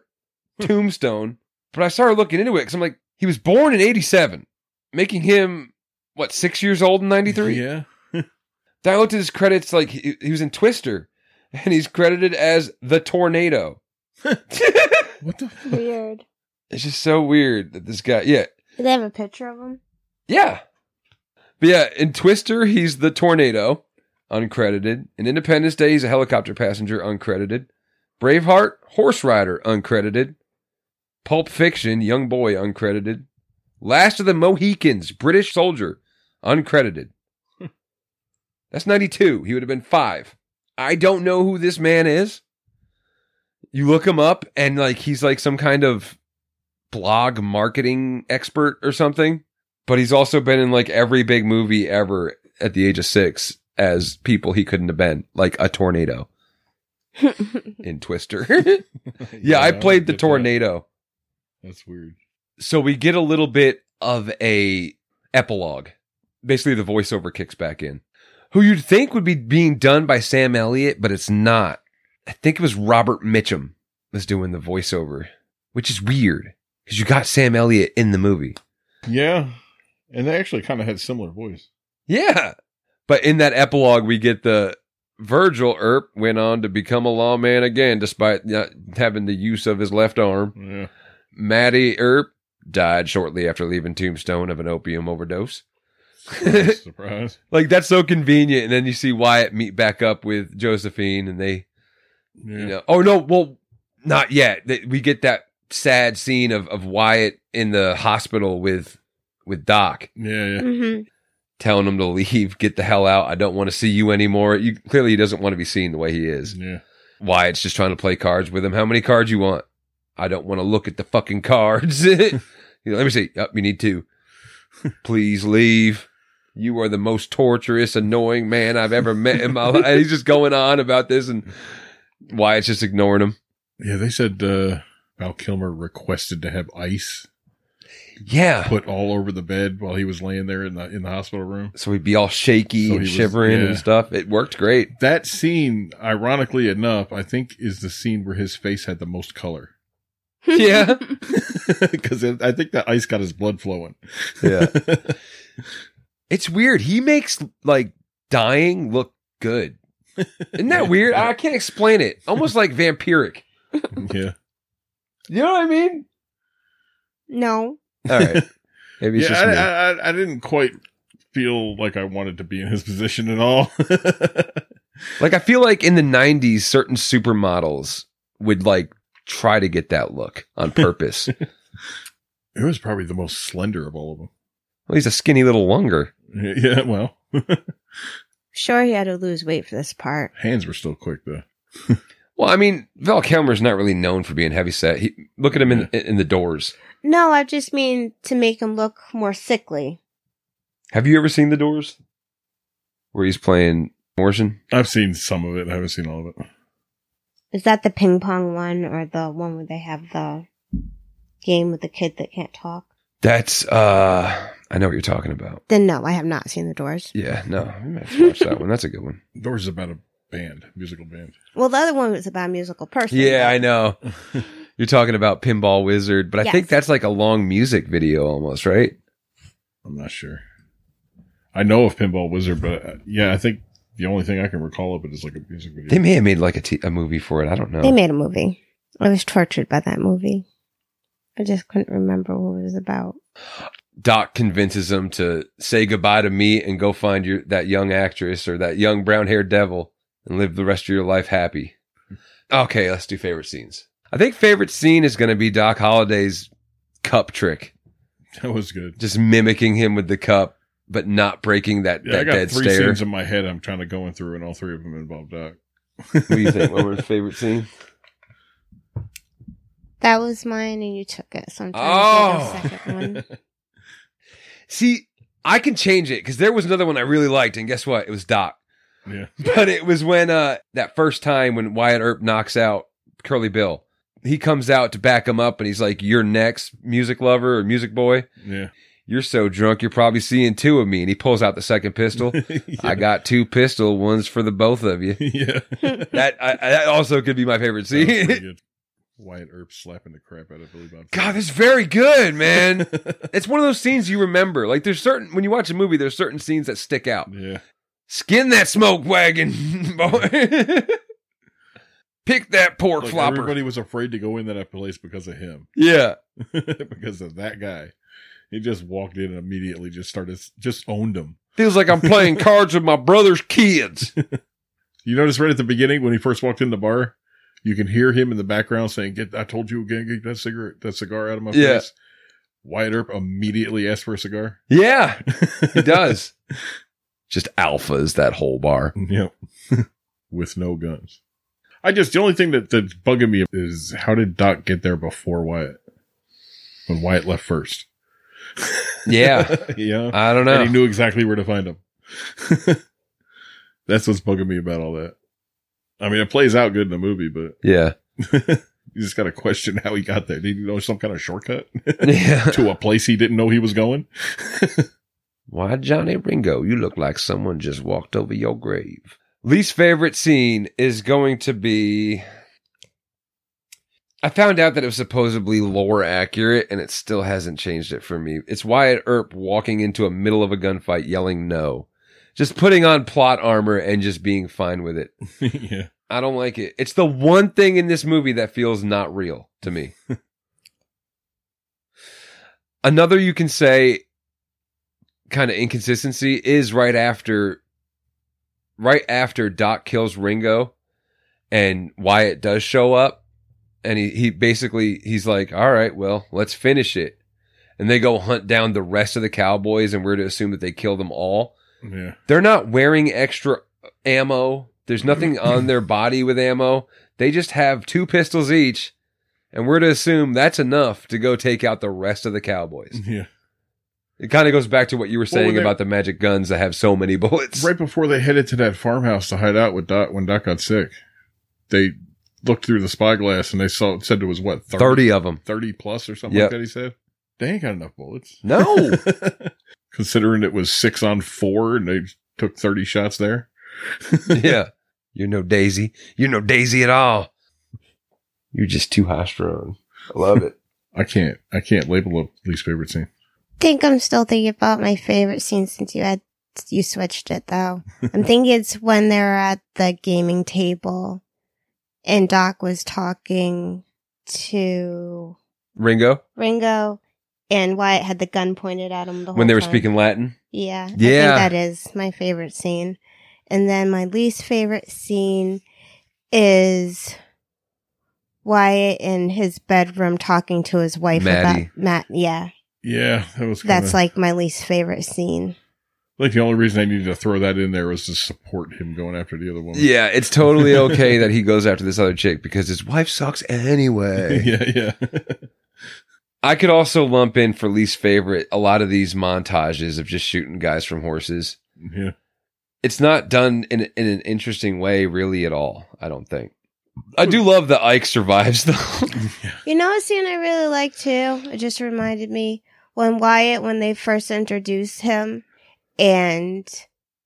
Speaker 1: Tombstone. But I started looking into it because I'm like, he was born in '87, making him what six years old in '93.
Speaker 3: Yeah.
Speaker 1: Then I looked at his credits, like he, he was in Twister, and he's credited as the Tornado. it's
Speaker 3: What the fuck?
Speaker 2: Weird.
Speaker 1: just so weird that this guy, yeah,
Speaker 2: Do they have a picture of him?
Speaker 1: yeah, but yeah, in Twister he's the Tornado, uncredited. In Independence Day he's a helicopter passenger, uncredited. Braveheart, horse rider, uncredited. Pulp Fiction, young boy, uncredited. Last of the Mohicans, British soldier, uncredited. That's 92. He would have been five. I don't know who this man is. You look him up, and like he's like some kind of blog marketing expert or something. But he's also been in like every big movie ever at the age of six as people he couldn't have been, like a tornado in Twister.
Speaker 3: Yeah,
Speaker 1: yeah, I
Speaker 3: don't
Speaker 1: played the
Speaker 3: get that.
Speaker 1: tornado.
Speaker 3: That's weird.
Speaker 1: so we get a little bit of a epilogue basically the voiceover kicks back in who you'd think would be being done by sam elliott but it's not i think it was robert mitchum was doing the voiceover which is weird because you got sam elliott in the movie
Speaker 3: Yeah. And they actually kind of had similar voice.
Speaker 1: yeah but in that epilogue we get the virgil earp went on to become a lawman again despite not having the use of his left arm
Speaker 3: Yeah.
Speaker 1: matty earp died shortly after leaving tombstone of an opium overdose
Speaker 3: Surprise.
Speaker 1: Like that's so convenient. And then you see Wyatt meet back up with Josephine, and they,
Speaker 3: Yeah.
Speaker 1: you know, oh no, well, not yet. They- We get that sad scene of of Wyatt in the hospital with with Doc,
Speaker 3: Yeah. Yeah.
Speaker 2: Mm-hmm.
Speaker 1: telling him to leave, get the hell out. I don't want to see you anymore. You clearly he doesn't want to be seen the way he is.
Speaker 3: Yeah.
Speaker 1: Wyatt's just trying to play cards with him. How many cards you want? I don't want to look at the fucking cards. You know, Let me see. Yep, you need two. Please leave. You are the most torturous, annoying man I've ever met in my life. And he's just going on about this, and Wyatt's just ignoring him.
Speaker 3: Yeah. They said uh, Val Kilmer requested to have ice
Speaker 1: Yeah.
Speaker 3: put all over the bed while he was laying there in the in the hospital room.
Speaker 1: So he'd be all shaky
Speaker 3: So he
Speaker 1: and
Speaker 3: was-
Speaker 1: shivering
Speaker 3: yeah.
Speaker 1: and stuff. It worked great.
Speaker 3: That scene, ironically enough, I think is the scene where his face had the most color
Speaker 1: Yeah.
Speaker 3: because I think the ice got his blood flowing.
Speaker 1: Yeah. It's weird. He makes like dying look good. Isn't that weird? I can't explain it. Almost like vampiric.
Speaker 3: yeah.
Speaker 1: You know what I mean?
Speaker 2: No.
Speaker 1: All right. Maybe it's
Speaker 3: yeah,
Speaker 1: just me.
Speaker 3: I, I, I didn't quite feel like I wanted to be in his position at all.
Speaker 1: like I feel like in the '90s, certain supermodels would like try to get that look on purpose. well,
Speaker 3: it was probably the most slender of all
Speaker 1: he's a skinny little longer.
Speaker 3: of them. Yeah, well,
Speaker 2: Sure, he had to lose weight for this part.
Speaker 3: hands were still quick though.
Speaker 1: Well, I mean, Val Kilmer's not really known for being heavyset. He, look at him in, in the doors.
Speaker 2: No, I just mean to make him look more sickly.
Speaker 1: Have you ever seen the doors? Where he's playing Morrison?
Speaker 3: I've seen some of it. I haven't seen all of it.
Speaker 2: Is that the ping pong one or the one where they have the game with the kid that can't talk?
Speaker 1: That's uh I know what you're talking about.
Speaker 2: Then no, I have not seen the doors.
Speaker 1: Yeah, no, I might have to watch that one. That's a good one.
Speaker 3: Doors is about a band, musical band.
Speaker 2: Well, the other one was about a musical person.
Speaker 1: Yeah, I know. You're talking about Pinball Wizard, but I
Speaker 2: Yes.
Speaker 1: think that's like a long music video almost, right?
Speaker 3: I'm not sure. I know of Pinball Wizard, but uh, yeah, I think the only thing I can recall of it is like a music video.
Speaker 1: They may have made like a, t- a movie for it. I don't know.
Speaker 2: They made a movie. I was tortured by that movie. I just couldn't remember what it was about.
Speaker 1: Doc convinces him to say goodbye to me and go find your that young actress or that young brown haired devil and live the rest of your life happy. Okay, let's do favorite scenes. I think favorite scene is going to be Doc Holliday's cup trick,
Speaker 3: that was good.
Speaker 1: just mimicking him with the cup, but not breaking that,
Speaker 3: Yeah,
Speaker 1: that
Speaker 3: I got
Speaker 1: dead
Speaker 3: three
Speaker 1: stare.
Speaker 3: scenes in my head. I'm trying to go in through, and all three of them involve Doc.
Speaker 1: what do you think? What was your favorite scene?
Speaker 2: That was mine, and you took it. So I'm trying
Speaker 1: Oh.
Speaker 2: to think of the second one.
Speaker 1: See, I can change it because there was another one I really liked, and guess what? It was Doc.
Speaker 3: Yeah.
Speaker 1: But it was when uh that first time when Wyatt Earp knocks out Curly Bill. He comes out to back him up and he's like, You're next, music lover or music boy.
Speaker 3: Yeah.
Speaker 1: You're so drunk, you're probably seeing two of me. And he pulls out the second pistol. I got two pistol, one's for the both of you.
Speaker 3: yeah.
Speaker 1: That I, I- that also could be my favorite
Speaker 3: That was pretty
Speaker 1: scene.
Speaker 3: good. Wyatt Earp slapping the crap out of Billy Bob.
Speaker 1: God, that's very good, man. it's one of those scenes you remember. Like there's certain when you watch a movie, there's certain scenes that stick out.
Speaker 3: yeah.
Speaker 1: Skin that smoke wagon, boy. Pick that pork
Speaker 3: Like,
Speaker 1: flopper.
Speaker 3: everybody was afraid to go in that place because of him,
Speaker 1: Yeah.
Speaker 3: because of that guy. He just walked in and immediately just started, just owned him.
Speaker 1: Feels like I'm playing cards with my brother's kids.
Speaker 3: You notice right at the beginning when he first walked in the bar, you can hear him in the background saying, "Get, I told you again, get that cigarette, that cigar out of my
Speaker 1: Yeah.
Speaker 3: face." Wyatt Earp immediately asked for a cigar.
Speaker 1: Yeah, he does. Just alphas that whole bar.
Speaker 3: Yep. With no guns. I just, the only thing that, that's bugging me is how did Doc get there before Wyatt? When Wyatt left first.
Speaker 1: Yeah.
Speaker 3: yeah.
Speaker 1: I don't
Speaker 3: And he
Speaker 1: know.
Speaker 3: knew exactly where to find him. that's what's bugging me about all that. I mean, it plays out good in the movie, but
Speaker 1: Yeah.
Speaker 3: you just got to question how he got there. Did he know some kind of shortcut
Speaker 1: Yeah.
Speaker 3: to a place he didn't know he was going?
Speaker 1: Why, Johnny Ringo, you look like someone just walked over your grave. Least favorite scene is going to be. I found out that it was supposedly lore accurate, and it still hasn't changed it for me. It's Wyatt Earp walking into a middle of a gunfight yelling no. Just putting on plot armor and just being fine with it.
Speaker 3: yeah.
Speaker 1: I don't like it. It's the one thing in this movie that feels not real to me. Another you can say kind of inconsistency is right after right after Doc kills Ringo and Wyatt does show up and he, he basically he's like, All right, well, let's finish it. And they go hunt down the rest of the cowboys and we're to assume that they kill them all
Speaker 3: Yeah.
Speaker 1: they're not wearing extra ammo. There's nothing on their body with ammo. They just have two pistols each, and we're to assume that's enough to go take out the rest of the cowboys.
Speaker 3: Yeah.
Speaker 1: It kind of goes back to Mm. what you were saying
Speaker 3: they-
Speaker 1: about the magic guns that have so many bullets.
Speaker 3: Right before they headed to that farmhouse to hide out with Doc when Doc got sick, they looked through the spyglass and they saw said it was what 30,
Speaker 1: 30 of them.
Speaker 3: 30 plus or something
Speaker 1: Yep.
Speaker 3: like that. He said they ain't got enough bullets.
Speaker 1: No.
Speaker 3: Considering it was six on four and they took thirty shots there.
Speaker 1: yeah. You're no Daisy. You're no Daisy at all. You're just too high strung. I love it.
Speaker 3: I can't. I can't label a least favorite scene.
Speaker 2: think I'm still thinking about my favorite scene since you had you switched it though. I'm thinking it's when they're at the gaming table and Doc was talking to
Speaker 1: Ringo,
Speaker 2: Ringo and Wyatt had the gun pointed at him the whole
Speaker 1: when they were
Speaker 2: time.
Speaker 1: speaking Latin.
Speaker 2: Yeah. I
Speaker 1: Yeah.
Speaker 2: think that is my favorite scene. And then my least favorite scene is Wyatt in his bedroom talking to his wife
Speaker 1: Maddie.
Speaker 2: about Matt. Yeah.
Speaker 3: Yeah, that was. Kinda,
Speaker 2: That's like my least favorite scene.
Speaker 3: like the only reason I needed to throw that in there was to support him going after the other woman.
Speaker 1: Yeah, it's totally okay that he goes after this other chick because his wife sucks anyway.
Speaker 3: yeah, yeah.
Speaker 1: I could also lump in for least favorite a lot of these montages of just shooting guys from horses.
Speaker 3: yeah.
Speaker 1: It's not done in, in an interesting way, really, at all, I don't think. I do love that Ike survives, though.
Speaker 2: You know a scene I really like too? It just reminded me when Wyatt, when they first introduced him, and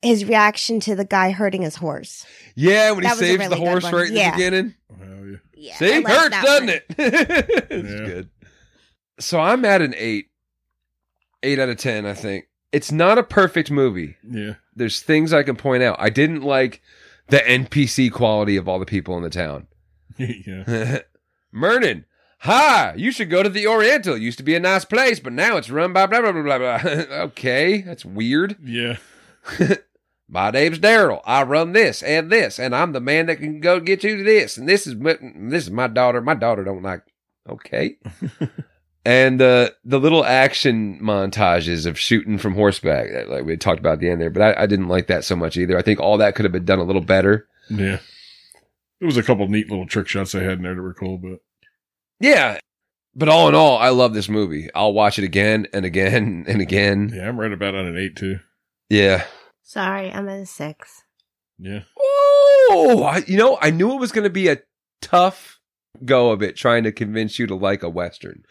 Speaker 2: his reaction to the guy hurting his horse.
Speaker 1: yeah, when he
Speaker 2: That was a
Speaker 1: saves the
Speaker 2: really good
Speaker 1: horse
Speaker 2: one.
Speaker 1: right in the
Speaker 2: Yeah.
Speaker 1: beginning.
Speaker 3: Well, Oh, yeah.
Speaker 2: Yeah,
Speaker 1: See,
Speaker 2: I like
Speaker 1: hurts,
Speaker 2: that
Speaker 1: doesn't
Speaker 2: one.
Speaker 1: it? it's
Speaker 3: Yeah.
Speaker 1: good. So I'm at an eight, eight out of ten, I think. it's not a perfect movie.
Speaker 3: Yeah.
Speaker 1: There's things I can point out. I didn't like the NPC quality of all the people in the town.
Speaker 3: yeah.
Speaker 1: Mernon, hi. You should go to the Oriental. It used to be a nice place, but now it's run by blah blah blah blah blah. okay, that's weird.
Speaker 3: Yeah.
Speaker 1: My name's Daryl. I run this and this, and I'm the man that can go get you this. And this is what- this is my daughter. My daughter don't like. Okay. and uh, the little action montages of shooting from horseback, that, like we had talked about at the end there, but I, I didn't like that so much either. I think all that could have been done a little better.
Speaker 3: Yeah. There was a couple neat little trick shots they had in there that were cool, but
Speaker 1: Yeah. But all in all, I love this movie. I'll watch it again and again and again.
Speaker 3: yeah, I'm right about on an eight too.
Speaker 1: Yeah.
Speaker 2: Sorry, I'm at a six.
Speaker 3: Yeah.
Speaker 1: Oh, I, you know, I knew it was going to be a tough go of it trying to convince you to like a Western.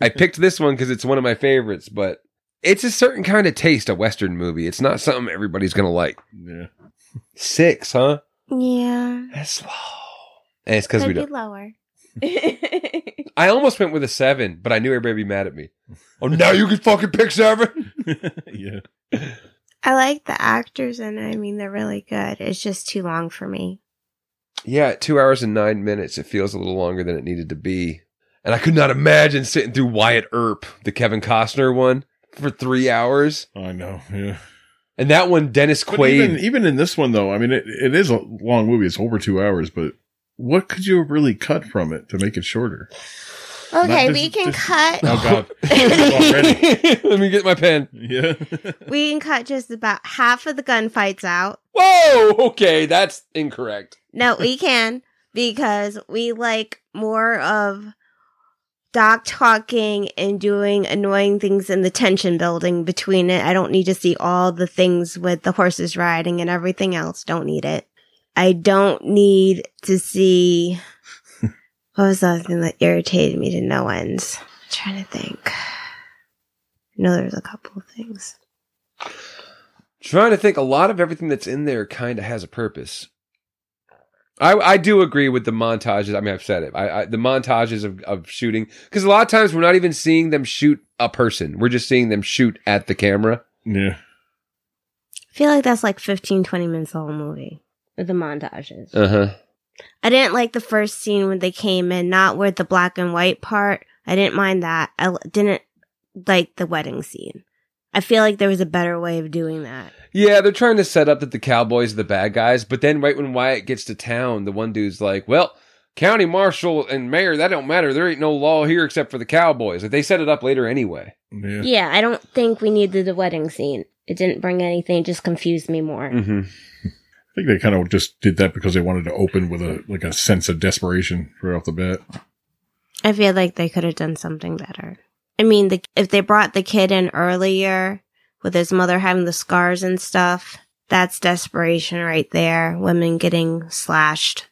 Speaker 1: I picked this one because it's one of my favorites, but it's a certain kind of taste, a Western movie. It's not something everybody's going to like.
Speaker 3: Yeah.
Speaker 1: Six, huh?
Speaker 2: Yeah.
Speaker 1: That's low. And it's because we don't.
Speaker 2: lower.
Speaker 1: I almost went with a seven, but I knew everybody would be mad at me. Oh, now you can fucking pick seven.
Speaker 3: yeah.
Speaker 2: I like the actors, and I mean they're really good. It's just too long for me.
Speaker 1: Yeah, at two hours and nine minutes. It feels a little longer than it needed to be. And I could not imagine sitting through Wyatt Earp, the Kevin Costner one, for three hours.
Speaker 3: I know. Yeah.
Speaker 1: And that one, Dennis
Speaker 3: But
Speaker 1: Quaid.
Speaker 3: Even, even in this one though, I mean it, it is a long movie. It's over two hours, but what could you have really cut from it to make it shorter?
Speaker 2: Okay,
Speaker 3: Not
Speaker 2: we
Speaker 3: this-
Speaker 2: can
Speaker 3: this-
Speaker 2: cut.
Speaker 3: Oh god. Already.
Speaker 1: Let me get my pen.
Speaker 3: Yeah.
Speaker 2: We can cut just about half of the gunfights out.
Speaker 1: Whoa, okay, that's incorrect.
Speaker 2: No, we can because we like more of Doc talking and doing annoying things and the tension building between it. I don't need to see all the things with the horses riding and everything else. Don't need it. I don't need to see. What was the other thing that irritated me to no ends? trying to think. I know there's a couple of things.
Speaker 1: Trying to think, a lot of everything that's in there kind of has a purpose. I, I do agree with the montages. I mean, I've said it. I, I the montages of, of shooting because a lot of times we're not even seeing them shoot a person. We're just seeing them shoot at the camera.
Speaker 3: Yeah.
Speaker 2: I feel like that's like 15, 20 minutes the whole movie with the montages.
Speaker 1: Uh huh.
Speaker 2: I didn't like the first scene when they came in, not with the black and white part. I didn't mind that. I l- didn't like the wedding scene. I feel like there was a better way of doing that.
Speaker 1: Yeah, they're trying to set up that the Cowboys are the bad guys, but then right when Wyatt gets to town, the one dude's like, "Well, county marshal and mayor, that don't matter. There ain't no law here except for the Cowboys." Like they set it up later anyway.
Speaker 3: Yeah.
Speaker 2: Yeah, I don't think we needed the wedding scene. It didn't bring anything, it just confused me more.
Speaker 1: Mm-hmm.
Speaker 3: I think they kind of just did that because they wanted to open with a like a sense of desperation right off the bat.
Speaker 2: I feel like they could have done something better. I mean, the, if they brought the kid in earlier with his mother having the scars and stuff, that's desperation right there. Women getting slashed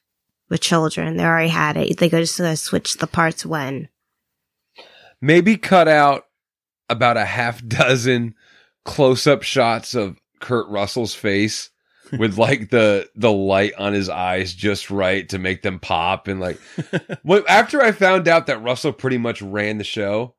Speaker 2: with children. They already had it. They could just uh, switch the parts when.
Speaker 1: Maybe cut out about a half dozen close-up shots of Kurt Russell's face with like the the light on his eyes just right to make them pop and like Well, after I found out that Russell pretty much ran the show,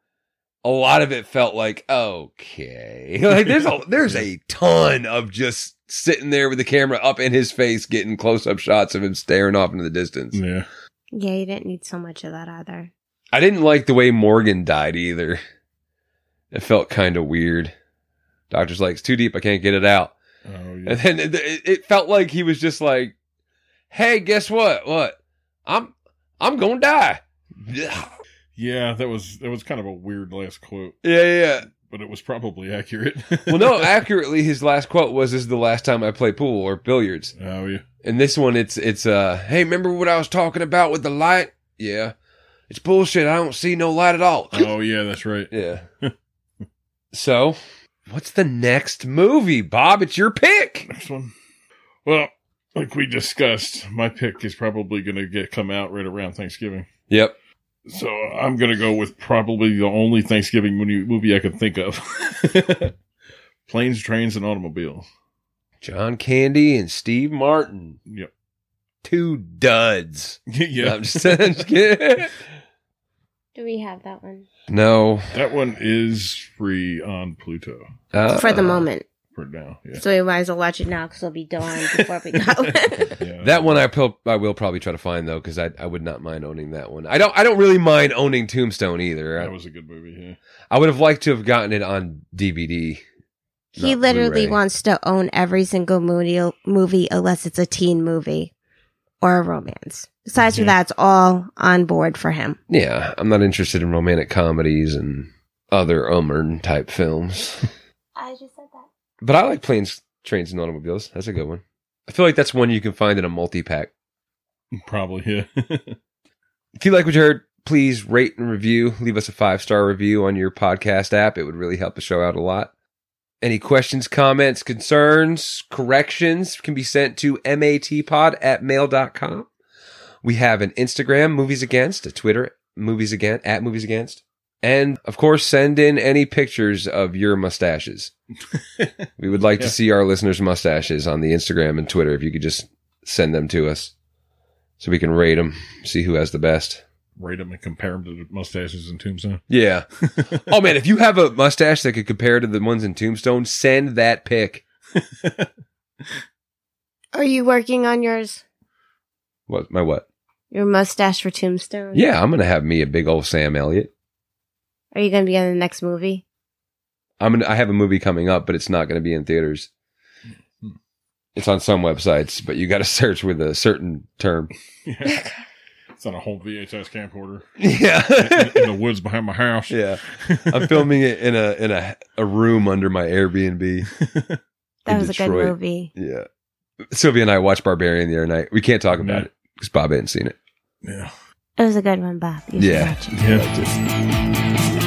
Speaker 1: a lot of it felt like okay, like there's a there's a ton of just sitting there with the camera up in his face, getting close up shots of him staring off into the distance.
Speaker 3: Yeah.
Speaker 2: Yeah, you didn't need so much of that either.
Speaker 1: I didn't like the way Morgan died either. It felt kind of weird. Doctor's like, it's too deep. I can't get it out.
Speaker 3: Oh
Speaker 1: And
Speaker 3: yeah.
Speaker 1: then it, it- it felt like he was just like, "Hey, guess what? What? I'm I'm gonna die." Yeah,
Speaker 3: Yeah, that was that was kind of a weird last quote,
Speaker 1: yeah, yeah.
Speaker 3: but it was probably accurate.
Speaker 1: well, no, accurately, his last quote was, "This is the last time I play pool or billiards."
Speaker 3: oh yeah.
Speaker 1: And this one, it's it's uh, hey, remember what I was talking about with the light? Yeah, it's bullshit. I don't see no light at all.
Speaker 3: Oh yeah, that's right.
Speaker 1: yeah. so, what's the next movie, Bob? It's your pick.
Speaker 3: Next one. Well, like we discussed, my pick is probably going to get come out right around Thanksgiving.
Speaker 1: Yep.
Speaker 3: So I'm going to go with probably the only Thanksgiving movie movie I can think of. Planes, trains, and automobiles.
Speaker 1: John Candy and Steve Martin,
Speaker 3: Yep.
Speaker 1: two duds.
Speaker 3: yeah.
Speaker 1: I'm just, I'm just kidding.
Speaker 2: Do we have that one?
Speaker 1: No.
Speaker 3: That one is free on Pluto
Speaker 1: Uh,
Speaker 2: For the moment.
Speaker 3: for now. Yeah.
Speaker 2: So we might as well watch it now because it'll be done before we got one.
Speaker 3: yeah.
Speaker 1: That one I, pro- I will probably try to find though because I, I would not mind owning that one. I don't I don't really mind owning Tombstone either.
Speaker 3: that
Speaker 1: I,
Speaker 3: was a good movie. Yeah.
Speaker 1: I would have liked to have gotten it on DVD.
Speaker 2: he
Speaker 1: Not Blu-ray.
Speaker 2: literally wants to own every single movie, movie unless it's a teen movie or a romance. Besides
Speaker 3: Yeah.
Speaker 2: from that, it's all on board for him.
Speaker 1: Yeah, I'm not interested in romantic comedies and other Ummern type films.
Speaker 2: I just said that.
Speaker 1: But I like planes, trains, and automobiles. That's a good one. I feel like that's one you can find in a multi pack.
Speaker 3: Probably. Yeah.
Speaker 1: If you like what you heard, please rate and review. Leave us a five star review on your podcast app. It would really help the show out a lot. Any questions, comments, concerns, corrections can be sent to matpod at mail.com. We have an Instagram, Movies Against, a Twitter, Movies Again, at Movies Against. And of course, send in any pictures of your mustaches. we would like
Speaker 3: Yeah.
Speaker 1: to see our listeners' mustaches on the Instagram and Twitter. If you could just send them to us so we can rate them, see who has the best.
Speaker 3: Rate them and compare them to the mustaches in Tombstone.
Speaker 1: Yeah. oh man, if you have a mustache that could compare to the ones in Tombstone, send that pic.
Speaker 2: Are you working on yours?
Speaker 1: What my what?
Speaker 2: Your mustache for Tombstone?
Speaker 1: Yeah, I'm gonna have me a big old Sam Elliott.
Speaker 2: Are you going to be on the next movie?
Speaker 1: I'm gonna, I have a movie coming up, but it's not gonna be in theaters. It's on some websites, but you got to search with a certain term.
Speaker 3: Yeah. It's on a whole VHS camcorder
Speaker 1: Yeah,
Speaker 3: in, in the woods behind my house.
Speaker 1: yeah. I'm filming it in a in a a room under my Airbnb.
Speaker 2: That
Speaker 1: in
Speaker 2: was a
Speaker 1: Detroit.
Speaker 2: good movie.
Speaker 1: Yeah. Sylvia and I watched Barbarian the other night. We can't talk about
Speaker 3: Yeah.
Speaker 1: it because Bob hadn't seen it.
Speaker 3: Yeah.
Speaker 2: It was a good one, Bob. You should
Speaker 1: Yeah.
Speaker 2: watch it.
Speaker 3: Yeah.